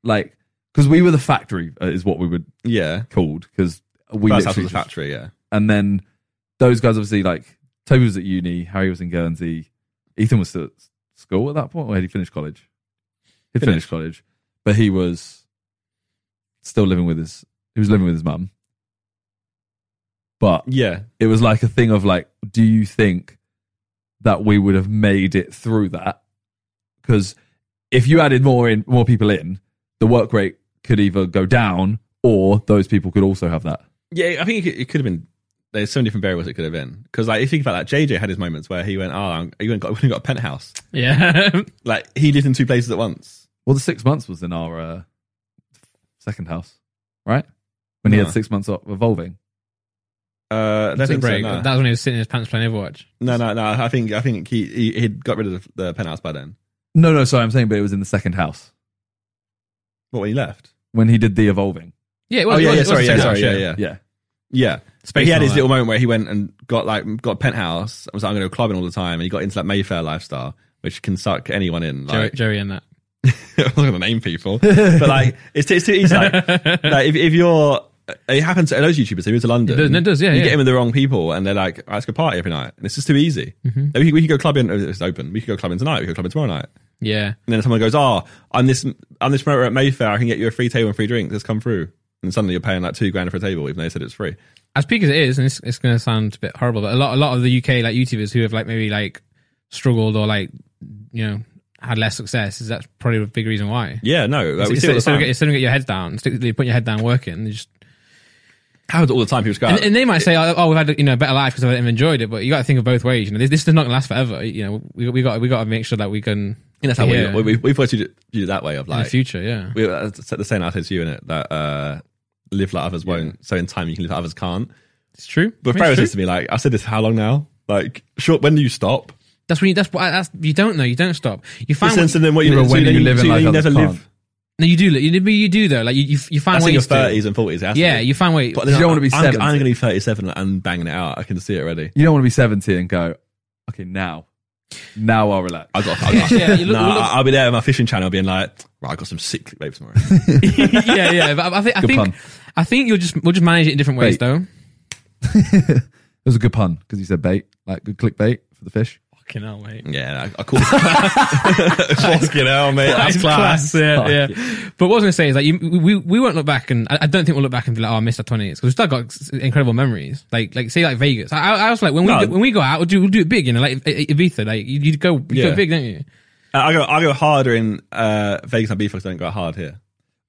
like, because we were the factory uh, is what we were Yeah, called. Because we first house literally was the just- factory. Yeah, and then those guys obviously like Toby was at uni, Harry was in Guernsey, Ethan was still at s- school at that point, or had he finished college? He'd finished, college, but he was still living with his he was living with his mum. But yeah. it was like a thing of like, do you think that we would have made it through that? Because if you added more in more people in, the work rate could either go down or those people could also have that. Yeah, I think it could, it could have been. There's so many different variables it could have been. Because like, if you think about that, JJ had his moments where he went, "Oh, I'm, you went got, went and got a penthouse." Yeah, Like he lived in two places at once. Well, the six months was in our uh, second house, right? When he No. had six months off evolving. Uh, I don't Took a think so, break. no. That was when he was sitting in his pants playing Overwatch. No, no, no. I think I think he, he he'd got rid of the, the penthouse by then. No, no, sorry, I'm saying, but it was in the second house What when he left? when he did the evolving. Yeah, it Oh was, it yeah, yeah. was- it was Sorry, the yeah, same house, sorry, yeah, yeah, Yeah, yeah. But Space he had and his all little moment where he went and got like got a penthouse. I was like, I'm going to clubbing all the time, and he got into that Mayfair lifestyle, which can suck anyone in. that. Joey, Like, Joey and that. I'm not going to name people, but like it's, it's too easy. Like, like if if you're It happens to those YouTubers. They move to London. It does- it does, yeah, You yeah. get in with the wrong people, and they're like, "Oh, "Let's go party every night," and it's just too easy. Mm-hmm. Like, we, could- we could go clubbing. oh, It's open. We could go clubbing tonight. We could go clubbing tomorrow night. Yeah. And then someone goes, "Oh, I'm this. I'm this promoter at Mayfair. I can get you a free table and free drinks. Let's come through." And suddenly you're paying like two grand for a table, even though they said it's free. as peak as it is, and it's, it's going to sound a bit horrible, but a lot a lot of the UK like YouTubers who have like maybe like struggled or like you know had less success is that's probably a big reason why. Yeah, no, like, we It's- see it all the it's- time. it's still get your head down. It's still- You put your head down working. And, you just, Happens all the time. People just go, and, and they might say, "Oh, oh, we've had you know a better life because I've enjoyed it." But you got to think of both ways. You know, this, this is not going to last forever. You know, we we got we got to make sure that we can. And that's how Yeah. we, we we've always viewed it, viewed it that way of in the like future, yeah. we uh, it's the saying I said to you in it that uh, live like others won't. So in time you can live like others can't. It's true. But It's Pharaoh true. says to me like, I said this how long now? Like, short. When do you stop? that's when you, that's what that's you don't know. You don't stop. You find Since what, and then what you Well, so when then you live in so like you others never can't. live. no, you do. You, do- you do though. Like you you, you find That's in your ways to- thirties and forties. Yeah, you find ways. You don't wanna be I'm, 70. I'm going to be thirty-seven and banging it out. I can see it already. You don't want to be 70 and go, okay, now, now I'll relax. I got. I got Yeah, you look- nah, you look- I'll be there on my fishing channel, being like, right, I got some sick leave tomorrow. yeah, yeah. But I think I Good think pun. I think you'll just we'll just manage it in different ways, Wait. though. It was a good pun because you said bait, like good clickbait for the fish. Fucking hell, mate. yeah, I, I call. Fucking hell, mate. That's That's class. class. Yeah, yeah. But what I was going to say is like you, we we won't look back and I, I don't think we'll look back and be like, oh, I missed our twenties because we've still got s- incredible memories. Like like say like Vegas. I, I was like when we No. do, when we go out, we'll do we'll do it big. You know, like I- I- Ibiza. Like you, you go you Yeah. go big, don't you? Uh, I go. I go harder in uh, Vegas and beef. I don't go hard here.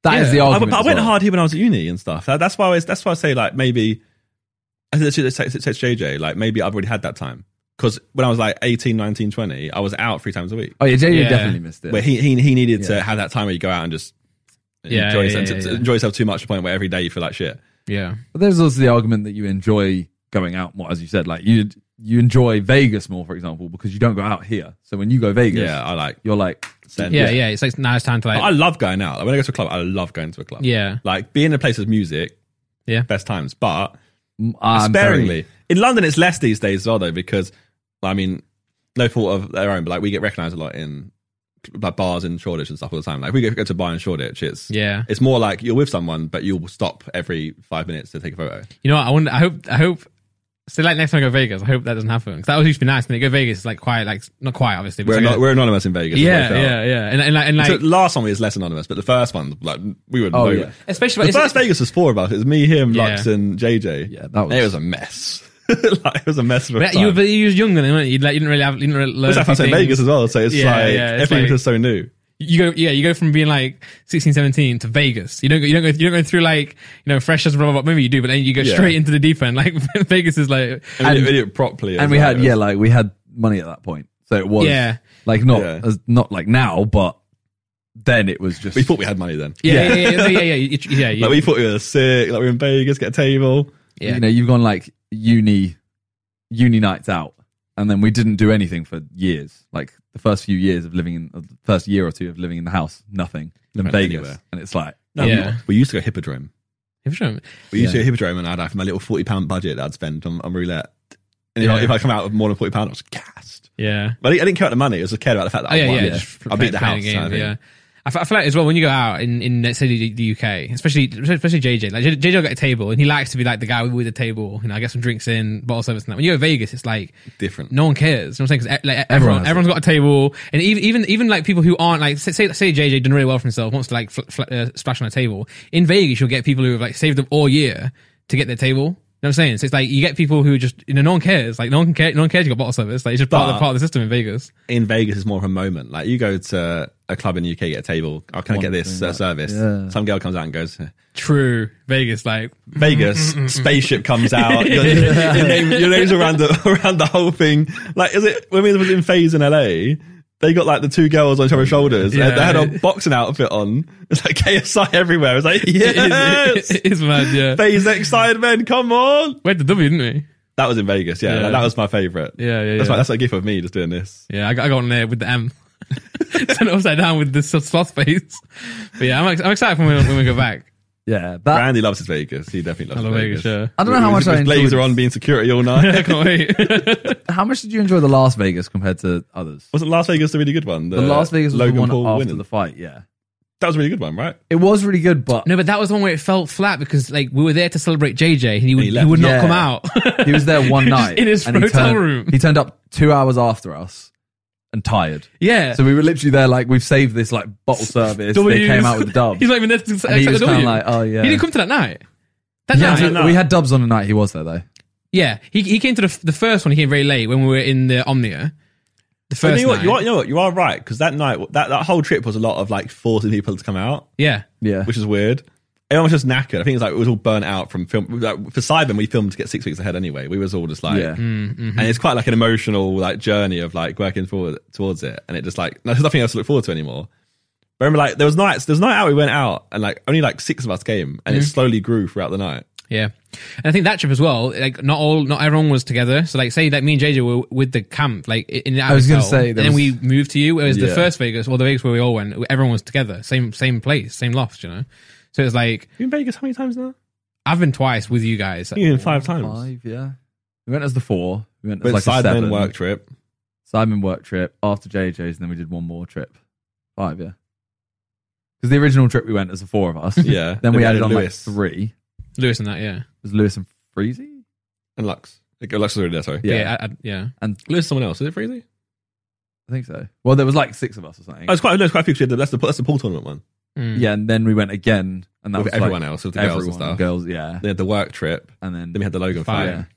That is Yeah. the I- I, argument. but I as went well. hard here when I was at uni and stuff. That, that's why I was, that's why I say like maybe I said to said to JJ like maybe I've already had that time because when I was like 18, 19, 20, I was out three times a week. Oh yeah, JJ Yeah. definitely missed it. Where he he, he needed Yeah. to have that time where you go out and just Yeah, enjoy, yeah, yourself, yeah, to- to yeah. enjoy yourself too much to the point where every day you feel like shit. Yeah. But there's also the argument that you enjoy going out more, as you said. Like you you enjoy Vegas more, for example, because you don't go out here. So when you go Vegas, Yeah, I like. you're like, Send. Yeah, yeah, It's like now it's time to like. But I love going out. Like, when I go to a club, I love going to a club. Yeah. like being in a place with music. Yeah. best times, but mm, I'm sparingly. In London, it's less these days as well, though, because I mean, no fault of their own, but like we get recognised a lot in like bars in Shoreditch and stuff all the time. Like we go, go to a bar in Shoreditch, it's Yeah. it's more like you're with someone, but you'll stop every five minutes to take a photo. You know, what, I wonder. I hope. I hope. So like next time I go Vegas, I hope that doesn't happen because that would used to be nice. And you go Vegas, it's like quiet, like not quiet, obviously. But We're it's like ano- we're anonymous in Vegas. a, is what yeah, we felt. yeah, yeah. And, and like, and So like last one we was less anonymous, but the first one, like we were. Oh, no- yeah. especially The it's- first Vegas was four of us. It was me, him, Yeah. Lux, and JJ. Yeah, that was- it was a mess. like, it was a mess. Of a But time. you, but you was younger then, weren't you? Like you didn't really have, you didn't really learn. it was a like first few time in things. Vegas as well, so it's Yeah, like yeah, it's everything like- was so new. You go, yeah, you go from being like 16, 17 to Vegas. You don't go, you don't go, you don't go through like you know freshers blah blah blah. Maybe you do, but then you go Yeah. straight into the deep end. Like Vegas is like, And, we And- did, we did it properly. And as we well. had It was- yeah, like we had money at that point, so it was Yeah. like not Yeah. as not like now, but then it was just We thought we had money then. yeah, yeah, yeah, yeah, yeah, yeah, you- yeah, yeah. Like we thought we were sick. Like we were in Vegas, get a table. yeah. you know you've gone like uni uni nights out, and then we didn't do anything for years. Like the first few years of living in the first year or two of living in the house, nothing. Then Went Vegas, anywhere. and it's like No, Yeah. we, we used to go hippodrome. If you're- We used to go hippodrome, and I'd have my little forty pound budget that I'd spend on, on roulette. And if, I, Yeah. if I come out with more than forty pound, I was gassed. yeah. But I didn't, I didn't care about the money. I just cared about the fact that Oh, I yeah, won. yeah. Just I beat the playing house. game, kind of thing. yeah. I fe- I feel like as well when you go out in in let's say the, the UK, especially especially JJ, like JJ will get a table and he likes to be like the guy with the table. You know, I get some drinks in, bottle service and that. When you go to Vegas, it's like Different. no one cares. You know what I'm saying? 'Cause, e- like, Everyone everyone, has everyone has got a table, and even even even like people who aren't like say say, say JJ done really well for himself wants to like fl- fl- uh, splash on a table. In Vegas, you'll get people who have like saved up all year to get their table. You know what I'm saying? So it's like you get people who just you know no one cares. Like no one cares. No one cares. You got bottle service. Like it's just part of the But- part of the system in Vegas. In Vegas, is more of a moment. Like you go to a club in the UK, get a table. Oh, can I get this uh, service? Yeah. Some girl comes out and goes, True Vegas. Like Vegas, Mm, spaceship comes out. Your, your name, your name's around the around the whole thing. Like, is it when we was in Phase in LA? They got like the two girls on each other's shoulders. Yeah. They, they had a boxing outfit on. It's like KSI everywhere. It's like it is, yes, it is mad. Yeah, Phase X side men, come on. we had the W, didn't we? That was in Vegas. Yeah, Yeah. Like, that was my favorite. Yeah, yeah, That's yeah. my, that's a gif of me just doing this. Yeah, I got, I got on there with the M. Turn it upside down with the s- sloth face. But yeah, I'm, ex- I'm excited for when, we- when we go back. yeah that Randy loves his Vegas. He definitely I loves love his Vegas, Vegas. yeah. I don't know how With- much I with enjoyed blazer on, being security all night. I can't wait. How much did you enjoy the Las Vegas compared to others? Wasn't Las Vegas the really good one? The Las Vegas was Logan the one Paul after winning. the fight, yeah. That was a really good one, right? It was really good, but No, but that was the one where it felt flat because like we were there to celebrate JJ and he would, he he left. would not Yeah. come out. he was there one Just night in his and he hotel turned- room. He turned up two hours after us and tired. yeah. So we were literally there, like we've saved this like bottle service. they came out with the dub. He's not even there to accept and he the was kind W. of like, oh yeah. He didn't come to that night. That yeah, night, so we had dubs on the night he was there though. yeah. He he came to the f- the first one. He came very late when we were in the Omnia. The But first you, know what, night. you, are, you know what? You are right because that night, that, that whole trip was a lot of like forcing people to come out, yeah. Yeah, which is weird. Everyone was just knackered. I think it's like it was all burnt out from film. Like, for Cyber, we filmed to get six weeks ahead anyway. We was all just like, yeah. hmm. and it's quite like an emotional like journey of like working forward towards it. And it just like there's nothing else to look forward to anymore. But remember, like there was nights, there was a night out we went out and like only like six of us came, Mm-hmm. and it slowly grew throughout the night. Yeah, and I think that trip as well. Like, not all, not everyone was together. So, like, say like me and JJ were with the camp, like in the I was gonna hotel, say and there then we was- moved to you. It was the Yeah. first Vegas, or the Vegas where we all went. Everyone was together, same same place, same loft, you know. So it's like You in Vegas how many times now? I've been twice with you guys. You in five times. Uh, Five, yeah. We went as the four. We went as But like a side seven. men work trip. Simon work trip after JJ's, and then we did one more trip. Five, yeah. Because the original trip we went as the four of us. Yeah. Then we had added on Lewis like three. Lewis and that, yeah, It was Lewis and Freezy? and Lux. Like, Lux was already there. Sorry. yeah, yeah. I, I, yeah. Lewis, someone else. Is it Freezy? I think so. Well, there was like six of us or something. Oh, it's quite. No, it's quite a few. 'cause we had the- That's the that's the pool tournament one. Mm. yeah, and then we went again, and that With was everyone like else, with the everyone, girls and stuff. girls, yeah. They had the work trip. And then Then we had the Logan Fire. fire.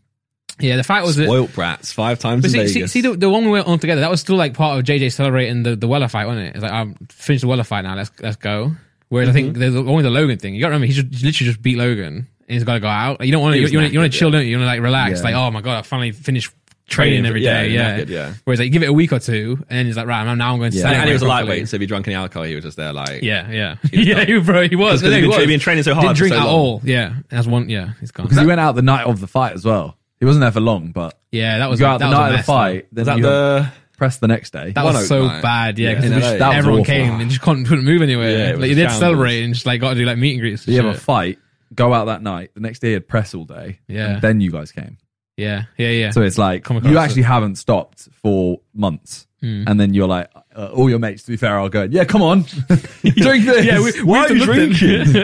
yeah. yeah. The fight was Spoilt brats five times But in see, see, Vegas. see the, the one we went on together, that was still like part of JJ celebrating the, the Weller fight, wasn't it? It's like, I'm finished the Weller fight now, let's let's go. Whereas I Mm-hmm. think there's only the Logan thing. You gotta remember, he just he literally just beat Logan and he's gotta go out. Like, you don't wanna, you, was you wanna, you wanna knackered, chill, don't you? You wanna like relax, Yeah. like, oh my god, I finally finished training Training, every yeah, day, you're yeah. knackered, yeah. Whereas like, you give it a week or two and then he's like, right, I'm, now I'm going to Yeah. celebrate and he was a properly. lightweight, so if he drank any alcohol, he was just there like Yeah, yeah. yeah, he- bro, he was. Because Yeah, he'd he been, was. he'd been training so hard. Didn't for drink so at long. all. Yeah. That's one, yeah, he's gone. Because he went out the night of the fight as well. He wasn't there for long, but yeah, that you was, go out that the was a night of the mess, though. fight, then Was that you got the pressed the next day. That One was oak so night. bad, yeah. Yeah. Because In LA. That was everyone awful. came and just couldn't, couldn't move anywhere. Yeah, it was like a you did shambles. celebrate and just like got to do like meet and greets. and you have shit. a fight, go out that night. The next day, you had press all day. Yeah. And then you guys came. yeah, yeah, yeah. So it's like Come across Mm. you actually haven't stopped for months, and then you're like, uh, all your mates, to be fair, are going, yeah, come on, drink this. yeah, we- Why are we've you done nothing.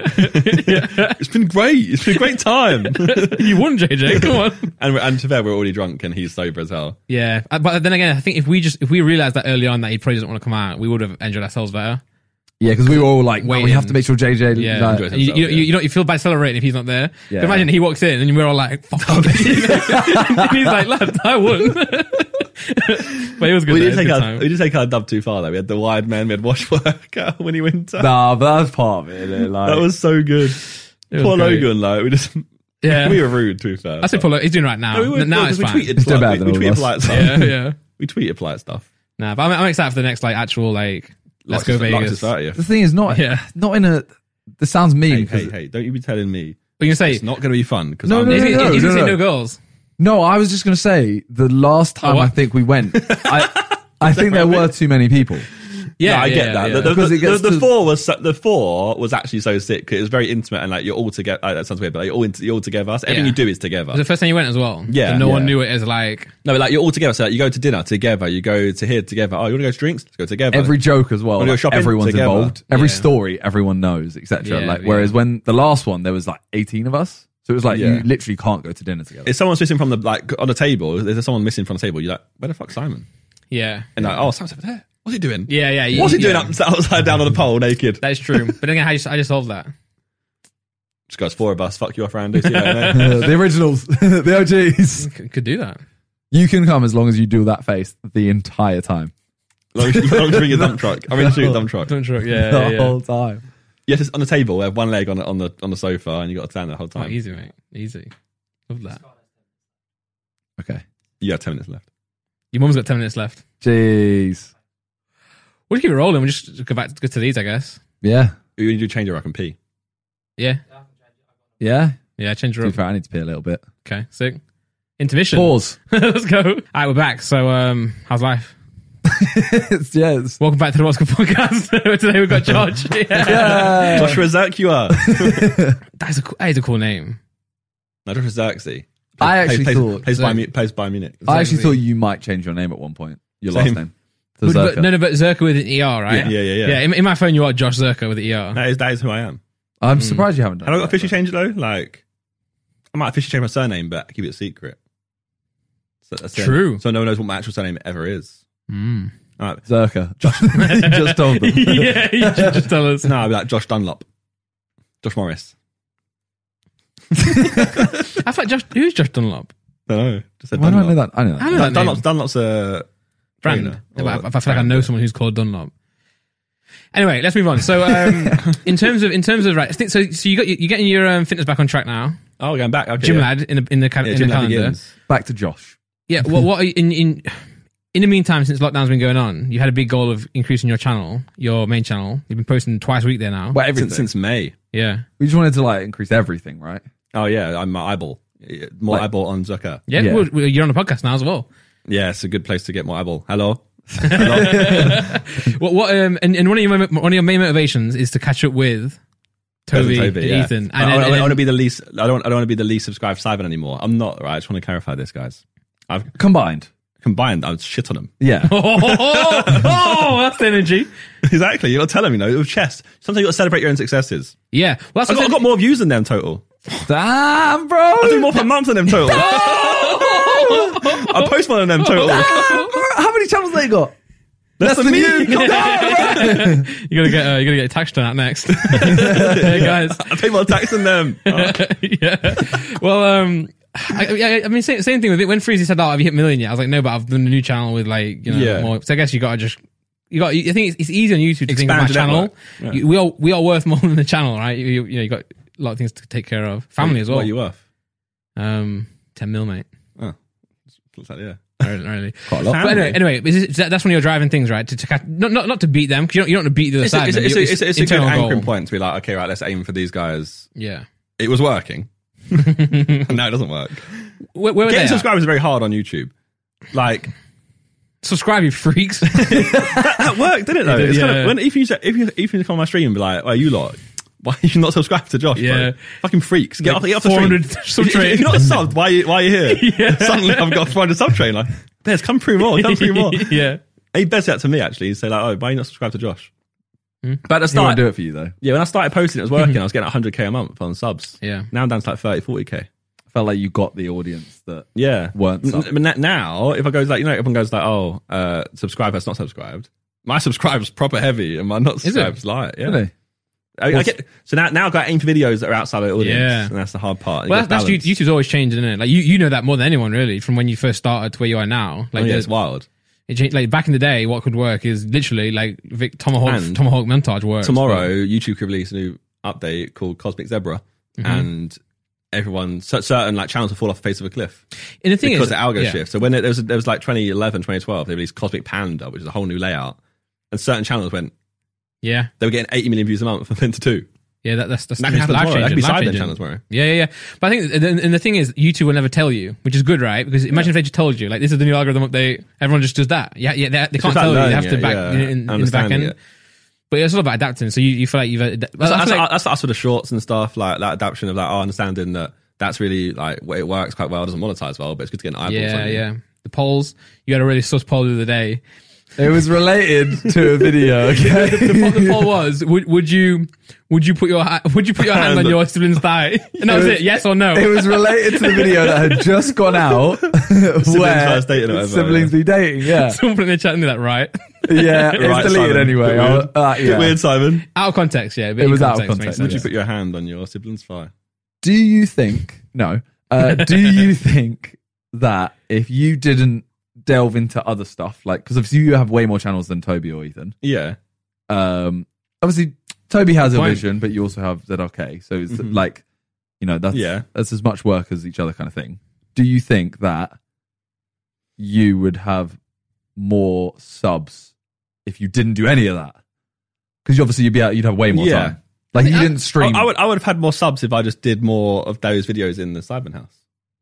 drinking? it's been great. It's been a great time. you won, JJ. Come on. and we're, and to be fair, we're already drunk, and he's sober as hell. yeah, Uh, but then again, I think if we just if we realized that early on that he probably doesn't want to come out, we would have enjoyed ourselves better. yeah, because we were all like, well, we Waiting. have to make sure JJ. Yeah, like- enjoys And you, himself, you, yeah. you, you know you feel bad celebrating if he's not there. Yeah. But Imagine he walks in and we're all like, "Fuck," off." and he's like, "Lad, I won." but it was good. We though. It did was take good our time. we did take our dub too far though. We had the wide man, we had Wash Worker, Winnie Winter. Nah, but that's part of it. innit? Like, That was so good. was Poor great. Logan, like we just Yeah. we were rude to be fair. I said, "Polo, he's doing right now. No, we were- N- now no, it's we fine." tweeted He's doing polite- better than we, all we tweeted of us. polite stuff. Yeah, yeah. We tweeted polite stuff. Nah, but I'm, I'm excited for the next like actual like let's Lux go is- Lux Vegas. is What 30th. the thing is not Yeah. not in a. This sounds Hey, mean. hey, 'cause- hey, don't you be telling me are you gonna say? it's not going to be fun because No, I'm no, He's no, gonna- no, he's gonna no, say no. no girls. No, I was just gonna say the last time Oh, what? I think we went, I I think there were too many people. Yeah, No, I yeah, get yeah, that. yeah. The, the- Because the- it gets the- the to- four was so, the four was actually so sick. It was very intimate and like you're all together. that sounds weird, but like, you're all in, you're all together. So everything Yeah. you do is was together. the first time you went as well. Yeah, And no one yeah. knew it as like No, but like you're all together. So like, you go to dinner together. You go to here together. Oh, you want to go to drinks? Let's go together. every joke as well. When we go like, shopping everyone's together. involved. Every Yeah. story everyone knows, etc. Yeah, like yeah. whereas when the last one there was like eighteen of us, so it was like Yeah. you literally can't go to dinner together. if someone's missing from the like on the table, if there's someone missing from the table. You're like, where the fuck's Simon? yeah, And like, oh, Simon's over there. What's he doing? yeah, yeah. you- What's he yeah. doing up, outside down on the pole naked? That is true. But then again, how you, I just solved that. Just guys, four of us. Fuck you off, Randy. See you later, mate. Uh, the originals, the OGs. Could, could do that. You can come as long as you do that face the entire time, Long long string your dump truck. I mean, shoot your dump truck. Don't truck. Yeah, the yeah, yeah. whole time. Yes, it's on the table. We have one leg on the, on the on the sofa, and you got to stand the whole Oh, time. easy, mate. Easy. Love that. Okay, You have ten minutes left. Your mum's got ten minutes left. jeez, We'll just keep it rolling. We'll just go back go to these, I guess. yeah, You need to change your I can pee. Yeah, yeah. yeah. Change To your be fair, I need to pee a little bit. Okay, sick. Intermission. Pause. Let's go. All right, we're back. So, um, how's life? It's- yeah, it's- Welcome back to the What's Good podcast. Today we've got George. Yeah. yeah. Joshua Zerkua. That is a cool, that is a cool name. no, Joshua Xerxes. I actually plays, thought- plays, by Xerxes. Mu- plays by Munich. I actually thought you might change your name at one point. Your last Same. name. But, to Zerka. but, no, no, but Zerka with an ER, right? Yeah, yeah, yeah, yeah. Yeah, in, in my phone you are Josh Zerka with an ER. That is that is who I am. I'm surprised you haven't done. Hmm. Have I got that, officially but- changed it though? Like, I might officially change my surname, but keep it a secret. So that's the- True. So no one knows what my actual surname ever is. Hmm. Mm. All right. Zerka. Just, you just told them. yeah, you should just tell us. No, I'll be like Josh Dunlop, Josh Morris. I thought Josh, who's Josh Dunlop? I don't know. Just said Why do I Dunlop. know that? I know I that. don't uh, know that name. Dunlop's Dunlop's a uh, brand. trainer, Yeah, or but I, I feel like I know someone who's called Dunlop. Anyway, let's move on. So, um, in terms of in terms of right, so so you got you're getting your um, fitness back on track now. Oh, we're going back. Okay, Gym yeah. lad in the in the, ca- Yeah, in Gym the Lad calendar. begins. Back to Josh. Yeah. What what are you, in in in the meantime since lockdown's been going on, you had a big goal of increasing your channel, your main channel. You've been posting twice a week there now. Well, everything. Since, since May. Yeah. we just wanted to like increase everything, right? Oh yeah, I'm my eyeball. More Like- eyeball on Zucker. Yeah, Yeah. Well, well, you're on the podcast now as well. Yeah, it's a good place to get more eyeball. Hello. What, what um, and, and one of your mo- one of your main motivations is to catch up with Toby, and yeah. Ethan. And, I, then- and then- want to be the least. I don't. I don't want to be the least subscribed Simon anymore. I'm not. Right. I just want to clarify this, guys. I've Combined. combined. I was shit on him. Yeah. oh, oh, oh, oh, oh, that's the energy. exactly. You're telling me, you know, it was chest. Sometimes you got to celebrate your own successes. Yeah, well, that's I what got, I I got said- more views than them total. Damn, bro. I do more per month than them total. I post more than them total. Damn, bro. How many channels they got? Less than you. you're gonna get uh, you're gonna get a tax done out next, hey guys. I pay more tax than them. Oh, yeah. Well, um, I, I, I mean, same, same thing with it. When Freezy said, "Oh, have you hit million yet?" I was like, "No, but I've done a new channel with like you know Yeah. more." So I guess you gotta just. You got. I think it's, it's easy on YouTube to think of my Expand your channel. network. Yeah. You- we are we are worth more than the channel, right? You, you, you know, you got a lot of things to take care of, family as well. What are you off? um, ten mil, mate. Looks like, yeah. Apparently, Quite a lot. But anyway, anyway, is it- that- that's when you're driving things right to, to catch, not, not not to beat them because you don't you don't want to beat the other It's a, side. it's a, but it's a, it's it's a, it's a good internal goal. anchoring point to be like, okay, right, let's aim for these guys. Yeah. It was working. no, it doesn't work. Where, where were they? Getting at? subscribers is very hard on YouTube. Like, Subscribe, you freaks. that worked, didn't it? Though? did, it's kind yeah. of, when, if you say- if you if you come on my stream and be like, "Well, you lot, why are you not subscribed to Josh? bro? Yeah. fucking freaks, get Like off, get off the stream. 400 sub If- if- train. If you're not subbed, why are you, why are you here? Suddenly, I've got 400 sub train. Like, there's come through more, come through more. yeah. He best that to me actually. He'd say like, "Oh, why are you not subscribed to Josh? But at the He won't start, do it for you though. yeah, when I started posting, it was working. I was getting 100k a month on subs. Mm-hmm. Yeah. Now I'm down to like 30, 40k. Felt like you got the audience that Yeah. weren't N- sub. But na- now, if I goes like, you know, everyone goes like, oh, uh, subscribe that's not subscribed. My subscribes proper heavy and my not it? subscribes light. Yeah. Really? I, I get, so now, now I've got aim for videos that are outside the audience. Yeah. And that's the hard part. Well, that's, that's you- YouTube's always changing, isn't it? Like you, you know that more than anyone, really, from when you first started to where you are now. Like, Like, Oh, yeah, the- it's wild. it changed, like back in the day, what could work is literally like Vic, Tomahawk And Tomahawk montage works. Tomorrow, YouTube could release a new update called Cosmic Zebra. Mm-hmm. And everyone, cer- certain like channels will fall off the face of a cliff But- And the thing because is, the algo yeah. shift. So when it, there, was, there was like 2011, 2012, they released Cosmic Panda, which is a whole new layout. And certain channels went, Yeah, they were getting 80 million views a month for them to do. yeah, that, that's that's That could happen life tomorrow. That could changing. be life side changing. channel tomorrow. Yeah, yeah, yeah. But I think, and, and the thing is, YouTube will never tell you, which is good, right? Because imagine if they just told you, like, this is the new algorithm update. Everyone just does that. Yeah, yeah, they, they can't about tell you. They learning have to it, back yeah, in, in, in the back understanding end. it. But it's all about adapting. So you, you feel like you've. Ad- well, I that's, feel like- that's, that's us for the shorts and stuff, like that adaptation of like, oh, understanding that that's really like what it works quite well, doesn't monetize well, but it's good to get an eyeball. yeah, yeah. The polls. You had a really sus poll the other day. It was related to a video. Okay. What the poll was: would, would you would you put your ha- would you put your hand on your sibling's thigh? And that was it. Yes or no? It was related to the video that had just gone out. siblings first dating or whatever, siblings be dating. Yeah, Someone put in the chat and did that right. yeah. It was Right, deleted Simon. anyway. Bit I- weird. uh, Bit yeah. weird, Simon. Out of context, yeah. but It in was out of makes context, sense. Would you put your hand on your sibling's thigh? Do you think no? Uh, do you think that if you didn't delve into other stuff, like because obviously you have way more channels than Toby or Ethan. Yeah. Um, obviously Toby has a point. vision, but you also have ZRK, so it's like you know that's Mm-hmm. Yeah. that's as much work as each other kind of thing. Do you think that you would have more subs if you didn't do any of that? Because obviously you'd be out, you'd have way more Yeah. time. Like you I- didn't I, stream. I would I would have had more subs if I just did more of those videos in the Simon house.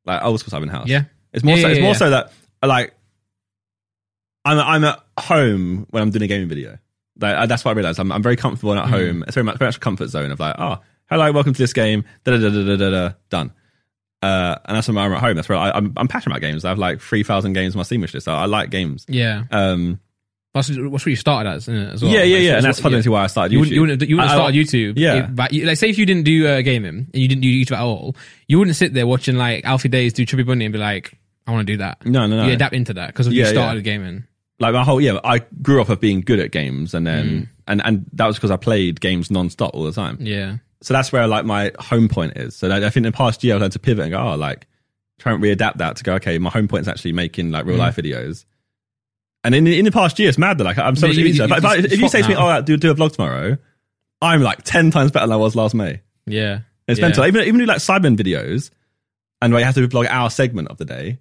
Like old school Simon house. Yeah. It's more Yeah, so yeah, it's more yeah. so that like I'm I'm at home when I'm doing a gaming video. Like, I- that's what I realized. I'm, I'm very comfortable Mm. and at home. It's very much very much a comfort zone of like, oh, hello, welcome to this game. Da da da da da da. da done. Uh, and that's when I'm at home. That's where I, I'm, I'm passionate about games. I have like three thousand games on my Steam wish list. I, I like games. Yeah. Um, That's what's what you started as, isn't it? As well? yeah, yeah, Like, yeah. it's and that's what- yeah. fundamentally why I started YouTube. You wouldn't, you wouldn't, you wouldn't have I- I- started YouTube. Yeah. if- but you, like, say if you didn't do uh, gaming and you didn't do YouTube at all, you wouldn't sit there watching like Alfie Days do Chubby Bunny and be like, I want to do that. No, no, no. You adapt into that because Yeah, you yeah. started gaming. like my whole yeah i grew up of being good at games and then Mm. and and that was because i played games non-stop all the time Yeah. so that's where like my home point is so that, i think in the past year i've had to pivot and go oh like try and readapt that to go okay my home point is actually making like Mm. real life videos and in, in the past year it's mad that like i'm so But much you- you- easier you if, I- just- if you you say to me swap oh do, do a vlog tomorrow i'm like 10 times better than i was last may Yeah. it's yeah. mental. Even even do like Cybermen videos, and where you have to vlog our segment of the day.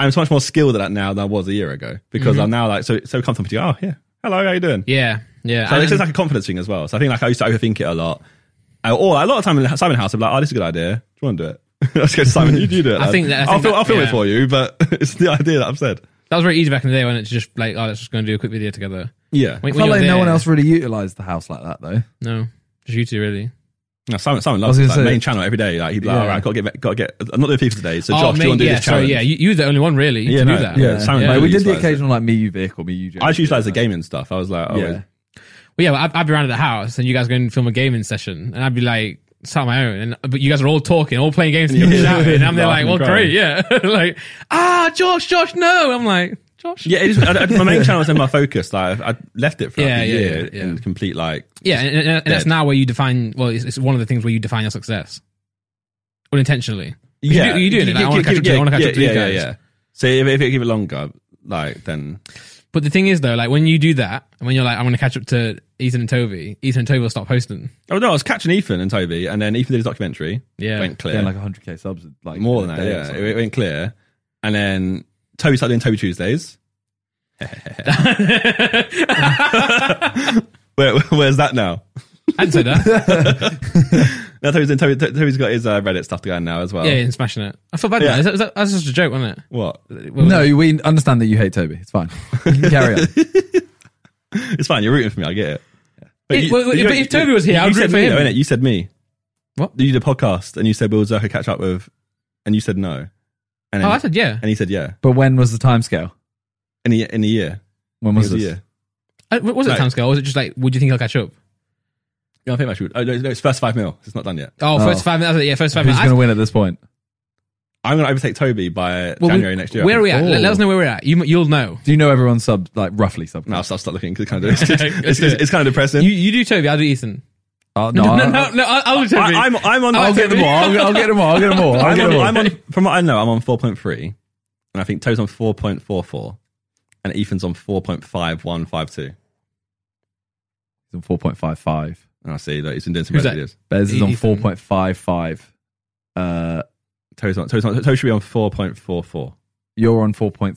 I'm so much more skilled at that now than I was a year ago because Mm-hmm. I'm now like so so comfortable. To go, oh yeah, hello, how you doing? Yeah. Yeah. So And- it's just like a confidence thing as well. So I think like I used to overthink it a lot, Uh, or a lot of time in Simon House, I'm like, oh, this is a good idea. Do you want to do it? Let's go, Simon. You, you do it. I lad. think that- I I'll think film, that- I'll film it yeah. for you, but it's the idea that I've said. that was very easy back in the day when it's just like, oh, let's just going to do a quick video together. When- Yeah, I when felt you're like there- no one else really utilized the house like that though. No. Just you two, really. no, Simon, Simon was loves his gonna like, say- main channel every day. Like he'd be like, Yeah. all right, got to get, got to get. I'm not doing FIFA today, so Josh, do mate, you want to do Oh, yeah, this sorry, challenge? yeah, you, you were the only one really Yeah, to no, do that. yeah. Simon Yeah. Like, we really did the utilised it. occasional like me, you, Vic, or me, you. James, I just utilize the like that. gaming stuff. I was like, oh, Yeah. Well, yeah, I'd, I'd be around at the house and you guys go and film a gaming session, and I'd be like sat on my own, and but you guys are all talking, all playing games together, Yeah. shouting, and I'm there like, Laughing well, and crying. great, yeah, like ah, Josh, Josh, no, I'm like Josh, Yeah, it is, I, I- my main channel was in my focus. Like I I left it for like Yeah, a yeah, year yeah, yeah. in complete like. yeah, and, and, and that's dead. now where you define. Well, it's, it's one of the things where you define your success unintentionally. You do- you doing it, like, I wanna catch up to- I wanna catch up to yeah, these yeah, guys. yeah. So if, if it give it longer, like then But the thing is, though, like when you do that, and when you're like, I'm going to catch up to Ethan and Toby, Ethan and Toby will stop posting. oh no, I was catching Ethan and Toby, and then Ethan did his documentary. Yeah. went clear Yeah, like 100k subs. Like more in than that. a day or Yeah, something. it went clear, and then Toby started doing Toby Tuesdays. Where, where's that now? I'd say Oh. that. Now Toby's, in, Toby, Toby's got his uh, Reddit stuff going now as well. yeah, and smashing it. I feel bad. Yeah. Yeah. That. Is that- is that- That's just a joke, wasn't What? it? No, we understand that you hate Toby. It's fine. You can carry on. It's fine. You're rooting for me. I get it. If- well, if- if Toby was here, I would said root for me, him. Though, innit? You said me. What? You did a podcast and you said Will Zerka catch up with, and you said no. And, Oh, then- I said yeah. and he said yeah. But when was the timescale? In the in the year, When It was was a this? year. Uh, was it No. timescale? Or was it just like, would you think I'll catch up? Yeah, I think I should. Oh, no, no, it's first five mil. It's not done yet. Oh, Oh. first five minutes. Yeah, first five Who's minutes. going to win at this point? I'm going to overtake Toby by Well, we- January next year. Oh. I Where are think. we at? Let, let us know where we're at. You, you'll know. Do you know everyone's sub like roughly sub? No, I'll stop, stop looking. 'cause It's kind of, it's, it's, do it. it's, kind of depressing. You, you do Toby. I'll do Ethan. Oh, no, no, I'll, no, no. I'll, I'll do Toby. I, I'm I'm on. I'll I'll get them all. I'll, I'll get them all. I'll get them all. I'll I'm get on, them all. I'm on. From what I know, I'm on 4.3, and I think Toby's on 4.44, and Ethan's on 4.5152. He's on 4.55. And I see that he's been doing some Who's better that? videos. Bez is on Ethan. 4.55. Uh, Toe's on, toe's on, toe should be on 4.44. you're on 4.3,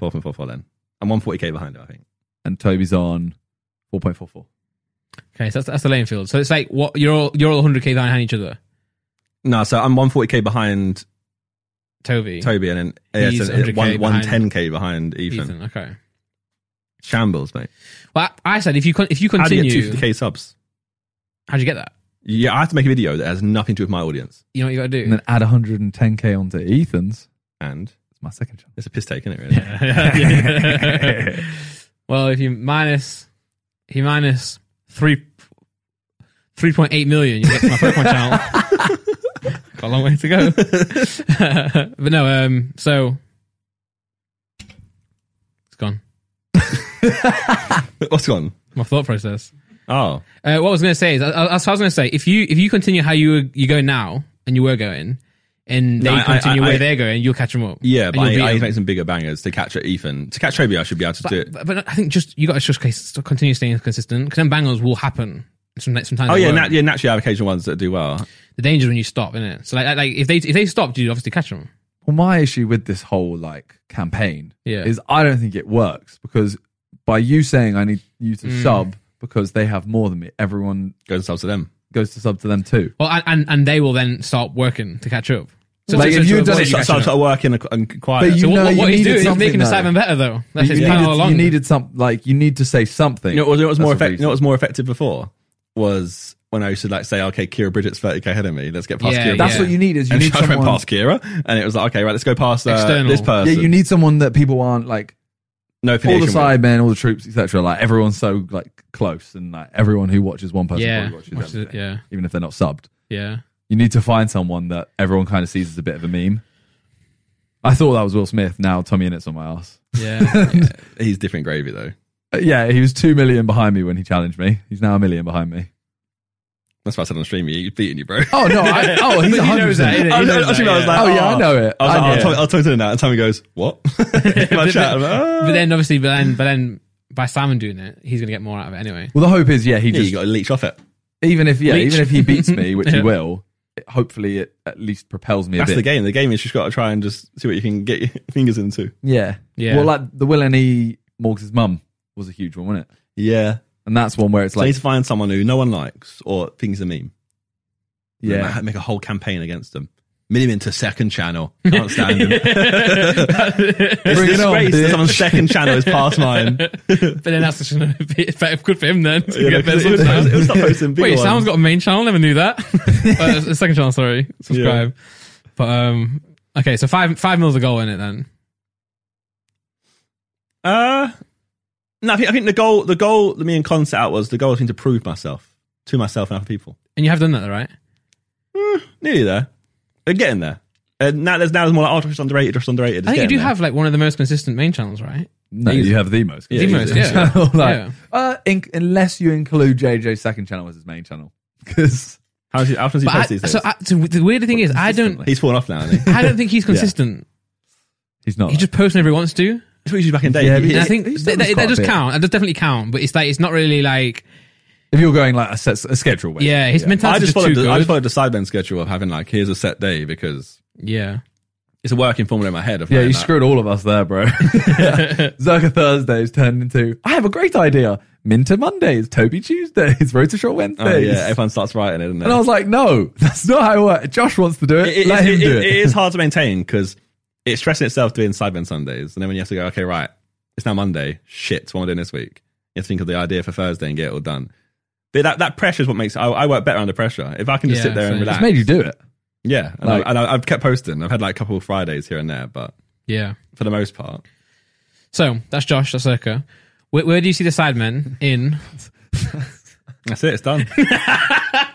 4.44 then. I'm 140k behind it, I think. and Toby's on 4.44. okay, so that's, that's the lane field. So it's like what you're all you're all 100k behind each other. No, so I'm 140k behind Toby, Toby and then yeah, He's so it's 100K one, behind- 110k behind Ethan. Ethan. Okay. Shambles, mate. Well, I, I said if you con- if you How do continue, you get 250k subs? how'd you get that? Yeah, I have to make a video that has nothing to do with my audience. You know what you got to do. And then add 110k onto Ethan's. And It's my second channel. it's a piss take, isn't it, really? well, if you minus, if you minus three, three point eight million, you get to my Pokemon channel. Got a long way to go. but no, um, so it's gone. What's gone? My thought process. Oh, Uh, what I was going to say is, I, I, that's what I was going to say. If you if you continue how you were, you go now and you were going, and they No, I- I- continue I- where they're going, you'll catch them up. yeah, And but you'll beat I, I 'em. need to make some bigger bangers to catch Ethan. To catch Toby, I should be able to do But, it. but, but I think just you got to just case- continue staying consistent because then bangers will happen. Some- Sometimes Oh, they yeah, won't. nat- yeah, naturally, I have occasional ones that do well. the danger is when you stop, isn't it? So like, like if they if they stopped, you'd obviously catch them. Well, my issue with this whole like campaign Yeah. is I don't think it works because by you saying I need you to sub because they have more than me, everyone Go and sub to them. goes to sub to them too. Well, and, and and they will then start working to catch up. So, Like, if you avoid done So, it- you so, catching so, up. so I work in a, in quiet. But So you what, know, what, what he's you needed doing is something, making the though. Simon better though. That's you, his plan all needed, along. you needed some like you need to say something. You know, what was more That's a effective? You know what was reason. more effective before was when I used to like say, "Okay, Kira Bridget's thirty k ahead of me. Let's get past Yeah, Kira." That's yeah. what you need is you and need I went someone. past Kira, and it was like, "Okay, right, let's go past uh, External. this Yeah, person." Yeah, you need someone that people aren't like No all affiliation. the with- side men, all the troops, etc. Like everyone's so like close, and like everyone who watches one person yeah, probably watches watch it, everything, yeah, even if they're not subbed. yeah. You need to find someone that everyone kind of sees as a bit of a meme. I thought that was Will Smith. Now Tommy Innes on my ass. Yeah, He's different gravy though. Uh, Yeah, he was two million behind me when he challenged me. He's now a million behind me. That's what I said on stream. You're beating you, bro. Oh no! I, oh, he's He knows that, 100%. innit? I was- He knows I was that, like, yeah. Oh, yeah, I know it. I was like, I know I'll, it. talk, I'll talk to him now. And Tommy goes, "What?" In my chat, I'm like, but "Ah." then obviously, but then, but then by Simon doing it, he's gonna get more out of it anyway. Well, the hope is, yeah, he yeah, just you got to leech off it. even if yeah, Leech. even if he beats me, which he Yeah. will, it, hopefully it at least propels me That's a the bit. game. The game is just got to try and just see what you can get your fingers into. Yeah, Yeah. Well, like the Will and E Morgs' mum was a huge one, wasn't it? Yeah, And that's one where it's so you like, need to find someone who no one likes or thinks a meme. yeah, Ma- make a whole campaign against them. Minimum to second channel. Can't stand them. It's Bring it on, disgrace bitch. that someone's second channel is past mine. but then that's just gonna be better, good for him then. It's gonna You know, get 'cause better it was- it was- subs it now. was not posting bigger Wait, Sam's ones. got a main channel. Never knew that. uh, a second channel, sorry. Subscribe. But um, okay, so five five mils a goal in it then. Uh, no, I think, I think the goal, the goal that me and Con set out was the goal was to prove myself to myself and other people. And you have done that, though, right? Nearly there. They're getting there. And now there's now there's more like, oh, just underrated, just underrated. It's I think you getting do there. have like one of the most consistent main channels, right? no, you have the most, Yeah, the you most, do. yeah. channel. like, Yeah. uh, in, unless you include JJ's second channel as his main channel, because How does he, how does he But I, post these days? so, I, so the weird thing is, I don't, He's fallen off now. Isn't he? I don't think he's consistent. he's not. He just posts whenever he wants to. That's what he used to do back in the day. Yeah, He- And I he- think he's they, done this they, quite a just bit. count. That does definitely count, but it's like it's not really like if you're going like a, set, a schedule, way, yeah, his mentality I is just just too followed. The, I just good. followed the sidemen schedule of having like here's a set day because Yeah, it's a working formula in my head. Of Yeah, knowing you that. screwed all of us there, bro. Zerka Thursdays turned into I have a great idea. Minter Mondays, Toby Tuesdays, Rotishaw Wednesdays. Oh, yeah, everyone starts writing it, isn't and I was like, no, that's not how it works. Josh wants to do it. it, it, Let him it- do it- it it. is hard to maintain because it's stressing itself doing Sidemen Sundays. And then when you have to go, okay, right, it's now Monday. Shit, what am I doing this week? You have to think of the idea for Thursday and get it all done. But that, that pressure is what makes I, I work better under pressure. If I can just Yeah, sit there and same. relax. It's made you do it. yeah. And, like- I, and I, I've kept posting. I've had like a couple of Fridays here and there, but yeah. for the most part, So that's Josh. That's Circa. Where, where do you see the sidemen in? that's it. It's done.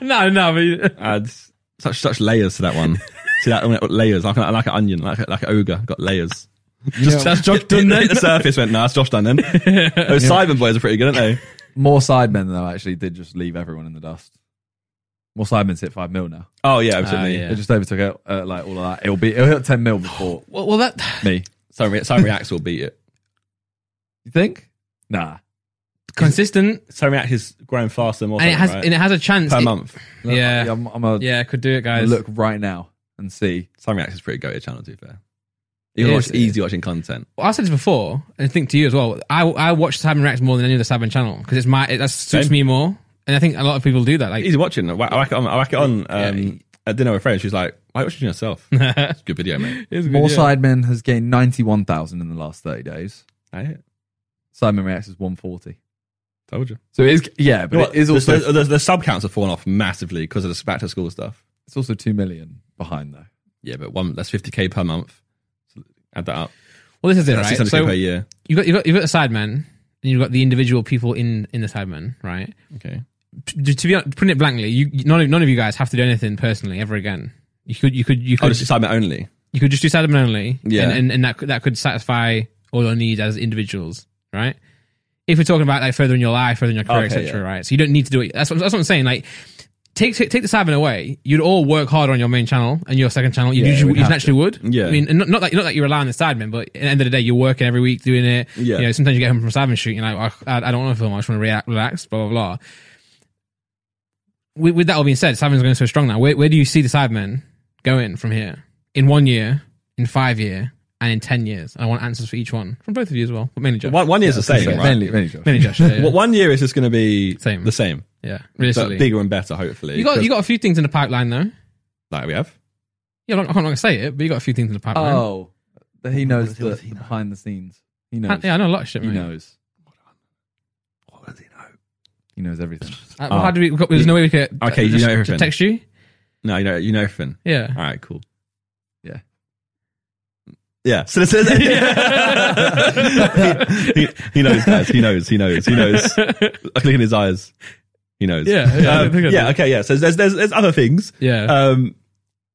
no, no, but Adds such such layers to that one. See that one, layers like, an- like an onion, like a- like an ogre, got layers. just, that's Josh done then. the surface went, nah, it's Josh done then. Those Sidemen boys are pretty good, aren't they? More sidemen though actually did just leave everyone in the dust. More sidemen's hit five mil now. Oh yeah, absolutely. yeah. They just overtook out, uh, like all of that. It'll be it'll hit ten mil before Well, well, that me. Some, some reacts will beat it. You think? Nah. consistent, Some reacts is growing faster more and it has and it has a chance per It- month. Yeah. I'm, I'm a, Yeah, could do it, I'm a guys. look right now and see. Some reacts is pretty go to channel. To be fair, It you is, watch it easy watching content. Well, I said this before, and I think to you as well. I I watch Simon Reacts more than any other Simon channel because it's my it, that suits Same. me more, and I think a lot of people do that. Like, Easy watching. I whack I whack it on. I whack it on um, at dinner with friends. She's like, "Why are you watching yourself? it's a good video, mate." it's good, More yeah. sidemen has gained ninety one thousand in the last thirty days. I Sidemen reacts is one forty. told you. So it is yeah, but it is The- also the, the, the sub counts have fallen off massively because of the back to school stuff. it's also two million behind though. Yeah, but one that's fifty k per month. So add that up. Well, this is it, That's six right? hundred k So per year. you got you got you got the sidemen, and you've got the individual people in in the sidemen, right? Okay. To, to be hon- putting it blankly, you you- none of, none of you guys have to do anything personally ever again. You could you could you Oh, could just assignment only. you could just do sidemen only, Yeah. and, and and that could- that could satisfy all your needs as individuals, right? If we're talking about like further in your life, further in your career, Okay, etc., right? So you don't need to do it. That's what, that's what I'm saying. Like, take take the sidemen away, you'd all work harder on your main channel and your second channel. You Yeah, usually we'd you have naturally would. Yeah. I mean, and not, not that not that you're relying on the sidemen, but at the end of the day, you're working every week doing it. Yeah. You know, sometimes you get home from a sidemen shoot, you're like, "Oh, I, I I don't want to film, I just want to react, relax, blah blah blah. With, with that all being said, sidemen's going so strong now. Where where do you see the sidemen going from here? In one year, in five year, and in ten years. I want answers for each one from both of you as well, but mainly Josh. One, one year's the same, So right? mainly, mainly Josh. Mainly Josh. Yeah, yeah. Well, one year is just going to be Same. the same, yeah but realistically. bigger and better, hopefully. you got 'Cause, you got a few things in the pipeline though. like we have. Yeah, I'm not, I'm not gonna say it, but you got a few things in the pipeline. Oh, that he knows the, the behind the scenes. He knows. yeah, I know a lot of shit. he Mate. knows. What does he know? He knows everything. Uh, well, how do we? we got- There's no way we could. Oh. Okay, you just- know everything. To text you. No, you know, you know everything. Yeah. All right, cool. Yeah. Yeah. So this is, he, he knows, guys. He knows. He knows. He knows. Look in his eyes. He knows. Yeah, yeah, I Um, think I yeah. do. Okay. Yeah. So there's there's there's other things. Yeah. Um,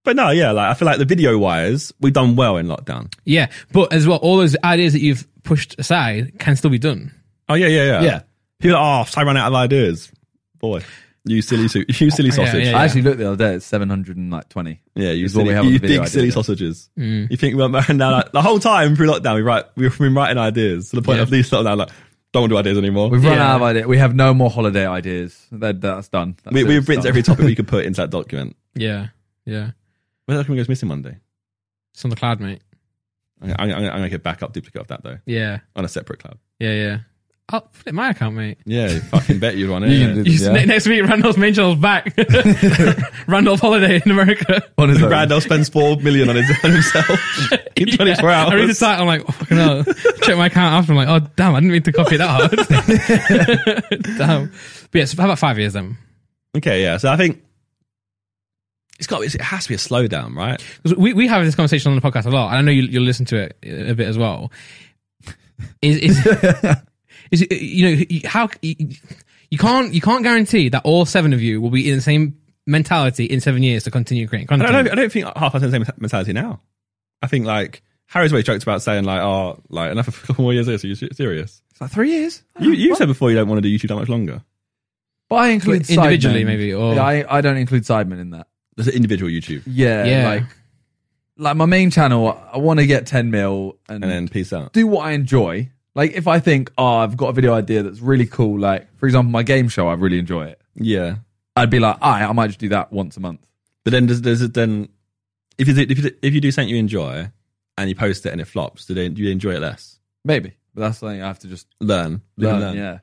but no. Yeah. Like I feel like the video wires we've done well in lockdown. yeah, but as well, all those ideas that you've pushed aside can still be done. Oh yeah. Yeah. Yeah. Yeah. People are. Oh, I ran out of ideas. Boy. You silly, su- you silly sausage. yeah, I actually looked the other day. It's seven hundred and like twenty. Yeah, you, Is what silly, we have on you the video big idea, silly yeah. sausages. You think we weren't writing down like, the whole time through lockdown? We write, we've been writing ideas to the point Yeah. of these lockdown. Like, don't want to do ideas anymore. We've run Yeah. out of ideas. We have no more holiday ideas. That, that's done. That's We, it, we it's print done. every topic we could put into that document. Yeah, yeah. When that document goes missing one day, It's on the cloud, mate. I'm, I'm, I'm, I'm gonna get backup duplicate of that though Yeah, on a separate cloud. yeah, yeah. I'll put it in my account, mate. Yeah, you fucking bet you'd want it. You yeah. can do You just- Yeah. ne- Next week, Randolph's main channel's back. Randolph Holiday in America. One is over. Randall spends four million on, his, on himself in 24 Yeah, hours. I read the title, I'm like, oh, fucking hell. Check my account after, I'm like, oh, damn, I didn't mean to copy that hard. damn. But yeah, so how about five years then? okay, yeah. So I think it's got. It has to be a slowdown, right? 'Cause we, we have this conversation on the podcast a lot, and I know you, you'll listen to it a bit as well. Is, is, is it, you know, you- how, you, you can't, you can't guarantee that all seven of you will be in the same mentality in seven years to continue creating I content. don't, know, I don't think half of us have the same mentality now. I think like Harry's always joked about saying like, "Oh, like another couple more years later, so you're serious." It's like three years. You you said before you don't want to do YouTube that much longer. But I include Individually, Sidemen. maybe, or- Yeah, I I don't include Sidemen in that. There's an individual YouTube, Yeah, Yeah. like like my main channel. I want to get ten mil and, and then peace out. do what I enjoy. Like if I think, oh, I've got a video idea that's really cool. Like for example, my game show, I really enjoy it. Yeah, I'd be like, I I might just do that once a month. but then does does it then if you do, if you do, if you do something you enjoy and you post it and it flops, do, they, do you enjoy it less? Maybe, but that's something I have to just Learn, Live and learn. Yeah.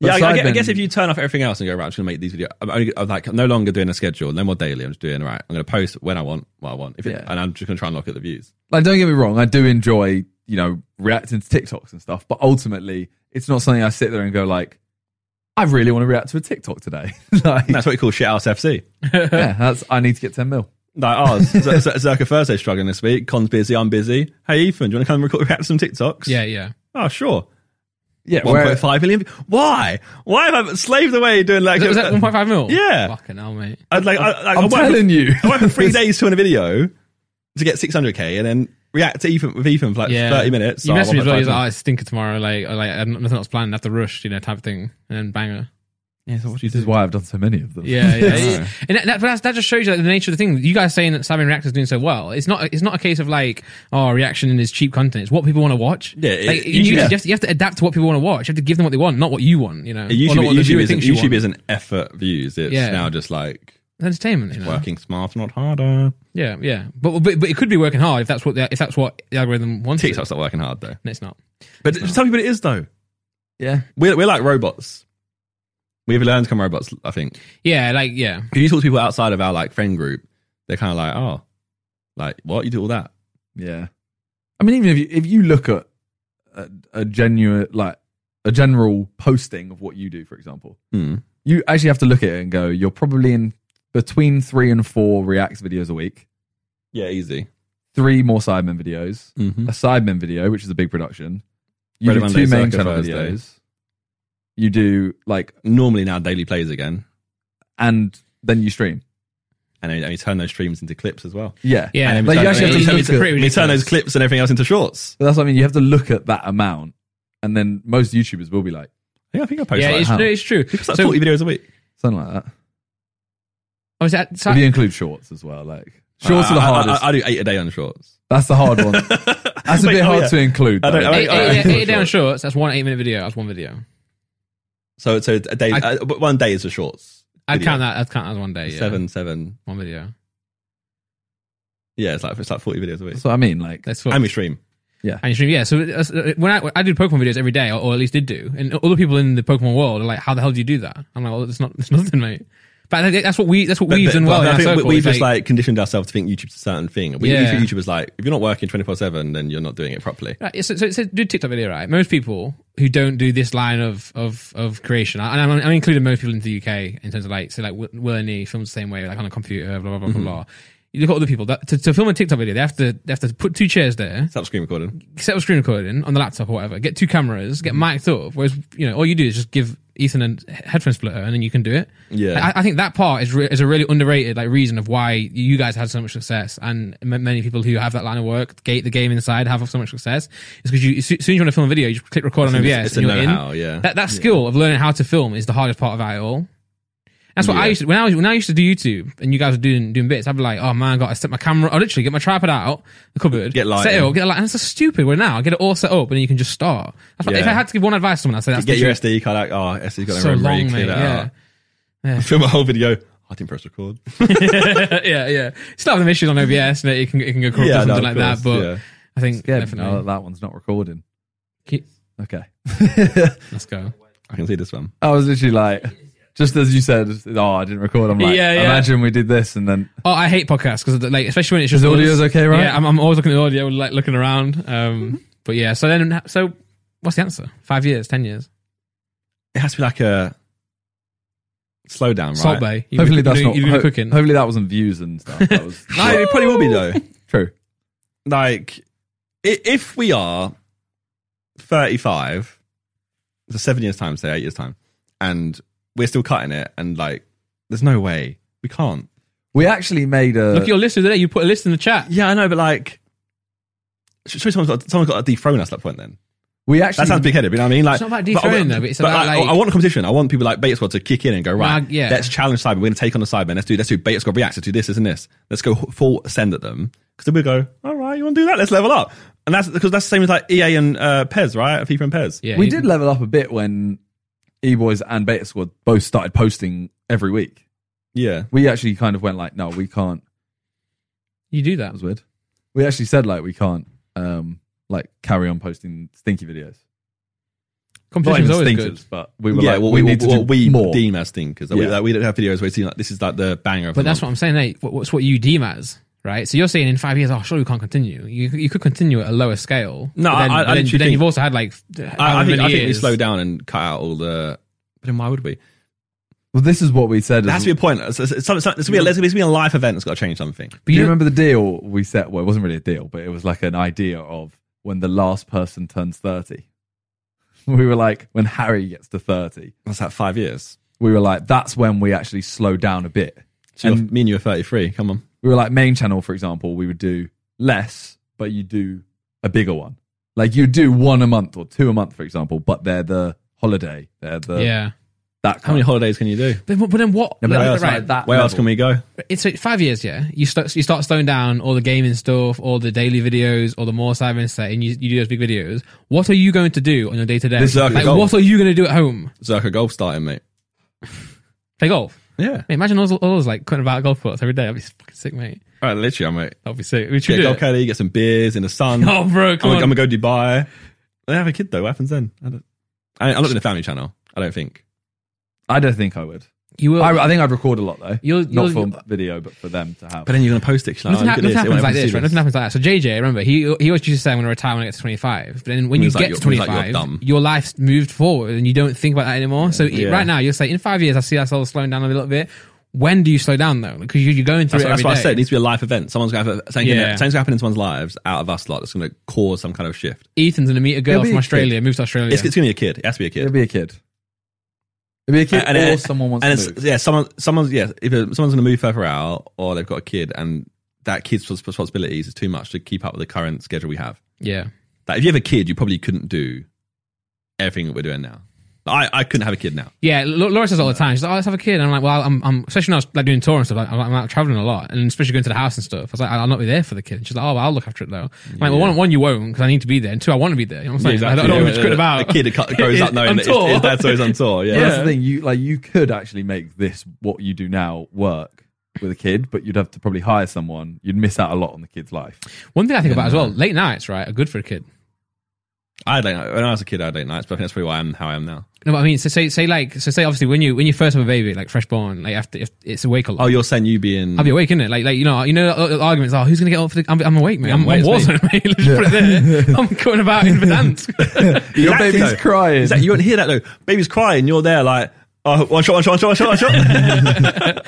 Yeah, But I, I gue- I Sidemen- guess if you turn off everything else and go, right, I'm just going to make these videos. I'm, only, I'm like, I'm no longer doing a schedule, no more daily. I'm just doing, right, I'm going to post when I want, what I want. If it, Yeah. And I'm just going to try and look at the views. like don't get me wrong, I do enjoy, you know, reacting to TikToks and stuff, but ultimately it's not something I sit there and go like, I really want to react to a TikTok today. like And that's what we call shit house FC. yeah, that's I need to get ten mil. Like oh, ours, Z- Z- Circa Thursday struggling this week. Con's busy, I'm busy. Hey Ethan, do you want to come and record react to some TikToks? Yeah, yeah. Oh sure. Yeah, where, 1.5 million. vi- Why? Why have I slaved away doing like? Was that 1.5 mil? Yeah. Fucking hell, mate. I'd like, I, like I'm I work- telling you. I worked for three days to a video to get 600k, and then react to Ethan with Ethan for like 30 minutes. You Oh, messaged me as well. 1.5 He's like, oh, it's stinker tomorrow. Like, or like, I have nothing else planned. I have to rush, you know, type of thing. And then banger. Yeah, so what do you this is why I've done so many of them. Yeah, yeah. Yeah. and that, that, but that's, that just shows you like, the nature of the thing. You guys saying that Simon Reactor's doing so well. It's not. It's not a case of like, oh, reaction is cheap content. It's what people want to watch. Yeah, it- Like, it- you, you yeah. have to, you have to adapt to what people want to watch. You have to give them what they want, not what you want. You know, Or YouTube, not what the YouTube, viewer isn't, thinks you YouTube want. isn't effort views. It's Yeah. Uh-huh. now just like It's entertainment. You know? working smarter, not harder. Yeah, yeah. But, but but it could be working hard if that's what the, if that's what the algorithm wants. it. TikTok's not working hard though. And it's not. But some people it is though. Yeah. We're, we're like robots. We've learned to become robots, I think. Yeah, like yeah, If you talk to people outside of our like friend group, they're kind of like, oh, like what you do all that? Yeah. I mean, even if you if you look at a, a genuine like a general posting of what you do, for example, Hmm. you actually have to look at it and go, you're probably in between three and four reacts videos a week, Yeah, easy. three more Sidemen videos, Mm-hmm. a Sidemen video, which is a big production. You Bread do and two Mondays, main Circa channel Thursday. videos. You do like, Normally now daily plays again, and then you stream. and then you turn those streams into clips as well. Yeah, Yeah. and Like, we you turn- actually we have to turn- look we at- turn- we turn ridiculous. those clips and everything else into shorts. But that's what I mean. You have to look at that amount, and then most YouTubers will be like Yeah, I think I post yeah. like, It's, how? no, it's true. it's like So, 40 videos a week. something like that. obviously, at- so- if you include shorts as well, like shorts I- are the Uh, I- I- hardest. I, I do eight a day on shorts. that's the hard one. That's a Wait, bit oh, hard yeah. to include. I don't- though. I Eight, Alright, eight, alright. eight, eight down shorts. That's one eight minute video. That's one video. So so a day, I- uh, but one day is a shorts. I'd Video. count that. I'd count that as one day. Yeah. Seven, seven. One video. Yeah, it's like it's like forty videos a week. That's what I mean. Like, That's what. And we stream. and you stream, yeah. So uh, when I, I did Pokemon videos every day, or, or at least did do, and other people in the Pokemon world are like, "How the hell do you do that?" I'm like, "Well, it's not, it's nothing, mate." But I think that's what we, that's what we've done well. in I our think we- circle, we've is just like conditioned ourselves to think YouTube's a certain thing. We Yeah. yeah. YouTubers like if you're not working twenty four seven, then you're not doing it properly. Right, so, so, so do a TikTok video, right? Most people who don't do this line of of, of creation, and I'm, I'm including most people in the UK in terms of like, so like Will Will and E films the same way, like on a computer, blah blah blah blah. blah. You look at other people that to, to film a TikTok video, they have to they have to put two chairs there, Stop screen recording. set up screen recording on the laptop or whatever, get two cameras, Mm-hmm. get mic'd up. Whereas you know all you do is just give Ethan a he- headphone splitter and then you can do it. Yeah. I, I think that part is re- is a really underrated like reason of why you guys had so much success and m- many people who have that line of work, gate the game inside, have so much success. It's because you as soo- as soon as you want to film a video, you just click record on It's- OBS it's a and you're in. know-how, yeah. That that skill of learning how to film is the hardest part about it all. That's what I Yeah. used to, when I was when I used to do YouTube and you guys were doing doing bits. I'd be like, oh man, I got to set my camera. I literally get my tripod out the cupboard, Get lighting. set it up, get light. And it's so stupid. Where now I get it all set up and then you can just start. That's what- If Yeah. I had to give one advice to someone, I'd say that's Get the your trick. SD card out. Oh, SD card. so memory, long, clear mate. that Yeah. out. Film a whole video. Oh, I didn't press record. yeah, yeah. Still have the issues on OBS, and it can it can go corrupt Yeah, or no, something of like course, that. But yeah. I think Yeah, definitely. no, that one's not recording. Keep- Okay. Let's go. I can see this one. I was literally like, just as you said, oh, I didn't record. I'm like, Yeah, yeah. imagine we did this and then Oh, I hate podcasts because like especially when it's Is just the audio's us. okay, right? Yeah, I'm, I'm always looking at the audio, like looking around. Um, but yeah, so then so what's the answer? Five years, ten years, It has to be like a slowdown, right? Salt Bay. You've hopefully been, that's you've not been ho- cooking. Hopefully that wasn't views and stuff. That was No, it probably will be though. true. Like, i- if we are thirty-five, so seven years time, say eight years time, and we're still cutting it, and like, there's no way we can't. We actually made a Look at your list today. You put a list in the chat. Yeah, I know, but like, sh- surely someone's got someone's got to dethrone us at that point. Then we actually that sounds big-headed, but you know what I mean. Like, It's not about but I- dethroning, though, but it's about, I- like- I want competition. I want people like Beta Squad to kick in and go right. Nah, yeah. let's challenge Cyber. We're going to take on the Cyber. Let's do let's do Beta Squad reacts. Let's do this, this, and this. Let's go full send at them because then we go. All right, you want to do that? Let's level up. And that's because that's the same as like EA and uh, Pez, right? FIFA and Pez. Yeah, we you- did level up a bit when E Boys and Beta Squad both started posting every week. yeah. We actually kind of went like, no, we can't. You do that. That was weird. We actually said like we can't um like carry on posting stinky videos. Not Competition's even always stinkers, good. but we were like, what we, need to what do we more. deem as stinkers. We, Yeah. like, we don't have videos where it's like this is like the banger. Of But that's what I'm saying. Hey, what- what's what you deem as right? So you're saying in five years, oh, sure, we can't continue. You you could continue at a lower scale. No, but then, I- I but then, literally but then think- you've also had like I, I think, I think we years. slow down and cut out all the. But then why would we? Well, this is what we said. There has As, to be a point. It's, it's, it's, it's, it's, be, a, it's be a life event that's got to change something. But do you don't- remember the deal we set? Well, it wasn't really a deal, but it was like an idea of when the last person turns thirty. We were like, when Harry gets to thirty, That's like five years. we were like, that's when we actually slow down a bit. So you're- And- me and you are 33. Come on. we were like main channel for example we would do less but you do a bigger one like you do one a month or two a month for example but they're the holiday they're the yeah. that How kind many of holidays can you do? But, but then what? No, but like, I was right, like, that Where else level. can we go? it's it's five years, yeah. You start you start slowing down all the gaming stuff, all the daily videos, all the more cyber insight, and you, you do those big videos. What are you going to do on your day to day? This is our Like, goal. what are you going to do at home? Zerka Golf starting, mate. Play golf. Yeah. Mate, imagine all, all those like cutting about golf course every day. That'd be fucking sick, mate. All right, literally, I'm mate. That'd be sick. We should Get do a golf it. caddy, get some beers in the sun. Oh, bro, I'm come gonna, I'm on. gonna go Dubai. They have a kid though. What happens then? I don't, I, I'm not doing a family channel. I don't think. i don't think i would You will. I, I think i'd record a lot though You'll- not you'll- for video but for them to have But then you're gonna post it. Like, Nothing, oh, hap- nothing look at this. happens Everyone like can this, see right? Nothing happens like that. So JJ, remember, he he always used to say, "I'm going to retire when I get to 25." But then when you Means like get you're- to means like 25, you're dumb. your life's moved forward, and you don't think about that anymore. So i- right now, you're saying, "In five years, I see ourselves slowing down a little bit." When do you slow down though? Because you- you're going through it That's, what- that's every what I day. said. It needs to be a life event. Someone's gonna have a, something, Yeah. something's gonna happen in someone's lives out of us lot that's gonna cause some kind of shift. Ethan's gonna meet a It'll girl be from a Australia, moves to Australia. It's, it's gonna be a kid. It has to be a it'd kid. be a kid it'd be a kid And- or and- someone wants And to it's, move. yeah, someone, someone's yeah. If it- someone's gonna move further out, or they've got a kid, and that kid's respons- responsibilities is too much to keep up with the current schedule we have. yeah, Like if you have a kid, you probably couldn't do everything that we're doing now. Like, I, I couldn't have a kid now. yeah. L- Laura says all the time, she's like, "Oh, let's have a kid." And I'm like, "Well, I'm, I'm especially when I was like doing tour and stuff. Like, I'm, I'm out traveling a lot, and especially going to the house and stuff. I was like, "I'll not be there for the kid." And she's like, "Oh, well, I'll look after it though." I'm like, well, one, one, you won't because I need to be there, and two, I want to be there. You know what I'm saying? I don't, I don't want Yeah, to be yeah, screwed about. A kid that grows up knowing On that his, tour. his dad's always on tour. Yeah. But that's the thing you like you could actually make this what you do now work with a kid but you'd have to probably hire someone you'd miss out a lot on the kid's life One thing I think about as well, late nights, right, are good for a kid. I had late night. When I was a kid, I had late nights, but I think that's probably why I'm how I am now. No, but I mean, so say, say like, so say obviously when you when you first have a baby, like fresh born, like after if it's awake a lot. Oh, you're saying you being. I'll be awake, innit? Like, like you know, you know, uh, uh, arguments are who's gonna get up for the? I'm, I'm awake, mate. I'm, I'm I'm awake, Warzone, mate. Let's put it there. I'm going about in Verdansk. your Exactly, baby's though. crying Exactly, you won't hear that though. Baby's crying. You're there like, oh, one shot, one shot, one shot, one shot.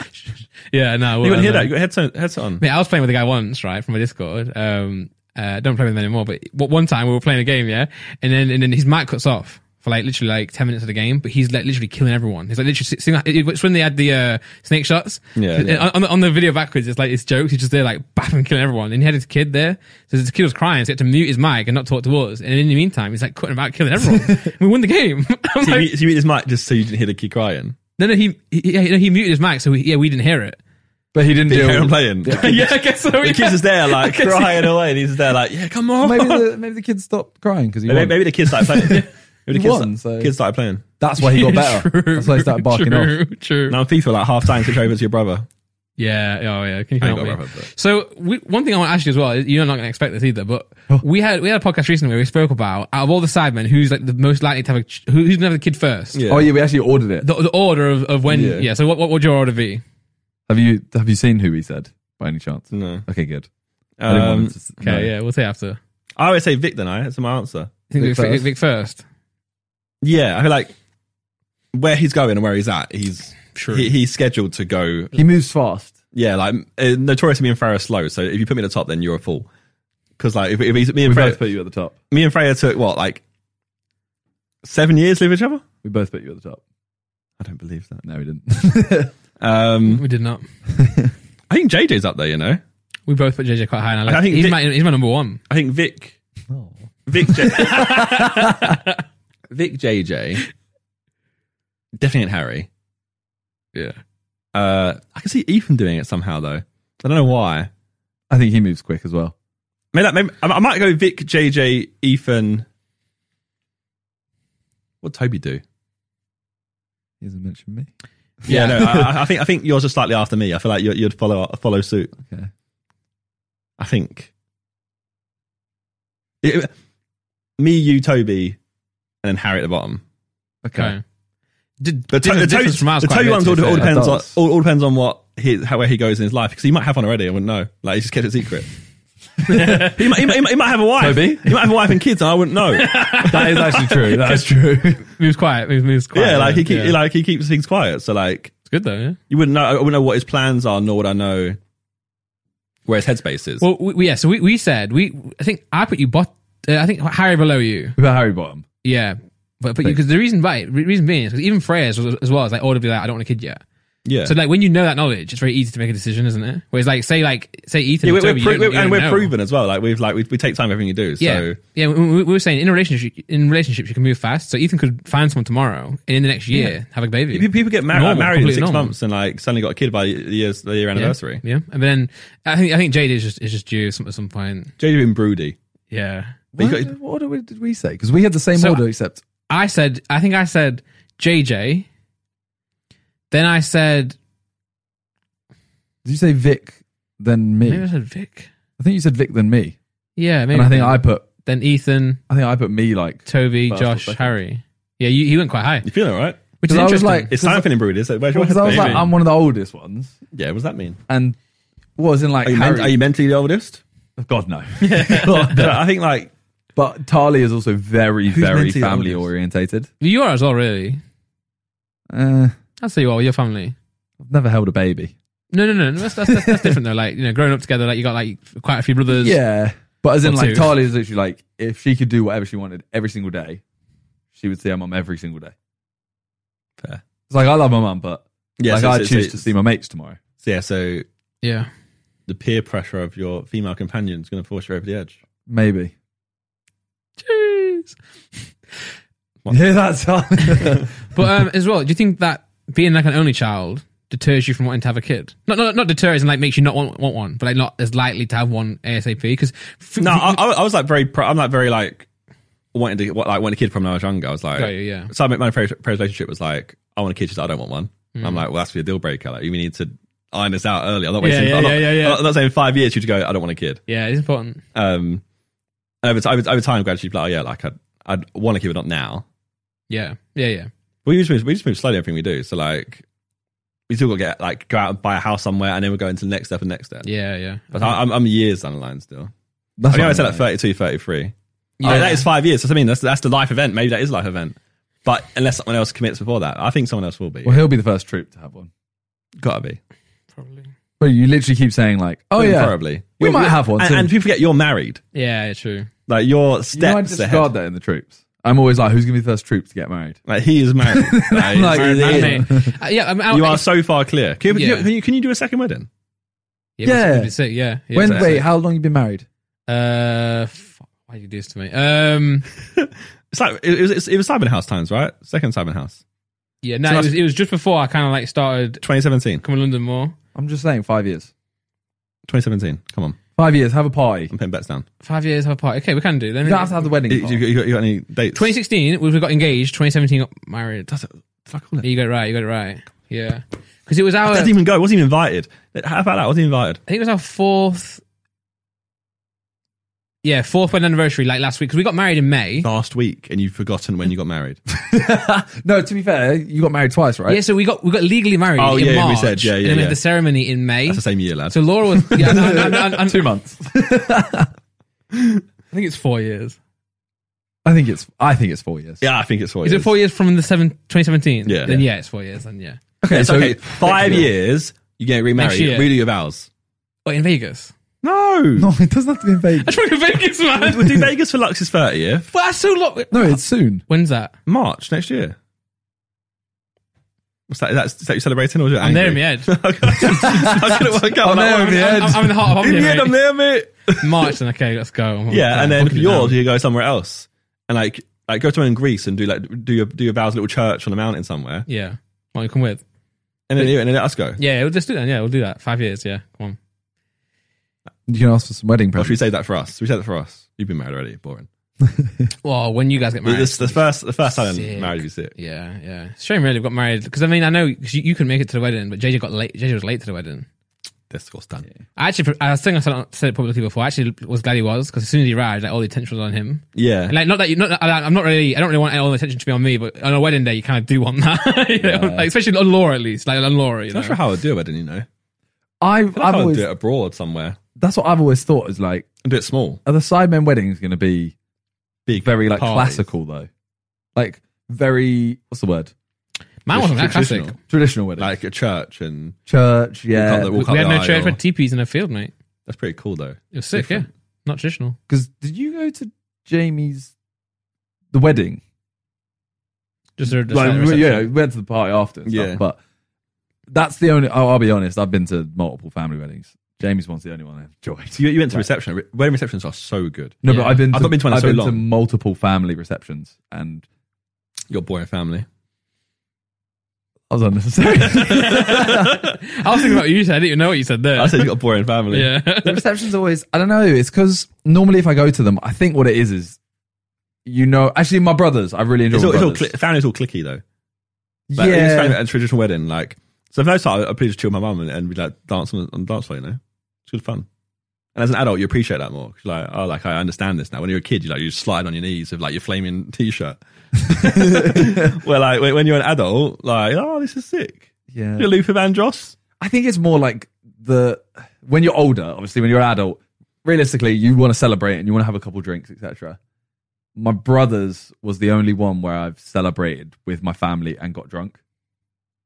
Yeah, no, I You wouldn't wouldn't hear know. that. You got headset, headset on. Mate, I was playing with a guy once, right, from a Discord. Um, uh, don't play with him anymore. But w- one time we were playing a game, yeah, and then and then his mic cuts off for like literally like ten minutes of the game, but he's like literally killing everyone. He's like literally sitting- it- it's when they had the uh, snake shots. Yeah, yeah. On- On, the, on the video backwards, it's like his jokes. He's just there like bapping, killing everyone. And he had his kid there, so his kid was crying, so he had to mute his mic and not talk to us. And in the meantime, he's like cutting him out, killing everyone. we won the game. I'm So you, like, mute- so you mute his mic just so you didn't hear the kid crying. no, no, he, he yeah, no, he muted his mic, so we, yeah, we didn't hear it. But he didn't Did you deal. hear him playing? yeah, I guess so. The yeah. kid is there, like I guess he- crying away, and he's there, like, yeah, come on. maybe Maybe, the maybe the kid stopped crying because he maybe, won. the kid started playing. Maybe the He kid, won, start- so- kid started playing. That's why he got better. True, That's why he started barking true, off. True. Now in FIFA, like half time, switch over to your brother. Yeah. Oh, yeah. Can you I ain't help me? got rubber, but- So, we, one thing I want to ask you as well. is You're not going to expect this either, but Oh. we had we had a podcast recently where we spoke about out of all the sidemen, who's like the most likely to have a ch- who, who's going to have the kid first. Yeah. Oh yeah, we actually ordered it. The, the order of, of when. Yeah. Yeah. So, what what would your order be? Have you have you seen who we said by any chance? No. Okay, good. I didn't want him Um, to s- Okay. no. Yeah. We'll say after. I always say Vic, then I. That's my answer. I think Vic Vic first. first. Vic first. Yeah, I feel like where he's going and where he's at, he's he, he's scheduled to go. He moves fast. Yeah, like uh, notoriously me and Farah are slow. So if you put me at the top, then you're a fool. Because like if, if he's, me and We Freya, both put you at the top. me and Freya took what like seven years to live with each other. We both put you at the top. I don't believe that. No, we didn't. Um, We did not. I think JJ's up there. You know, We both put JJ quite high. And I, like, I think he's Vic- my he's my number one. I think Vic, Oh. Vic, J- Vic JJ, definitely ain't Harry. Yeah. Uh, I can see Ethan doing it somehow though. I don't know why. I think he moves quick as well. Maybe, that, maybe I I might go Vic, JJ, Ethan. What Toby do? He hasn't mentioned me. Yeah, no, I, I- I think I think yours are slightly after me. I feel like you, you'd follow follow suit. Okay. I think It- me, you, Toby, and then Harry at the bottom. Okay. Okay. Did, The, to- the, Toby- difference from ours the quite a Toby bit, ones to all, be all fair. depends on does. all, all depends on what his, how where he goes in his life because he might have one already. I wouldn't know. Like he just kept it secret. he, might, he, might, he might have a wife. Toby? He might have a wife and kids, and I wouldn't know. That is actually true. That is true. moves quiet. Moves, moves quiet. yeah, like he keep, yeah. like he keeps things quiet. So like it's good though. Yeah. you wouldn't know. I wouldn't know what his plans are, nor would I know where his headspace is. Well, we, we- yeah. So we, we said we. I think I put you bot. Uh, I think Harry below you. About Harry Bottom. Yeah, but but because the reason why, re- reason being, is 'cause even Freya's was- as well is like, oh, to be like, I don't want a kid yet. yeah. So like when you know that knowledge, it's very easy to make a decision, isn't it? Whereas like say like say Ethan, yeah, and we're, Toby, we're, you pro- don't- you and don't we're know. proven as well. Like we've like we, we take time everything you do. So Yeah, yeah. We, we we were saying in a relationship, in relationships, you can move fast. So Ethan could find someone tomorrow, and in the next year, have a baby. Pe- people get mar- Normal, like, married in completely six normal. months and like suddenly got a kid by the year's the year anniversary. Yeah, and then I think I think Jade is just is just due at some, at some point. JJ been broody. Yeah, But What, you got- what order we- did we say? Because we had the same So- order except I said, I think I said JJ. Then I said, did you say Vic then me? maybe I I said Vic. think you said Vic then me. Yeah, maybe. And I then, think I put then Ethan, I think I put me like Toby, First or Josh, second. Harry. Yeah, you, he went quite high, You feeling all right? which is I was interesting. like- It's time feeling broody. So where's your because I was headspace? like I'm one of the oldest ones yeah, what does that mean? and what was in like Are you, Harry, men- are you mentally the oldest? God no. God, no. I think like But Tali is also very very mentally the family oldest? orientated. you are as well, really. Uh, I'd say you are with your family. I've never held a baby. No, no, no. That's, that's, that's, that's different though. Like you know, growing up together, like you got like quite a few brothers. Yeah, but as in Or like two. Tali is literally like if she could do whatever she wanted every single day, she would see her mum every single day. Fair. It's like I love my mum, but yeah, like so- I so- so- choose to see my mates tomorrow. So, yeah, so yeah. the peer pressure of your female companion is going to force you over the edge. Maybe. Jeez. Yeah, that's hard. But um, as well, do you think that being like an only child deters you from wanting to have a kid? Not not not deters and like makes you not want, want one, but like not as likely to have one ASAP because No, I, I I was like very. Pro- I'm like very like wanting to what like when a kid from when I was younger. I was like, Got you, yeah. So my, my parents' parents' relationship was like, I want a kid. She's like, I don't want one. Hmm. I'm like, well, that's be a deal breaker. Like, we need to iron this out early. I'm not Yeah, wasting. yeah, I'm, not, yeah, yeah, yeah. I'm not- I'm not saying five years you'd go. I don't want a kid. yeah, it's important. Um, and over, ti- over, over time, gradually, you'd be like, oh, yeah, like I'd, I'd want a kid, but not now. Yeah, yeah, yeah. We just move, we just move slowly. Everything we do. So like, we still got to get like go out and buy a house somewhere, and then we'll go into the next step and next step. Yeah, yeah. But uh, I, I'm, I'm years down the line still. That's I mean, I said what like 32, 33. Yeah. Oh, that is five years. That's what I mean. That's that's the life event. Maybe that is life event. But unless someone else commits before that, I think someone else will be. Well, he'll be the first troop to have one. Gotta be. probably. But you literally keep saying like, oh yeah, Probably. We might have one And, soon. and people forget you're married. Yeah, true. Like your You know, I steps discard ahead. that in the troops. I'm always like, who's gonna be the first troop to get married? Like he is married. Like, Like, he's Yeah. Okay. Uh, yeah, I mean, I- you I- are so far clear. Can you, Yeah. can you, can you do a second wedding? Yeah, that's- Yeah. that'd be sick, yeah. yeah when? that's Wait, it. how long you been married? Uh, fuck, why do you do this to me? Um, It's like it, was- it, was Simon House times, right? Second Simon House, yeah, no, So it that's- was it was just before I kind of like started 2017, coming to London more. I'm just saying, five years. 2017. Come on, Five years. Have a party. I'm putting bets down. Five years have a party. Okay, we can do then. You don't have to have the wedding. You, you, party. got, you got- you got any dates? 2016 was we got engaged. 2017 got married. That's a, fuck all that. You got it right. You got it right. Yeah, because it was our. I Didn't think even go. Wasn't even invited. How about that? Wasn't even invited. it was our fourth. Yeah, fourth wedding anniversary, like last week, because we got married in May. Last week, and you've forgotten when you got married. no, to be fair, you got married twice, right? Yeah, so we got we got legally married. Oh, in yeah, we March, said, yeah, yeah, And then we yeah. had the ceremony in May. That's the same year, lad. So Laura was yeah, no, no, no, no, no, Two months. I think it's four years. I think it's. I think it's four years. yeah, I think it's four Is years. it four years from the seven, 2017? Yeah. Then yeah, it's four years. Then yeah. Okay. It's so okay. Five years. You get remarried. Next year. Redo your vows. Oh, in Vegas. No. no, it doesn't have to be in I Vegas. just want to go to Vegas, man. We'll do Vegas for Lux's 30th. Well, that's so long. No, it's soon. When's that? March next year. What's that? Is that, is that you celebrating or is it I'm there in angry? my head. I couldn't work out. I'm that there one. in the I'm, I'm in the heart of In the Omnia, end, I'm mate. there, mate. March, then okay, let's go. I'm- Yeah, okay, and then fucking for yours, hell. you go somewhere else and like like go somewhere in Greece and do like do your do your vows in a little church on a mountain somewhere, Yeah. Why don't you come with? and then you and then let us go. Yeah, we'll just do that. Yeah, we'll do that. Five years. Yeah, come on. You can ask for some wedding Or should we presents. save that for us? Should we save that for us? You've been married already. Boring. Well, when you guys get married. This, the first the first time Sick. married, you sick. yeah, yeah. It's a shame, really. We got married because I mean, I know 'cause you, you couldn't make it to the wedding, but JJ got late. JJ was late to the wedding. This got done. I actually, I think I said, it- said it publicly before. I actually was glad he was because as soon as he arrived, like all the attention was on him. Yeah. And, like not that you, not that, I- I'm not really, I don't really want all the attention to be on me, but on a wedding day, you kind of do want that, you know? like, especially on Laura at least, like on Laura. You I'm know? not sure how I'd do it. Didn't you know? I've, I'd I've always. do it abroad somewhere That's what I've always thought is like. and do it small. Are the Sidemen weddings going to be Big very like parties. classical though? Like very what's the word? Mine wasn't that classic. Traditional. Traditional wedding. like a church and church, can't yeah. look- We, Walk we had up no the church, aisle. we had teepees in a field, mate. that's pretty cool though. It was sick, Different. yeah. Not traditional. Because did you go to Jamie's the wedding? Just a, just like, like a we- yeah, we reception. went to the party after. And Yeah. stuff, but that's the only. Oh, I'll be honest. I've been to multiple family weddings. Jamie's one's the only one I've enjoyed. So you, you went to reception. Re- Wedding receptions are so good. No, Yeah. but I've been. To, I've not been to one in so been to long. multiple family receptions, and Your boy and family. I was unnecessary. I was thinking about what you said. I didn't even know what you said there. I said you got a boring family. yeah. the reception's always I don't know. It's because normally if I go to them, I think what it is is you know. Actually, my brothers, I really enjoy. It's my all, it's all brothers. cli- family's all clicky though. Like, yeah. It's yeah, at a traditional wedding, like so. For the most part, I pretty just chill with my mum and, and we like dance on, on the dance floor. You know, it's good fun. And as an adult, you appreciate that more. 'Cause you're like, oh, like I understand this now. When you're a kid, you like you slide on your knees with like your flaming t-shirt. Where like when when you're an adult, like oh, this is sick. yeah. You're Luther Vandross. I think it's more like the when you're older, obviously when you're an adult, realistically you want to celebrate and you want to have a couple drinks, etc. My brother's was the only one where I've celebrated with my family and got drunk.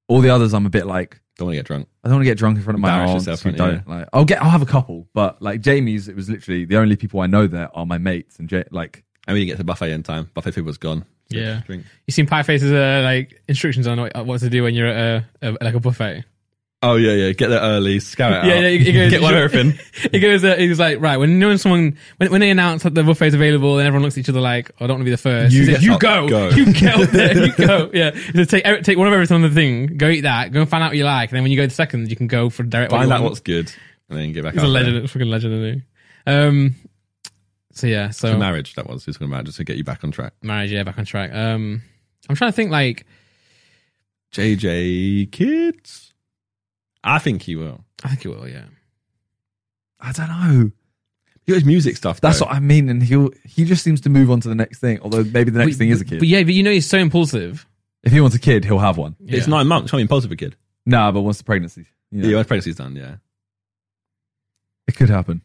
All the others I'm a bit like Don't want to get drunk. I don't want to get drunk in front of my Embarrass aunts yourself, who don't you? don't like I'll get I'll have a couple, but like Jamie's it was literally the only people I know there are my mates and Ja- like And we didn't get to the buffet in time. Buffet food was gone. Yeah. Drink. You seen Pie Face's uh, like instructions on what, what to do when you're at a, a like a buffet? Oh yeah, yeah. Get there early. Scout it Yeah, out. yeah, it goes- get one of everything. He goes, uh, he's like, right, when knowing someone, when, when they announce that the buffet's available and everyone looks at each other like, oh, I don't want to be the first. You You, says, get you up, go, go." you get up there, you go. Yeah. He says, take, every- take one of everything on the thing, go eat that, go and find out what you like. And then when you go to the second, you can go for direct what Find you out want. what's good, and then get back. He's a out there. legend, a fucking legend, isn't he? Um, so yeah, so The Marriage that was. He's talking about just to get you back on track. marriage, yeah, back on track. Um, I'm trying to think like, JJ Kids? I think he will. I think it will, yeah. I don't know. He got his music stuff. That's though. what I mean, and he will he just seems to move on to the next thing. Although maybe the next But- thing is a kid. But yeah, but you know, he's so impulsive. if he wants a kid, he'll have one. It's Yeah. nine months. I'm impulsive, a kid. Nah, but once the pregnancy, you know, Yeah, my pregnancy's done. Yeah, it could happen.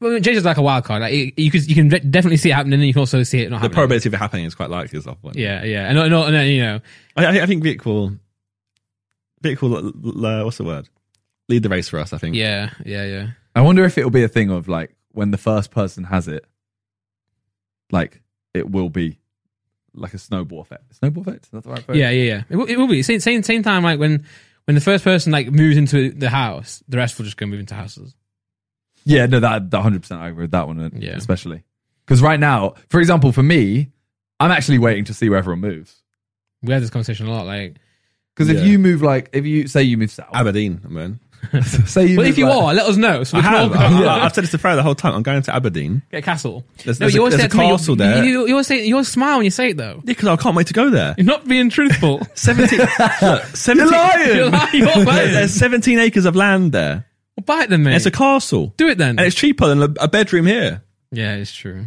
Well, I mean, JJ's like a wild card. Like you, you, could, you can de- definitely see it happening, and you can also see it not the happening. probability of it happening is quite likely. Is off one. Yeah, yeah, and, and, and then you know, I, I think Vic will. Vic will. l- l- uh, what's the word? lead the race for us. I think. Yeah, yeah, yeah. I wonder if it'll be a thing of like when the first person has it, like it will be like a snowball effect. Snowball effect? Is that the right word? Yeah, yeah, yeah. It will, it will be same, same same time. Like when when the first person like moves into the house, the rest will just go move into houses. Yeah, no, that that hundred percent I agree with that one, uh, Yeah. especially because right now, for example, for me, I'm actually waiting to see where everyone moves. We had this conversation a lot. Like, Because if Yeah. you move, like if you say you move south, Aberdeen, man. say you, well, move, if you like- are, let us know. So I we can all have. go. I, I- I've said this to Farah the whole time. I'm going to Aberdeen. Get a castle. There's- there's a- there's a that to me, castle you- there. You, you always say you always smile when you say it though. Yeah, because I can't wait to go there. You're not being truthful. 17, look, 17 you're lying. You're lying. You're lying. There's 17 acres of land there. Well, buy it then, mate. And it's a castle. Do it then. And it's cheaper than a, a bedroom here. yeah, it's true.